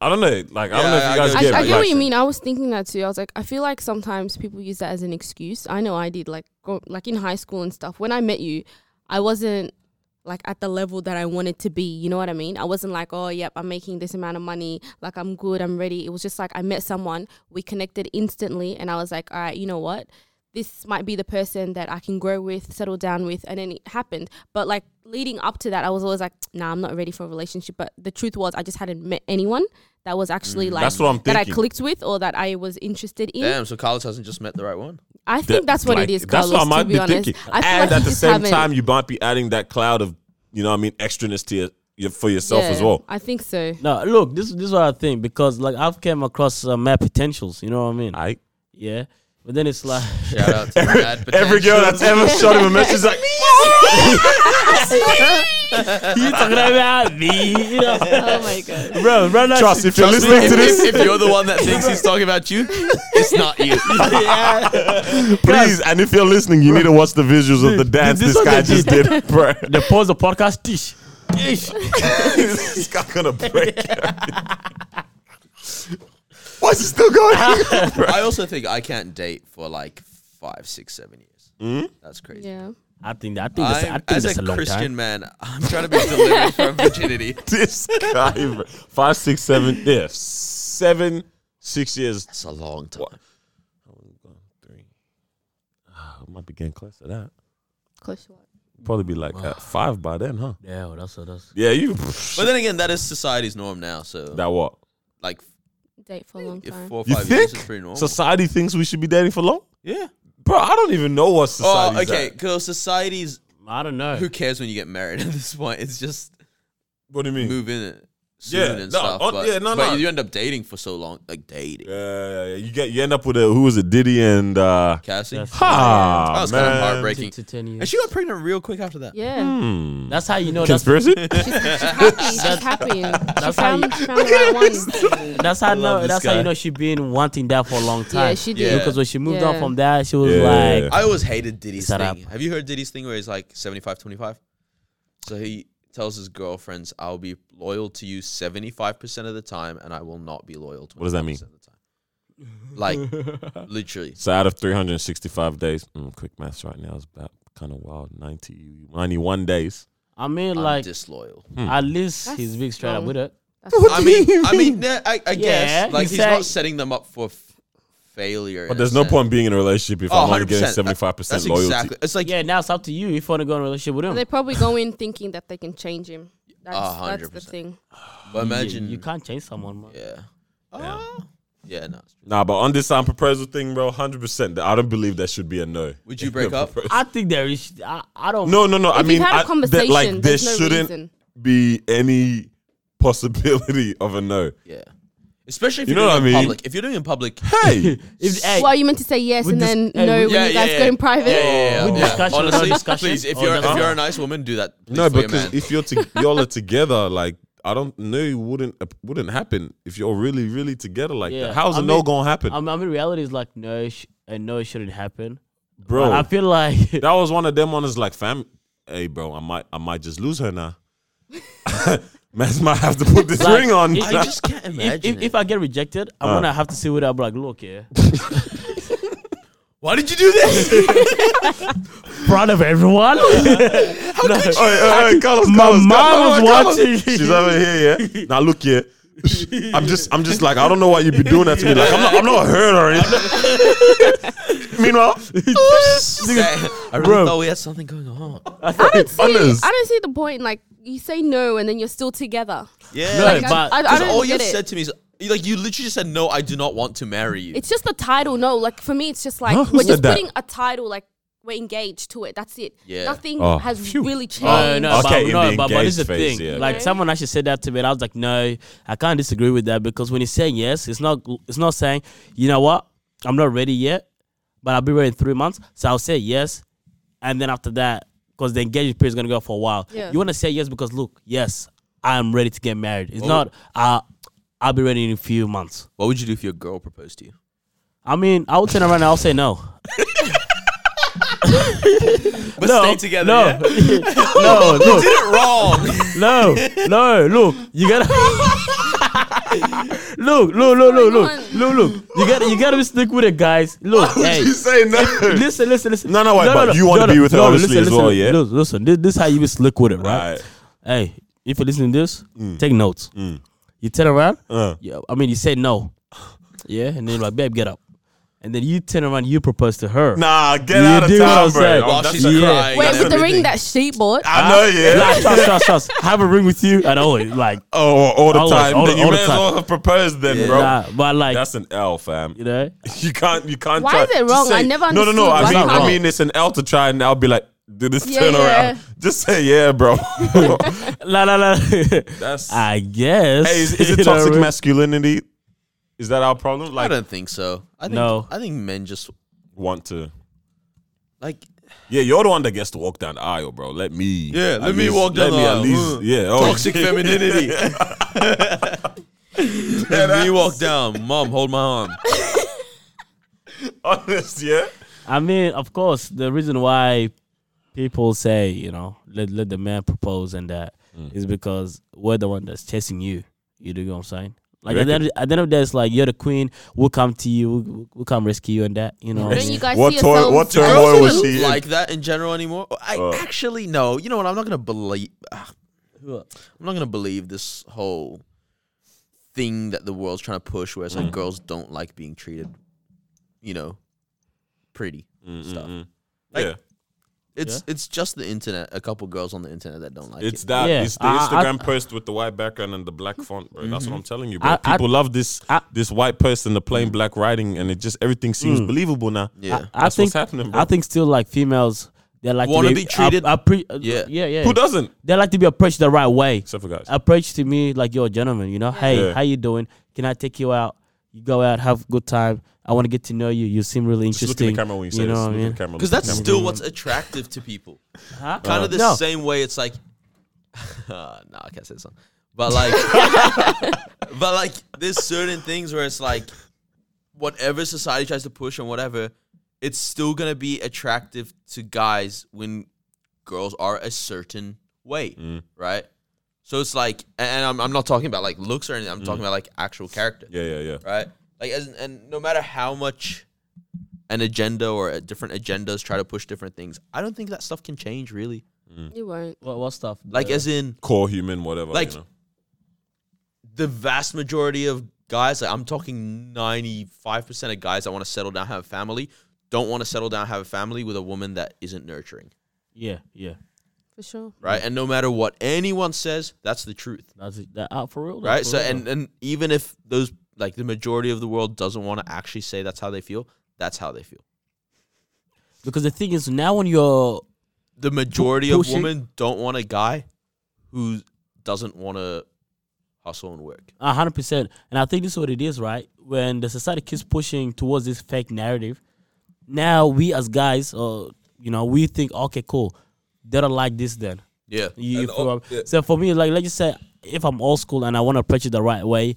Speaker 2: I don't know. Like, I don't know
Speaker 1: Yeah,
Speaker 2: if you
Speaker 1: I- I
Speaker 2: guys
Speaker 1: get
Speaker 4: I,
Speaker 2: get
Speaker 1: it.
Speaker 2: it.
Speaker 4: I get
Speaker 2: like,
Speaker 4: what you mean. I was thinking that too. I was like, I feel like sometimes people use that as an excuse. I know I did, like, go, like in high school and stuff. When I met you, I wasn't like at the level that I wanted to be. You know what I mean? I wasn't like, oh, yep, I'm making this amount of money. Like, I'm good. I'm ready. It was just like I met someone, we connected instantly, and I was like, all right, you know what? This might be the person that I can grow with, settle down with, and then it happened. But like leading up to that, I was always like, nah, I'm not ready for a relationship. But the truth was, I just hadn't met anyone that was actually like
Speaker 2: Mm, that's what I'm
Speaker 4: that I
Speaker 2: thinking.
Speaker 4: clicked with or that I was interested in.
Speaker 1: Damn, so Carlos hasn't just met the right one.
Speaker 4: I think
Speaker 2: that-
Speaker 4: that's what
Speaker 2: like,
Speaker 4: it is,
Speaker 2: That's
Speaker 4: Carlos.
Speaker 2: what I might
Speaker 4: to be
Speaker 2: be
Speaker 4: honest,
Speaker 2: thinking.
Speaker 4: I feel
Speaker 2: and
Speaker 4: like
Speaker 2: at
Speaker 4: you
Speaker 2: the
Speaker 4: just
Speaker 2: same
Speaker 4: haven't-
Speaker 2: time, you might be adding that cloud of, you know, what I mean, extraness to your, your for yourself as
Speaker 4: Yeah,
Speaker 2: well.
Speaker 4: I think so.
Speaker 3: no, look, this this is what I think because like I've came across uh, mad potentials. You know what I mean?
Speaker 2: I
Speaker 3: yeah. But then it's like,
Speaker 1: Shout out to Bad
Speaker 2: Every girl
Speaker 1: Potential.
Speaker 2: that's ever shot him a message is like,
Speaker 3: you talking about me? You know,
Speaker 4: Oh my god.
Speaker 3: bro, right now,
Speaker 2: trust if you're
Speaker 1: Trust me,
Speaker 2: listening to
Speaker 1: if-
Speaker 2: this,
Speaker 1: If, if you're the one that thinks he's talking about you, it's not you.
Speaker 2: please. And if you're listening, you need to watch the visuals of the dance
Speaker 3: this
Speaker 2: this,
Speaker 3: one
Speaker 2: guy
Speaker 3: they
Speaker 2: just did. Bro,
Speaker 3: the pause the podcast, tish.
Speaker 2: this guy gonna break. Why is it still going?
Speaker 1: I also think I can't date for like five, six, seven years.
Speaker 2: Hmm?
Speaker 1: That's crazy.
Speaker 4: Yeah.
Speaker 3: I think that. I think that's, I
Speaker 1: I'm-
Speaker 3: think
Speaker 1: as
Speaker 3: that's a,
Speaker 1: a,
Speaker 3: long
Speaker 1: Christian
Speaker 3: time.
Speaker 1: man, I'm trying to be delivered from virginity.
Speaker 2: this guy, bro. five, six, seven, yeah, seven, six years.
Speaker 1: That's a long time.
Speaker 2: Three. Ah, I might be getting close to that.
Speaker 4: Close to what?
Speaker 2: Probably be like at five by then, huh?
Speaker 3: Yeah, well, that's that's.
Speaker 2: Yeah, you.
Speaker 1: But then again, that is society's norm now. So
Speaker 2: That what?
Speaker 1: like
Speaker 4: Date for a long
Speaker 1: if
Speaker 4: time.
Speaker 1: four or
Speaker 2: You
Speaker 1: five years
Speaker 2: think
Speaker 1: is pretty normal.
Speaker 2: society thinks we should be dating for long?
Speaker 1: yeah.
Speaker 2: Bro, I don't even know what society.
Speaker 1: Oh, okay. Because society's
Speaker 3: I don't know.
Speaker 1: who cares when you get married at this point? It's just
Speaker 2: What do you mean?
Speaker 1: move in it soon
Speaker 2: Mm. Yeah,
Speaker 1: and
Speaker 2: no,
Speaker 1: stuff.
Speaker 2: on-
Speaker 1: but
Speaker 2: yeah, no,
Speaker 1: but
Speaker 2: no.
Speaker 1: you end up dating for so long, like dating.
Speaker 2: Yeah, yeah, yeah. You get you end up with a who was it? Diddy and uh,
Speaker 1: Cassie,
Speaker 3: Yes.
Speaker 2: ha.
Speaker 1: that was kind of
Speaker 2: man.
Speaker 1: heartbreaking.
Speaker 3: To ten
Speaker 1: And
Speaker 3: years.
Speaker 1: she got pregnant real quick after that.
Speaker 4: Yeah.
Speaker 2: Hmm.
Speaker 3: That's how you know. That's,
Speaker 2: Conspiracy?
Speaker 4: She's happy. She's happy. She
Speaker 3: how you-
Speaker 4: found, she found the right one.
Speaker 3: that's how
Speaker 1: love
Speaker 3: know.
Speaker 1: this
Speaker 3: That's how
Speaker 1: guy.
Speaker 3: you know she been wanting that for a long time.
Speaker 4: Yeah, she did.
Speaker 1: Yeah.
Speaker 3: Because when she moved on
Speaker 4: Yeah.
Speaker 3: from that, she was
Speaker 2: Yeah.
Speaker 3: like,
Speaker 1: I always hated Diddy's
Speaker 3: Shut
Speaker 1: thing. Have you heard Diddy's thing where he's like 75 25? So he tells his girlfriends, I'll be loyal to you 75% of the time and I will not be loyal to
Speaker 2: What does that mean?
Speaker 1: Of the time. Like, literally.
Speaker 2: so out of 365 days, mm, quick maths right now is about kind of wild. 90, 91 days.
Speaker 3: I mean,
Speaker 1: I'm
Speaker 3: like
Speaker 1: disloyal.
Speaker 3: at least
Speaker 4: That's
Speaker 3: he's being straight up
Speaker 4: wrong.
Speaker 3: with it.
Speaker 1: I mean, I mean, nah, I, I
Speaker 3: Yeah,
Speaker 1: guess like
Speaker 3: you
Speaker 1: he's
Speaker 3: say-
Speaker 1: not setting them up for f- failure.
Speaker 2: But
Speaker 1: in a
Speaker 2: there's no
Speaker 1: sense.
Speaker 2: point being in a relationship if
Speaker 1: Oh,
Speaker 2: I'm only getting
Speaker 1: 100%.
Speaker 2: 75 percent
Speaker 1: That's
Speaker 2: loyalty.
Speaker 1: exactly. It's like
Speaker 3: Yeah, now it's up to you if you want to go in a relationship with him.
Speaker 4: They probably go in thinking that they can change him. That's, that's the
Speaker 1: 100%.
Speaker 4: thing.
Speaker 1: but imagine.
Speaker 3: you, can't change someone. Man.
Speaker 1: Yeah. Uh, yeah. No.
Speaker 2: Nah, but on this um, proposal thing, bro, 100. percent I don't believe there should be a no.
Speaker 1: Would you break up?
Speaker 3: I think there is. I, I don't.
Speaker 2: No, no, no. I
Speaker 4: If
Speaker 2: mean,
Speaker 4: you've had a
Speaker 2: I- that,
Speaker 4: conversation,
Speaker 2: like there
Speaker 4: there's no
Speaker 2: shouldn't
Speaker 4: reason.
Speaker 2: be any possibility of a no.
Speaker 1: Yeah. Especially if
Speaker 2: You
Speaker 1: you
Speaker 2: know what
Speaker 1: are
Speaker 2: I
Speaker 1: doing it in
Speaker 2: mean?
Speaker 1: public. If you're doing it in public,
Speaker 2: Hey,
Speaker 3: If, hey,
Speaker 4: Well, you meant to say yes
Speaker 3: with
Speaker 4: and
Speaker 3: this-
Speaker 4: then
Speaker 3: hey,
Speaker 4: no
Speaker 3: with-
Speaker 4: when
Speaker 1: Yeah,
Speaker 4: you
Speaker 1: yeah,
Speaker 4: guys
Speaker 1: yeah.
Speaker 4: go in private.
Speaker 1: yeah,
Speaker 3: With Oh, discussion, no
Speaker 1: Honestly,
Speaker 3: discussion?
Speaker 1: please, if
Speaker 3: Oh,
Speaker 1: you're
Speaker 3: that's
Speaker 1: if you're a
Speaker 3: fine.
Speaker 1: nice woman, do that. Please
Speaker 2: No,
Speaker 1: for your
Speaker 2: because
Speaker 1: man.
Speaker 2: if you're to, y'all are together, like I don't know, it wouldn't it wouldn't happen if you're really, really together like
Speaker 3: Yeah,
Speaker 2: that. How's
Speaker 3: I
Speaker 2: a no
Speaker 3: mean-
Speaker 2: gonna happen,
Speaker 3: I mean, I mean, reality is like no, sh- and no, it shouldn't happen.
Speaker 2: bro?
Speaker 3: I feel like
Speaker 2: that was one of them ones like, fam, hey, bro, I might, I might just lose her now. Man, might have to put this
Speaker 3: Like,
Speaker 2: ring on.
Speaker 3: it-
Speaker 1: I just can't
Speaker 3: if,
Speaker 1: imagine.
Speaker 3: if, if I get rejected, I'm
Speaker 2: Uh.
Speaker 3: gonna have to see with her. I'm like, look, yeah,
Speaker 1: Why did you do this?
Speaker 3: front of everyone.
Speaker 2: Oi, oi, oi, Carlos,
Speaker 3: My
Speaker 2: Carlos,
Speaker 3: mom
Speaker 2: Carlos,
Speaker 3: was
Speaker 2: Carlos.
Speaker 3: watching.
Speaker 2: She's over here, yeah. Now look here. I'm just, I'm just like, I don't know why you be doing that to me. Like, I'm not, I'm not hurt or anything. Meanwhile,
Speaker 1: I really
Speaker 3: Bro.
Speaker 1: thought we had something going on.
Speaker 4: I don't see.
Speaker 2: Honest.
Speaker 4: I don't see the point. Like you say no and then you're still together.
Speaker 1: Yeah,
Speaker 3: No,
Speaker 1: like,
Speaker 4: Like, I-
Speaker 3: but-
Speaker 4: I, I,
Speaker 1: because
Speaker 4: don't
Speaker 1: all you
Speaker 4: get it.
Speaker 1: said to me is like you literally just said no. I do not want to marry you.
Speaker 4: It's just the title. No, like for me, it's just like
Speaker 2: Huh? Who
Speaker 4: we're
Speaker 2: said
Speaker 4: just
Speaker 2: that?
Speaker 4: putting a title. Like we're engaged to it. That's it.
Speaker 1: Yeah.
Speaker 4: Nothing
Speaker 2: Oh,
Speaker 4: has really changed.
Speaker 3: No, no,
Speaker 2: Okay, in
Speaker 3: but, no,
Speaker 2: the
Speaker 3: but, but this is the
Speaker 2: engaged phase,
Speaker 3: thing.
Speaker 2: yeah.
Speaker 3: Like
Speaker 4: Right.
Speaker 3: someone actually said that to me, and I was like, no, I can't disagree with that because when he's saying yes, it's not, it's not saying, you know what, I'm not ready yet, but I'll be ready in three months, so I'll say yes, and then after that, because the engagement period is gonna go for a while.
Speaker 4: Yeah.
Speaker 3: You want to say yes because look, yes, I'm ready to get married. It's
Speaker 1: Oh.
Speaker 3: not, uh, I'll be ready in a few months.
Speaker 1: what would you do if your girl proposed to you?
Speaker 3: I mean, I would turn around and I'll say no.
Speaker 1: But
Speaker 3: No,
Speaker 1: stay together.
Speaker 3: No,
Speaker 1: yeah?
Speaker 3: no, look,
Speaker 1: did it wrong.
Speaker 3: No, no, look, you gotta look, look, look, look, look,
Speaker 4: going
Speaker 3: look, look. You gotta, you gotta be slick with it, guys. Look, hey,
Speaker 2: you say no.
Speaker 3: listen, listen, listen.
Speaker 2: No, no, wait, but you wanna be with her honestly as well, yeah?
Speaker 3: Listen, listen, this, this is how you be slick with it, right?
Speaker 2: Right. Mm.
Speaker 3: Hey, if you're listening to this, take notes. You turn around.
Speaker 2: Uh.
Speaker 3: Yeah, I mean, you say no. Yeah, and then you're like, babe, get up. And then you turn around, you propose to her.
Speaker 2: Nah, get
Speaker 3: You
Speaker 2: out of
Speaker 3: did what I
Speaker 2: town,
Speaker 3: said.
Speaker 2: bro. Oh,
Speaker 3: Well,
Speaker 1: While
Speaker 2: that's-
Speaker 1: she's
Speaker 3: yeah.
Speaker 1: crying.
Speaker 4: Wait,
Speaker 1: and
Speaker 4: with the
Speaker 1: everything. Ah.
Speaker 4: ring that she bought.
Speaker 2: I know, yeah.
Speaker 3: Like, trust, trust, trust. Have a ring with you and always like,
Speaker 2: Oh, all, all the
Speaker 3: Always,
Speaker 2: time.
Speaker 3: all
Speaker 2: then
Speaker 3: the-
Speaker 2: you
Speaker 3: all the
Speaker 2: may as
Speaker 3: time.
Speaker 2: well have proposed then, bro.
Speaker 3: nah, but like,
Speaker 2: That's an L, fam.
Speaker 3: you know.
Speaker 2: You can't, you can't.
Speaker 4: Why
Speaker 2: try
Speaker 4: is it
Speaker 2: to
Speaker 4: wrong?
Speaker 2: say-
Speaker 4: I never
Speaker 2: No, no, no. I
Speaker 4: understood
Speaker 2: mean,
Speaker 4: why
Speaker 2: I
Speaker 4: not.
Speaker 2: mean, it's an L to try, and I'll be like, do this
Speaker 4: Yeah,
Speaker 2: turn
Speaker 4: yeah.
Speaker 2: around. Just say yeah, bro.
Speaker 3: La la la.
Speaker 2: That's.
Speaker 1: Ah.
Speaker 3: I guess.
Speaker 2: hey, is, is
Speaker 3: You
Speaker 2: it
Speaker 3: know
Speaker 2: toxic
Speaker 3: what I mean?
Speaker 2: masculinity? Is that our problem?
Speaker 1: I
Speaker 2: Like,
Speaker 1: don't think so. I think
Speaker 3: No.
Speaker 1: I think men just
Speaker 2: want to.
Speaker 1: Like
Speaker 2: Yeah, you're the one that gets to walk down the aisle, bro. Let me.
Speaker 1: Yeah,
Speaker 2: at
Speaker 1: let me walk down
Speaker 2: let
Speaker 1: the
Speaker 2: me
Speaker 1: aisle.
Speaker 2: At least,
Speaker 1: Uh,
Speaker 2: yeah. oh,
Speaker 1: toxic femininity. and me walk down, mom, hold my arm.
Speaker 2: honest, yeah.
Speaker 3: I mean, of course, the reason why people say, you know, let let the man propose and that
Speaker 2: Hmm.
Speaker 3: is because we're the one that's chasing you. You do what I'm saying? Like at the, end of, at the end of the day, it's like you're the queen. We'll come to you. We'll, we'll come rescue you and that. You know, what I
Speaker 4: Don't
Speaker 3: mean?
Speaker 4: you guys
Speaker 2: What
Speaker 4: see
Speaker 2: tur-
Speaker 4: yourselves?
Speaker 2: what turmoil
Speaker 1: Girls
Speaker 2: Boy, was
Speaker 1: even
Speaker 2: she in-
Speaker 1: like that in general anymore. Oh, I
Speaker 2: Uh.
Speaker 1: actually no. You know what? I'm not gonna believe. ah,
Speaker 3: What?
Speaker 1: I'm not gonna believe this whole thing that the world's trying to push, where it's
Speaker 2: Mm.
Speaker 1: like girls don't like being treated, you know, pretty
Speaker 2: Mm,
Speaker 1: stuff. Like,
Speaker 2: yeah,
Speaker 1: It's it's just the internet. A couple girls on the internet that don't like
Speaker 2: it's
Speaker 1: it.
Speaker 2: that.
Speaker 3: Yeah,
Speaker 2: It's the
Speaker 3: I- I- Mm-hmm.
Speaker 2: Instagram post with the white background and the black font, bro. That's what I'm telling you, bro.
Speaker 3: I- I-
Speaker 2: People love this
Speaker 3: I- Mm.
Speaker 2: this white person, the plain black writing, and it just everything seems believable now.
Speaker 1: Yeah.
Speaker 3: I
Speaker 2: That's what's
Speaker 3: think
Speaker 2: happening, bro.
Speaker 3: I think still like females, they like
Speaker 1: Wanna
Speaker 3: to
Speaker 1: be treated-
Speaker 3: I, pre- uh,
Speaker 1: Yeah.
Speaker 3: yeah, yeah.
Speaker 2: Who doesn't?
Speaker 3: They like to be approached the right way.
Speaker 2: Except for guys.
Speaker 3: approach to me like you're a gentleman. You know, hey,
Speaker 2: Yeah.
Speaker 3: how you doing? Can I take you out? You go out, have a good time. I want to get to know you. You seem really
Speaker 2: Just
Speaker 3: interesting.
Speaker 2: look in the camera when you say
Speaker 3: know
Speaker 2: this.
Speaker 3: what I
Speaker 2: Look in
Speaker 3: mean?
Speaker 2: the camera. Uh,
Speaker 1: Because
Speaker 2: look in
Speaker 1: that's
Speaker 2: the camera.
Speaker 1: still what's attractive to people.
Speaker 3: Huh?
Speaker 1: Kind of the
Speaker 3: Uh, No.
Speaker 1: same way. It's like, uh, nah, I can't say something. But like, but like, there's certain things where it's like, whatever society tries to push and whatever, it's still gonna be attractive to guys when girls are a certain way, right? So it's like, and- and I'm, I'm not talking about like looks or anything. I'm talking about like actual character
Speaker 2: Yeah, yeah, yeah.
Speaker 1: right? Like, as, and no matter how much an agenda or a different agendas try to push different things, I don't think that stuff can change really.
Speaker 4: You weren't.
Speaker 3: What, what stuff?
Speaker 1: Like, as in
Speaker 2: Core human, whatever.
Speaker 1: Like-
Speaker 2: you know.
Speaker 1: the vast majority of guys, like I'm talking 95% of guys that want to settle down, have a family, don't want to settle down, have a family with a woman that isn't nurturing,
Speaker 3: yeah, yeah.
Speaker 4: For sure.
Speaker 1: right? And no matter what anyone says, that's the truth,
Speaker 3: That's it. that out for real, though,
Speaker 1: right?
Speaker 3: for
Speaker 1: So,
Speaker 3: real,
Speaker 1: and,
Speaker 3: though.
Speaker 1: and even if those, like, the majority of the world doesn't want to actually say that's how they feel, that's how they feel.
Speaker 3: because the thing is now when you're
Speaker 1: the majority
Speaker 3: Pu-
Speaker 1: of
Speaker 3: pushing-
Speaker 1: women don't want a guy who doesn't want to hustle and work.
Speaker 3: a hundred percent, and I think this is what it is, right? When the society keeps pushing towards this fake narrative, now we as guys, uh, you know, we think, okay, cool, they don't like this then.
Speaker 1: Yeah. oh,
Speaker 3: You,
Speaker 2: And
Speaker 3: you feel
Speaker 2: all-
Speaker 3: what I'm-
Speaker 2: yeah.
Speaker 3: So for me, like let's just say if I'm old school and I want to approach it the right way,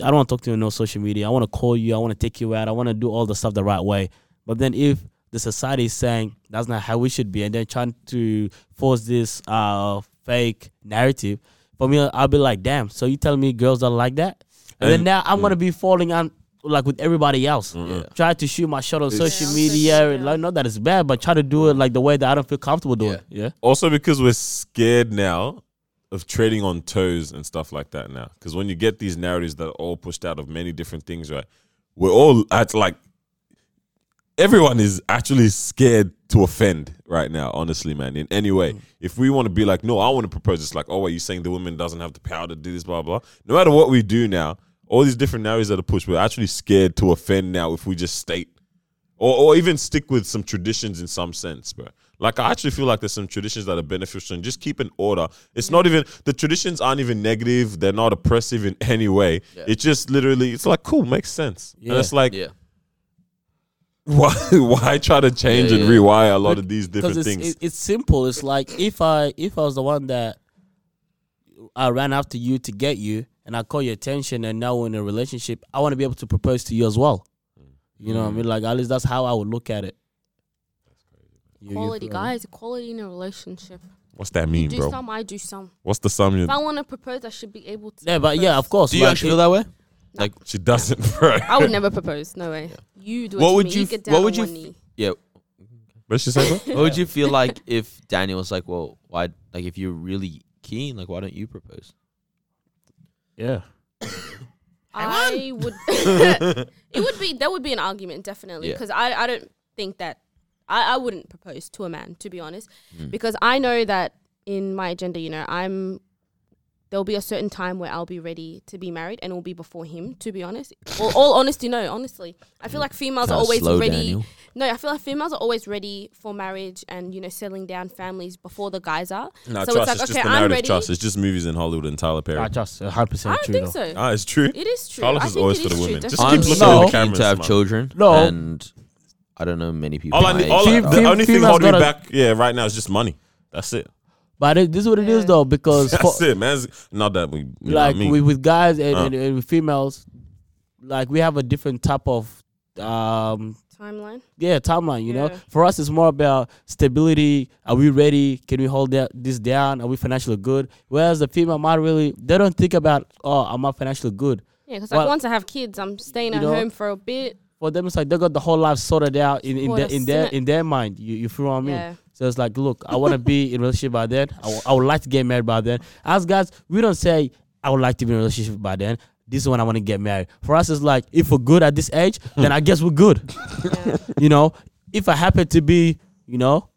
Speaker 3: I don't want to talk to you on no social media. I want to call you. I want to take you out. I want to do all the stuff the right way. But then if the society is saying that's not how we should be, and then trying to force this uh fake narrative, for me, I'll be like, damn. So you telling me girls don't like that? And, then
Speaker 2: And-
Speaker 3: now I'm gonna be falling on. Like with everybody else,
Speaker 1: Yeah.
Speaker 3: try to shoot my shot on social
Speaker 4: Yeah, on
Speaker 3: media.
Speaker 4: social
Speaker 3: and
Speaker 4: media.
Speaker 3: Like, not that it's bad, but try to do it like the way that I don't feel comfortable doing. yeah?
Speaker 2: also because we're scared now of trading on toes and stuff like that now. Because when you get these narratives that are all pushed out of many different things, right? We're all at like everyone is actually scared to offend right now, honestly, man. In any way. If we want to be like, no, I want to propose it's like, oh, are you saying the woman doesn't have the power to do this, blah, blah. No matter what we do now, all these different narratives that are pushed, we're actually scared to offend now if we just state or, or even stick with some traditions in some sense, bro. Like I actually feel like there's some traditions that are beneficial and just keep an order. It's not even the traditions aren't even negative. They're not oppressive in any way. It's just literally it's like cool, makes sense.
Speaker 3: Yeah.
Speaker 2: And it's like
Speaker 1: Yeah.
Speaker 2: why why try to change
Speaker 1: Yeah,
Speaker 2: and
Speaker 1: yeah.
Speaker 2: rewire a lot of these different
Speaker 3: it's,
Speaker 2: things?
Speaker 3: it- it's simple. It's like if I if I was the one that I ran after you to get you, and I caught your attention, and now we're in a relationship, I want to be able to propose to you as well. You
Speaker 2: Mm.
Speaker 3: know what I mean? Like at least that's how I would look at it. You- you
Speaker 4: Quality,
Speaker 3: feel me?
Speaker 4: guys. Quality in a relationship.
Speaker 2: What's that mean,
Speaker 4: do
Speaker 2: bro?
Speaker 4: some, I do some.
Speaker 2: What's the sum?
Speaker 4: If I want to propose, I should be able to.
Speaker 3: Yeah, but yeah,
Speaker 4: propose.
Speaker 3: of course.
Speaker 1: Do you
Speaker 3: like,
Speaker 1: actually
Speaker 3: it-
Speaker 1: feel that way?
Speaker 2: She doesn't, bro.
Speaker 4: I would never propose. No way. You do it
Speaker 1: What
Speaker 4: to
Speaker 1: would
Speaker 4: me.
Speaker 1: you f-
Speaker 4: get
Speaker 1: what
Speaker 4: down
Speaker 1: would
Speaker 4: on
Speaker 1: you
Speaker 4: one
Speaker 1: f-
Speaker 4: knee.
Speaker 1: Yeah.
Speaker 2: What's she say, bro?
Speaker 1: What would you feel like if Daniel was like, well, why, like, if you're really keen, like, why don't you propose?
Speaker 3: Yeah.
Speaker 4: I would. it would be that would be an argument definitely
Speaker 1: Yeah.
Speaker 4: because I I don't think that I I wouldn't propose to a man to be honest
Speaker 1: Hmm.
Speaker 4: because I know that in my agenda you know I'm there'll be a certain time where I'll be ready to be married and it'll be before him to be honest all, all honesty no honestly I feel like females are
Speaker 1: Hmm. Kinda
Speaker 4: always
Speaker 1: slow,
Speaker 4: ready
Speaker 1: Daniel.
Speaker 4: no I feel like females are always ready for marriage and you know settling down families before the guys are
Speaker 2: Nah,
Speaker 4: so
Speaker 2: trust.
Speaker 4: it's like
Speaker 2: it's just
Speaker 4: okay
Speaker 2: the
Speaker 4: I'm
Speaker 2: narrative.
Speaker 4: ready
Speaker 2: Trust. It's just movies in Hollywood and Tyler Perry.
Speaker 3: I trust 100%
Speaker 4: I don't
Speaker 3: true.
Speaker 4: think
Speaker 3: though.
Speaker 4: so
Speaker 2: Ah, it's true.
Speaker 4: it is true
Speaker 2: Carlos
Speaker 4: I
Speaker 2: is
Speaker 4: think
Speaker 2: always
Speaker 4: it
Speaker 2: for the
Speaker 4: true,
Speaker 2: women. Just keep
Speaker 1: I'm
Speaker 2: looking
Speaker 4: definitely.
Speaker 1: so
Speaker 2: at the
Speaker 1: keen
Speaker 2: cameras,
Speaker 1: to have
Speaker 2: man.
Speaker 1: children.
Speaker 3: No.
Speaker 1: And I don't know many people.
Speaker 2: All I
Speaker 1: my
Speaker 2: need,
Speaker 1: age
Speaker 2: all I,
Speaker 1: that
Speaker 2: the
Speaker 1: are-
Speaker 3: Fem-
Speaker 2: only thing
Speaker 3: females
Speaker 2: holding me
Speaker 3: gotta-
Speaker 2: back, yeah, right now is just money. That's it.
Speaker 3: But it, this is what it is
Speaker 4: Yeah.
Speaker 3: though, because for,
Speaker 2: That's it, man. It's- Not that we, you know what I
Speaker 3: like
Speaker 2: mean?
Speaker 3: with, with guys and,
Speaker 2: Uh.
Speaker 3: and, and with females, like we have a different type of um
Speaker 4: timeline.
Speaker 3: yeah timeline. You know,
Speaker 4: Yeah.
Speaker 3: for us it's more about stability. Are we ready? Can we hold that, this down? Are we financially good? Whereas the female might really they don't think about oh I'm not financially good.
Speaker 4: Yeah, because
Speaker 3: Well,
Speaker 4: like once I have kids, I'm staying
Speaker 3: you
Speaker 4: at
Speaker 3: know-
Speaker 4: home for a bit.
Speaker 3: For them it's like they got the whole life sorted out in in,
Speaker 4: What
Speaker 3: their,
Speaker 4: a
Speaker 3: in their
Speaker 4: cynic.
Speaker 3: in their mind. You you feel what I mean?
Speaker 4: Yeah.
Speaker 3: So it's like, look, I want to be in a relationship by then. I wa- I would like to get married by then. As guys, we don't say, I would like to be in a relationship by then. This is when I want to get married. For us, it's like, if we're good at this age, then I guess we're good.
Speaker 4: Yeah.
Speaker 3: you know, if I happen to be, you know,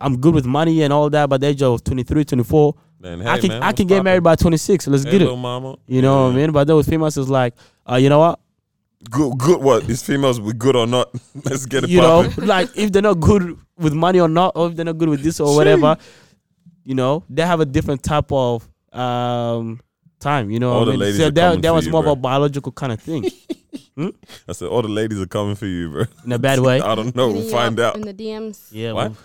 Speaker 3: I'm good with money and all that by the age of 23, 24,
Speaker 2: Then,
Speaker 3: I
Speaker 2: hey,
Speaker 3: can,
Speaker 2: man,
Speaker 3: I
Speaker 2: what's
Speaker 3: can get
Speaker 2: poppin'?
Speaker 3: married by 26. Let's
Speaker 2: Hey,
Speaker 3: get
Speaker 2: little
Speaker 3: it.
Speaker 2: mama.
Speaker 3: You know what I
Speaker 2: Yeah.
Speaker 3: mean? But then with females, it's like, uh, you know what?
Speaker 2: Good, good. What these females we good or not? Let's get it.
Speaker 3: you know,
Speaker 2: poppin'.
Speaker 3: like if they're not good with money or not, or if they're not good with this or whatever, you know, they have a different type of um time. You know,
Speaker 2: All
Speaker 3: what
Speaker 2: the
Speaker 3: I mean?
Speaker 2: ladies
Speaker 3: so
Speaker 2: are
Speaker 3: that
Speaker 2: coming
Speaker 3: that
Speaker 2: for
Speaker 3: was
Speaker 2: you,
Speaker 3: more of
Speaker 2: bro.
Speaker 3: a biological kind of thing
Speaker 2: I said all the ladies are coming for you, bro.
Speaker 3: in a bad way.
Speaker 2: I don't know.
Speaker 4: Hitting
Speaker 2: We'll
Speaker 4: you
Speaker 2: find
Speaker 4: up
Speaker 2: out.
Speaker 4: in the DMs.
Speaker 3: Yeah,
Speaker 2: What?
Speaker 3: man.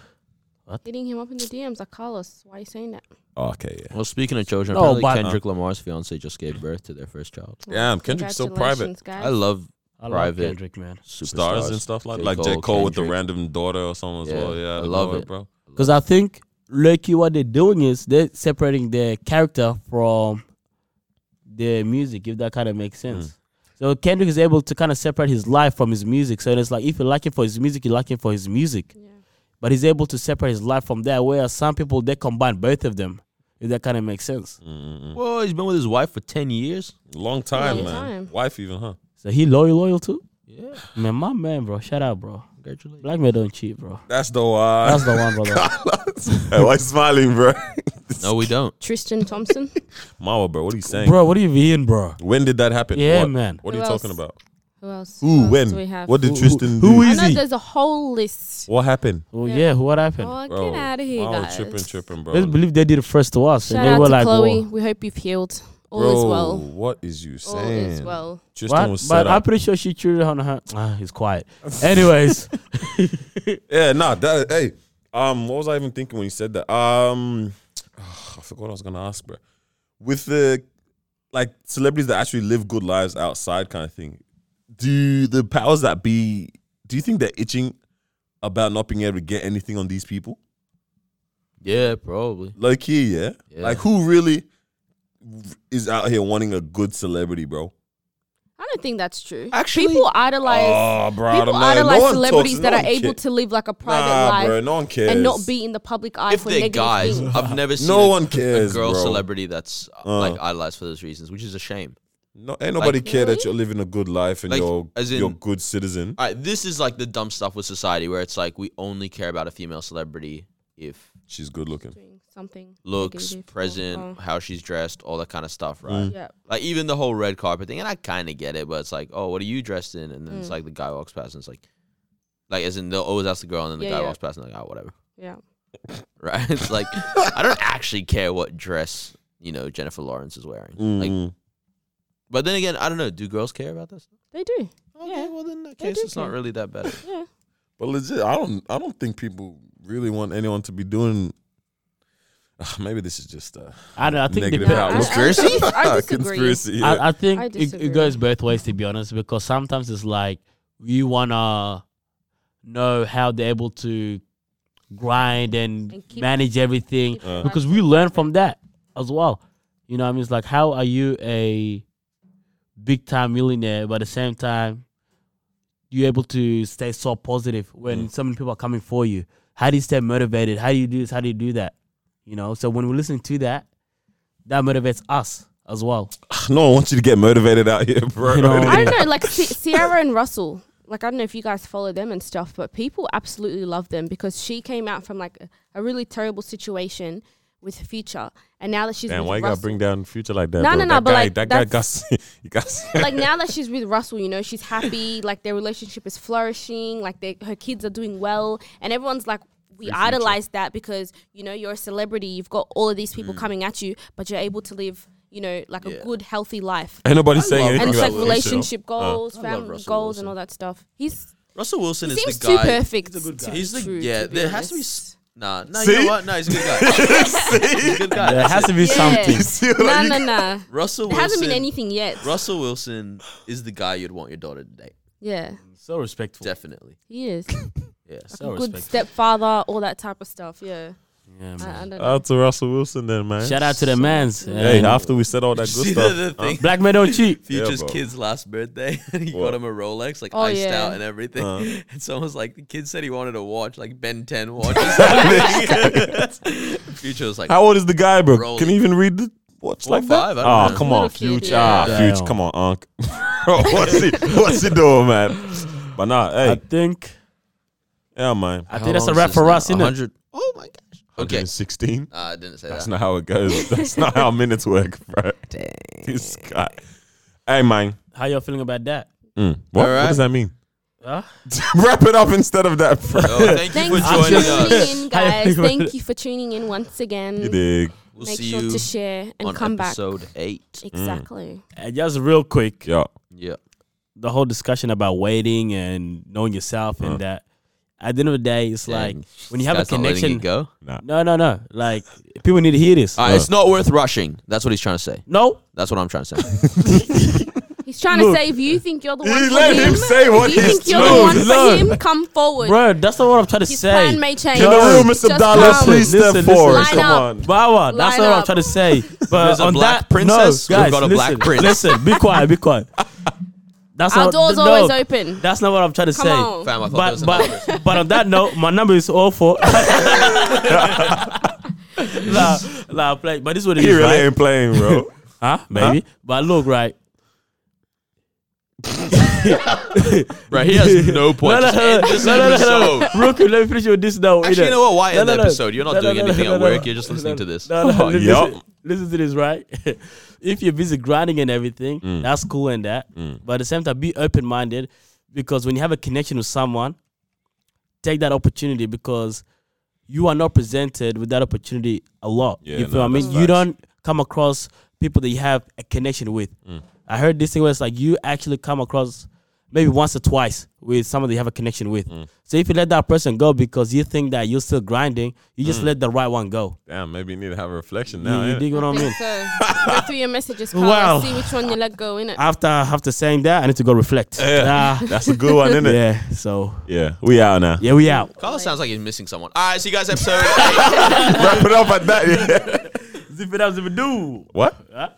Speaker 4: Hitting him up in the DMs, like Carlos. Why are you saying that?
Speaker 2: Oh, Okay, yeah.
Speaker 1: Well, speaking of children,
Speaker 3: No,
Speaker 1: apparently
Speaker 3: but-
Speaker 1: Kendrick Lamar's fiance just gave birth to their first child.
Speaker 2: Damn, Kendrick's so private.
Speaker 4: Congratulations, guys.
Speaker 1: I love
Speaker 3: I love
Speaker 1: Private.
Speaker 3: Kendrick, man,
Speaker 1: superstars
Speaker 2: Stars and stuff like
Speaker 1: J.
Speaker 2: like J
Speaker 1: Cole,
Speaker 2: Cole with the
Speaker 1: Kendrick.
Speaker 2: random daughter or something as
Speaker 1: Yeah,
Speaker 2: well. Yeah,
Speaker 1: I love
Speaker 2: know
Speaker 1: it.
Speaker 2: bro.
Speaker 3: because I think lucky what they're doing is they're separating their character from their music, if that kind of makes sense. So Kendrick is able to kind of separate his life from his music. So it's like if you like him for his music, you like him for his music.
Speaker 4: Yeah.
Speaker 3: but he's able to separate his life from that. Whereas some people they combine both of them. If that kind of makes sense.
Speaker 1: Well, he's been with his wife for ten years.
Speaker 2: Long time,
Speaker 4: Long
Speaker 2: man.
Speaker 4: time.
Speaker 2: Wife even, huh?
Speaker 3: So he loyal, loyal too.
Speaker 1: Yeah,
Speaker 3: Man, my man, bro. Shout out, bro.
Speaker 1: congratulations.
Speaker 3: Black men don't cheat, bro.
Speaker 2: That's the one.
Speaker 3: That's the one, brother.
Speaker 2: hey, why you smiling, bro?
Speaker 1: No, we don't.
Speaker 4: Tristan Thompson.
Speaker 2: Mama, bro, what are you saying?
Speaker 3: bro, what are you being, bro?
Speaker 2: When did that happen?
Speaker 3: Yeah,
Speaker 2: What?
Speaker 3: man.
Speaker 2: What are
Speaker 4: Who
Speaker 2: you
Speaker 4: else?
Speaker 2: talking about?
Speaker 4: Who else?
Speaker 2: Who?
Speaker 4: else
Speaker 2: when?
Speaker 4: do we have?
Speaker 2: What did
Speaker 3: Who-
Speaker 2: Tristan
Speaker 3: who- who
Speaker 2: do?
Speaker 4: I
Speaker 3: is
Speaker 4: know
Speaker 3: he?
Speaker 4: there's a whole list.
Speaker 2: What happened?
Speaker 3: Oh
Speaker 4: Yeah.
Speaker 3: yeah, what happened?
Speaker 4: Oh,
Speaker 2: Bro,
Speaker 4: get out of here,
Speaker 2: wow,
Speaker 4: guys.
Speaker 2: tripping, tripping, bro.
Speaker 3: Let's believe they did it first to us,
Speaker 4: Shout
Speaker 3: and they
Speaker 4: out
Speaker 3: were
Speaker 4: to
Speaker 3: like,
Speaker 4: Chloe.
Speaker 3: "Whoa."
Speaker 4: We hope you've healed. All
Speaker 2: bro,
Speaker 4: is well.
Speaker 2: What is you saying?
Speaker 4: All is well.
Speaker 2: Tristan
Speaker 3: What?
Speaker 2: was set
Speaker 3: But I'm
Speaker 2: up.
Speaker 3: pretty sure she cheated on her. Ah, he's quiet. Anyways,
Speaker 2: Yeah, nah. That, hey, um, what was I even thinking when you said that? Um, I forgot what I was gonna ask, bro. With the like celebrities that actually live good lives outside, kind of thing. Do the powers that be? Do you think they're itching about not being able to get anything on these people?
Speaker 1: Yeah, probably.
Speaker 2: Low key, yeah.
Speaker 1: Yeah.
Speaker 2: Like who really is out here wanting a good celebrity, bro?
Speaker 4: I don't think that's true.
Speaker 1: Actually-
Speaker 4: people idolize.
Speaker 2: Oh, bro, I
Speaker 4: people
Speaker 2: don't know.
Speaker 4: idolize
Speaker 2: No one
Speaker 4: celebrities
Speaker 2: talks-
Speaker 4: that
Speaker 2: no
Speaker 4: are
Speaker 2: one
Speaker 4: able
Speaker 2: cares.
Speaker 4: to live like a private
Speaker 2: Nah,
Speaker 4: life
Speaker 2: bro, no one cares.
Speaker 4: and not be in the public eye
Speaker 1: If
Speaker 4: for
Speaker 1: they're
Speaker 4: negative
Speaker 1: guys,
Speaker 4: things.
Speaker 1: I've never seen
Speaker 2: No
Speaker 1: a,
Speaker 2: one cares,
Speaker 1: a girl
Speaker 2: bro.
Speaker 1: celebrity that's uh,
Speaker 2: Uh.
Speaker 1: like idolized for those reasons, which is a shame.
Speaker 2: No, ain't nobody care that
Speaker 4: Really?
Speaker 2: you're living a good life and
Speaker 1: Like,
Speaker 2: you're
Speaker 1: as in-
Speaker 2: you're a good citizen.
Speaker 1: All right, this is like the dumb stuff with society where it's like we only care about a female celebrity if
Speaker 2: She's good looking.
Speaker 4: Doing something
Speaker 1: looks,
Speaker 4: negative or-
Speaker 1: present,
Speaker 4: oh,
Speaker 1: how she's dressed, all that kind of stuff, right?
Speaker 4: yeah.
Speaker 1: Like even the whole red carpet thing, and I kind of get it, but it's like, oh, what are you dressed in? And then
Speaker 4: Mm.
Speaker 1: it's like the guy walks past, and it's like, like as in they'll always ask the girl, and then the
Speaker 4: Yeah,
Speaker 1: guy
Speaker 4: yeah.
Speaker 1: walks past, and they're like, oh, whatever,
Speaker 4: Yeah.
Speaker 1: right? It's like I don't actually care what dress you know Jennifer Lawrence is wearing. Like,
Speaker 2: Mm.
Speaker 1: but then again, I don't know. Do girls care about this?
Speaker 4: They do.
Speaker 1: Okay,
Speaker 4: Yeah.
Speaker 1: well then in that
Speaker 4: They
Speaker 1: case,
Speaker 4: do
Speaker 1: it's not
Speaker 4: care.
Speaker 1: really that bad.
Speaker 4: Yeah.
Speaker 2: but legit, I don't I don't think people really want anyone to be doing. Ah, maybe this is just a
Speaker 3: I don't. I think
Speaker 2: negative
Speaker 3: the,
Speaker 4: No, I-
Speaker 2: outlook.
Speaker 1: Conspiracy?
Speaker 4: I disagree.
Speaker 2: Conspiracy, yeah.
Speaker 3: I, I think
Speaker 4: I
Speaker 3: it,
Speaker 4: disagree.
Speaker 3: it goes both ways to be honest, because sometimes it's like you wanna know how they're able to grind and,
Speaker 4: And keep-
Speaker 3: manage everything
Speaker 4: keep their
Speaker 3: because
Speaker 4: life
Speaker 3: we learn from that as well. You know, what I mean, it's like how are you a big time millionaire, but at the same time you're able to stay so positive when so many people are coming for you. How do you stay motivated? How do you do this? How do you do that? You know, so when we listen to that, that motivates us as well.
Speaker 2: no one wants you to get motivated out here, bro.
Speaker 3: You know,
Speaker 4: I don't know, like Si- Sierra and Russell. Like I don't know if you guys follow them and stuff, but people absolutely love them because she came out from like a, a really terrible situation with Future, and now that she's
Speaker 2: Damn,
Speaker 4: with
Speaker 2: why you gotta
Speaker 4: Russell,
Speaker 2: bring down future like that?
Speaker 4: No,
Speaker 2: bro?
Speaker 4: no, no,
Speaker 2: That
Speaker 4: but,
Speaker 2: guy,
Speaker 4: like,
Speaker 2: that guy got
Speaker 4: that's-
Speaker 2: you got
Speaker 4: like now that she's with Russell, you know, she's happy. Like their relationship is flourishing. Like they, her kids are doing well, and everyone's like, we idolize that because you know you're a celebrity. You've got all of these people coming at you, but you're able to live, you know, like
Speaker 1: Mm. Yeah.
Speaker 4: a good, healthy life.
Speaker 2: Ain't nobody saying
Speaker 1: love-
Speaker 2: anything
Speaker 4: And it's
Speaker 2: about
Speaker 4: like
Speaker 1: Russell Oh. Wilson.
Speaker 2: relationship.
Speaker 4: relationship goals,
Speaker 1: I love
Speaker 4: family
Speaker 1: Russell
Speaker 4: goals, and
Speaker 1: Wilson.
Speaker 4: all that stuff. He's
Speaker 1: Russell Wilson
Speaker 4: He
Speaker 1: is
Speaker 4: seems
Speaker 1: the
Speaker 4: too
Speaker 1: guy.
Speaker 4: perfect.
Speaker 3: He's a good
Speaker 4: to
Speaker 3: guy.
Speaker 4: be
Speaker 1: He's the
Speaker 4: true,
Speaker 1: yeah.
Speaker 4: to be
Speaker 1: there has to be.
Speaker 4: honest.
Speaker 1: s- Nah, nah. You
Speaker 2: See?
Speaker 1: know what? Nah, he's a good guy. he's a good guy.
Speaker 3: There has to be
Speaker 4: Yeah.
Speaker 3: something.
Speaker 4: Nah, nah, nah.
Speaker 1: Russell
Speaker 4: There
Speaker 1: Wilson.
Speaker 4: hasn't been anything yet.
Speaker 1: Russell Wilson is the guy you'd want your daughter to date.
Speaker 4: Yeah,
Speaker 3: So respectful.
Speaker 1: Definitely.
Speaker 4: he is.
Speaker 1: Yes.
Speaker 3: So
Speaker 4: Good
Speaker 3: respectful.
Speaker 4: stepfather, all that type of stuff. Yeah,
Speaker 3: Yeah,
Speaker 4: I, I
Speaker 3: man.
Speaker 4: don't know.
Speaker 2: Out to Russell Wilson then, man.
Speaker 3: Shout out to the mans.
Speaker 2: Hey,
Speaker 3: and
Speaker 2: after we said all that
Speaker 1: Did
Speaker 2: good
Speaker 1: you see the
Speaker 2: stuff,
Speaker 1: other thing?
Speaker 3: Black men don't cheat.
Speaker 1: Future's
Speaker 2: bro.
Speaker 1: kid's last birthday, and he
Speaker 2: What?
Speaker 1: got him a Rolex, like
Speaker 4: Oh,
Speaker 1: iced
Speaker 4: yeah.
Speaker 1: out and everything.
Speaker 2: Uh.
Speaker 1: And someone's like, the kid said he wanted a watch, like Ben 10 watch. or something. Future was like,
Speaker 2: how old is the guy, bro?
Speaker 1: Rolling.
Speaker 2: Can he even read the what's
Speaker 1: Four,
Speaker 2: like that?
Speaker 1: five, I don't
Speaker 2: Ah,
Speaker 1: know.
Speaker 2: come
Speaker 4: Little
Speaker 2: on,
Speaker 4: kid,
Speaker 2: future,
Speaker 4: yeah.
Speaker 2: ah,
Speaker 3: Damn.
Speaker 2: future, come on, Unc. Bro, what's he? What's he doing, man? But nah,
Speaker 3: I
Speaker 2: hey,
Speaker 3: think
Speaker 2: yeah, man.
Speaker 3: I think that's a wrap for us, innit?
Speaker 1: 100. Oh my gosh. Okay.
Speaker 2: 116.
Speaker 1: Nah, I didn't say
Speaker 2: That's
Speaker 1: that.
Speaker 2: not how it goes. That's not how minutes work, bro. This guy. Hey, man.
Speaker 3: How y'all feeling about that?
Speaker 2: Mm. What?
Speaker 1: All
Speaker 2: what does
Speaker 1: right.
Speaker 2: that mean?
Speaker 3: Huh?
Speaker 2: Wrap it up instead of that, bro.
Speaker 1: So, thank you
Speaker 4: Thanks
Speaker 1: for
Speaker 4: for
Speaker 1: joining us.
Speaker 4: tuning in, guys.
Speaker 3: Hi.
Speaker 4: Thank you for tuning in once again.
Speaker 2: You dig?
Speaker 1: We'll
Speaker 4: Make
Speaker 1: see
Speaker 4: sure
Speaker 1: you
Speaker 4: to share and
Speaker 1: on
Speaker 4: come back.
Speaker 1: episode 8.
Speaker 4: Exactly.
Speaker 3: And just real quick,
Speaker 2: Yeah.
Speaker 1: Yeah.
Speaker 3: the whole discussion about waiting and knowing yourself and that. At the end of the day, it's like
Speaker 1: Dang.
Speaker 3: when you have a
Speaker 1: Guys not
Speaker 3: connection.
Speaker 1: letting it go.
Speaker 3: No, no, no. Like people need to hear this.
Speaker 1: All right, it's not worth rushing. That's what he's trying to say.
Speaker 3: no,
Speaker 1: That's what I'm trying to say.
Speaker 4: He's trying
Speaker 3: Look.
Speaker 4: to save you. Think you're the one
Speaker 2: He
Speaker 4: for
Speaker 2: let him say what
Speaker 4: If you
Speaker 2: he's
Speaker 4: think you're the
Speaker 2: doing.
Speaker 4: one
Speaker 3: Look.
Speaker 4: for him. Come forward.
Speaker 3: bro, that's not what I'm trying to
Speaker 4: His
Speaker 3: say.
Speaker 4: plan may change.
Speaker 2: In the room,
Speaker 4: Just
Speaker 2: Mr. Dollar,
Speaker 4: come.
Speaker 2: please step
Speaker 3: Listen, listen,
Speaker 2: forward.
Speaker 4: listen.
Speaker 2: Come
Speaker 4: Line
Speaker 2: on.
Speaker 3: Wawa, that's
Speaker 4: Line
Speaker 3: what I'm
Speaker 4: up.
Speaker 3: trying to say. But
Speaker 1: There's a
Speaker 3: on
Speaker 1: black
Speaker 3: that,
Speaker 1: princess,
Speaker 3: no,
Speaker 1: we've
Speaker 3: guys,
Speaker 1: got a
Speaker 3: listen,
Speaker 1: black prince.
Speaker 3: Listen, be quiet, be quiet. That's
Speaker 4: Our
Speaker 3: not-
Speaker 4: door's
Speaker 3: no,
Speaker 4: always open.
Speaker 3: That's not what I'm trying to
Speaker 4: Come
Speaker 3: say.
Speaker 4: on.
Speaker 1: Fam, I thought there
Speaker 3: But
Speaker 1: was another person.
Speaker 3: but but on that note, my number is all four. nah, nah, play. But this is what it
Speaker 2: He
Speaker 3: is,
Speaker 2: really
Speaker 3: right?
Speaker 2: ain't playing, bro.
Speaker 3: Huh, baby. But look, right.
Speaker 1: Right, he has no point.
Speaker 3: No,
Speaker 1: Just
Speaker 3: no,
Speaker 1: end
Speaker 3: no,
Speaker 1: this
Speaker 3: no, no, no,
Speaker 1: episode.
Speaker 3: no. Rookie, let me finish with this now.
Speaker 1: Actually, you know what? Why end the episode? You're not doing anything at work.
Speaker 3: no.
Speaker 1: You're just
Speaker 3: No,
Speaker 1: listening
Speaker 3: no,
Speaker 1: to this.
Speaker 3: No, no,
Speaker 2: Oh,
Speaker 3: listen,
Speaker 2: yup.
Speaker 3: listen to this, right? if you're busy grinding and everything,
Speaker 1: Mm.
Speaker 3: that's cool and that. But at the same time, be open minded because when you have a connection with someone, take that opportunity because you are not presented with that opportunity a lot.
Speaker 2: Yeah,
Speaker 3: you
Speaker 2: no,
Speaker 3: feel what I mean?
Speaker 2: that's
Speaker 3: You
Speaker 2: facts.
Speaker 3: don't come across people that you have a connection with.
Speaker 2: Mm.
Speaker 3: I heard this thing where it's like you actually come across maybe once or twice with someone that you have a connection with.
Speaker 2: Mm.
Speaker 3: So if you let that person go because you think that you're still grinding, you
Speaker 2: Mm.
Speaker 3: just let the right one go.
Speaker 2: Damn, maybe you need to have a reflection
Speaker 3: You-
Speaker 2: now.
Speaker 3: you,
Speaker 2: innit?
Speaker 3: dig what I mean?
Speaker 4: So go through your messages, Carl.
Speaker 3: Wow.
Speaker 4: See which one you let go, innit?
Speaker 3: After after saying that, I need to go reflect. Ah,
Speaker 2: That's a good one, isn't it?
Speaker 3: yeah. So
Speaker 2: Yeah. We out now.
Speaker 3: yeah, we out.
Speaker 1: Carlos sounds like he's missing someone. All right, see you guys episode.
Speaker 2: Wrap it up at that. Yeah.
Speaker 3: Zip it up, zip it do.
Speaker 2: What?
Speaker 3: Huh?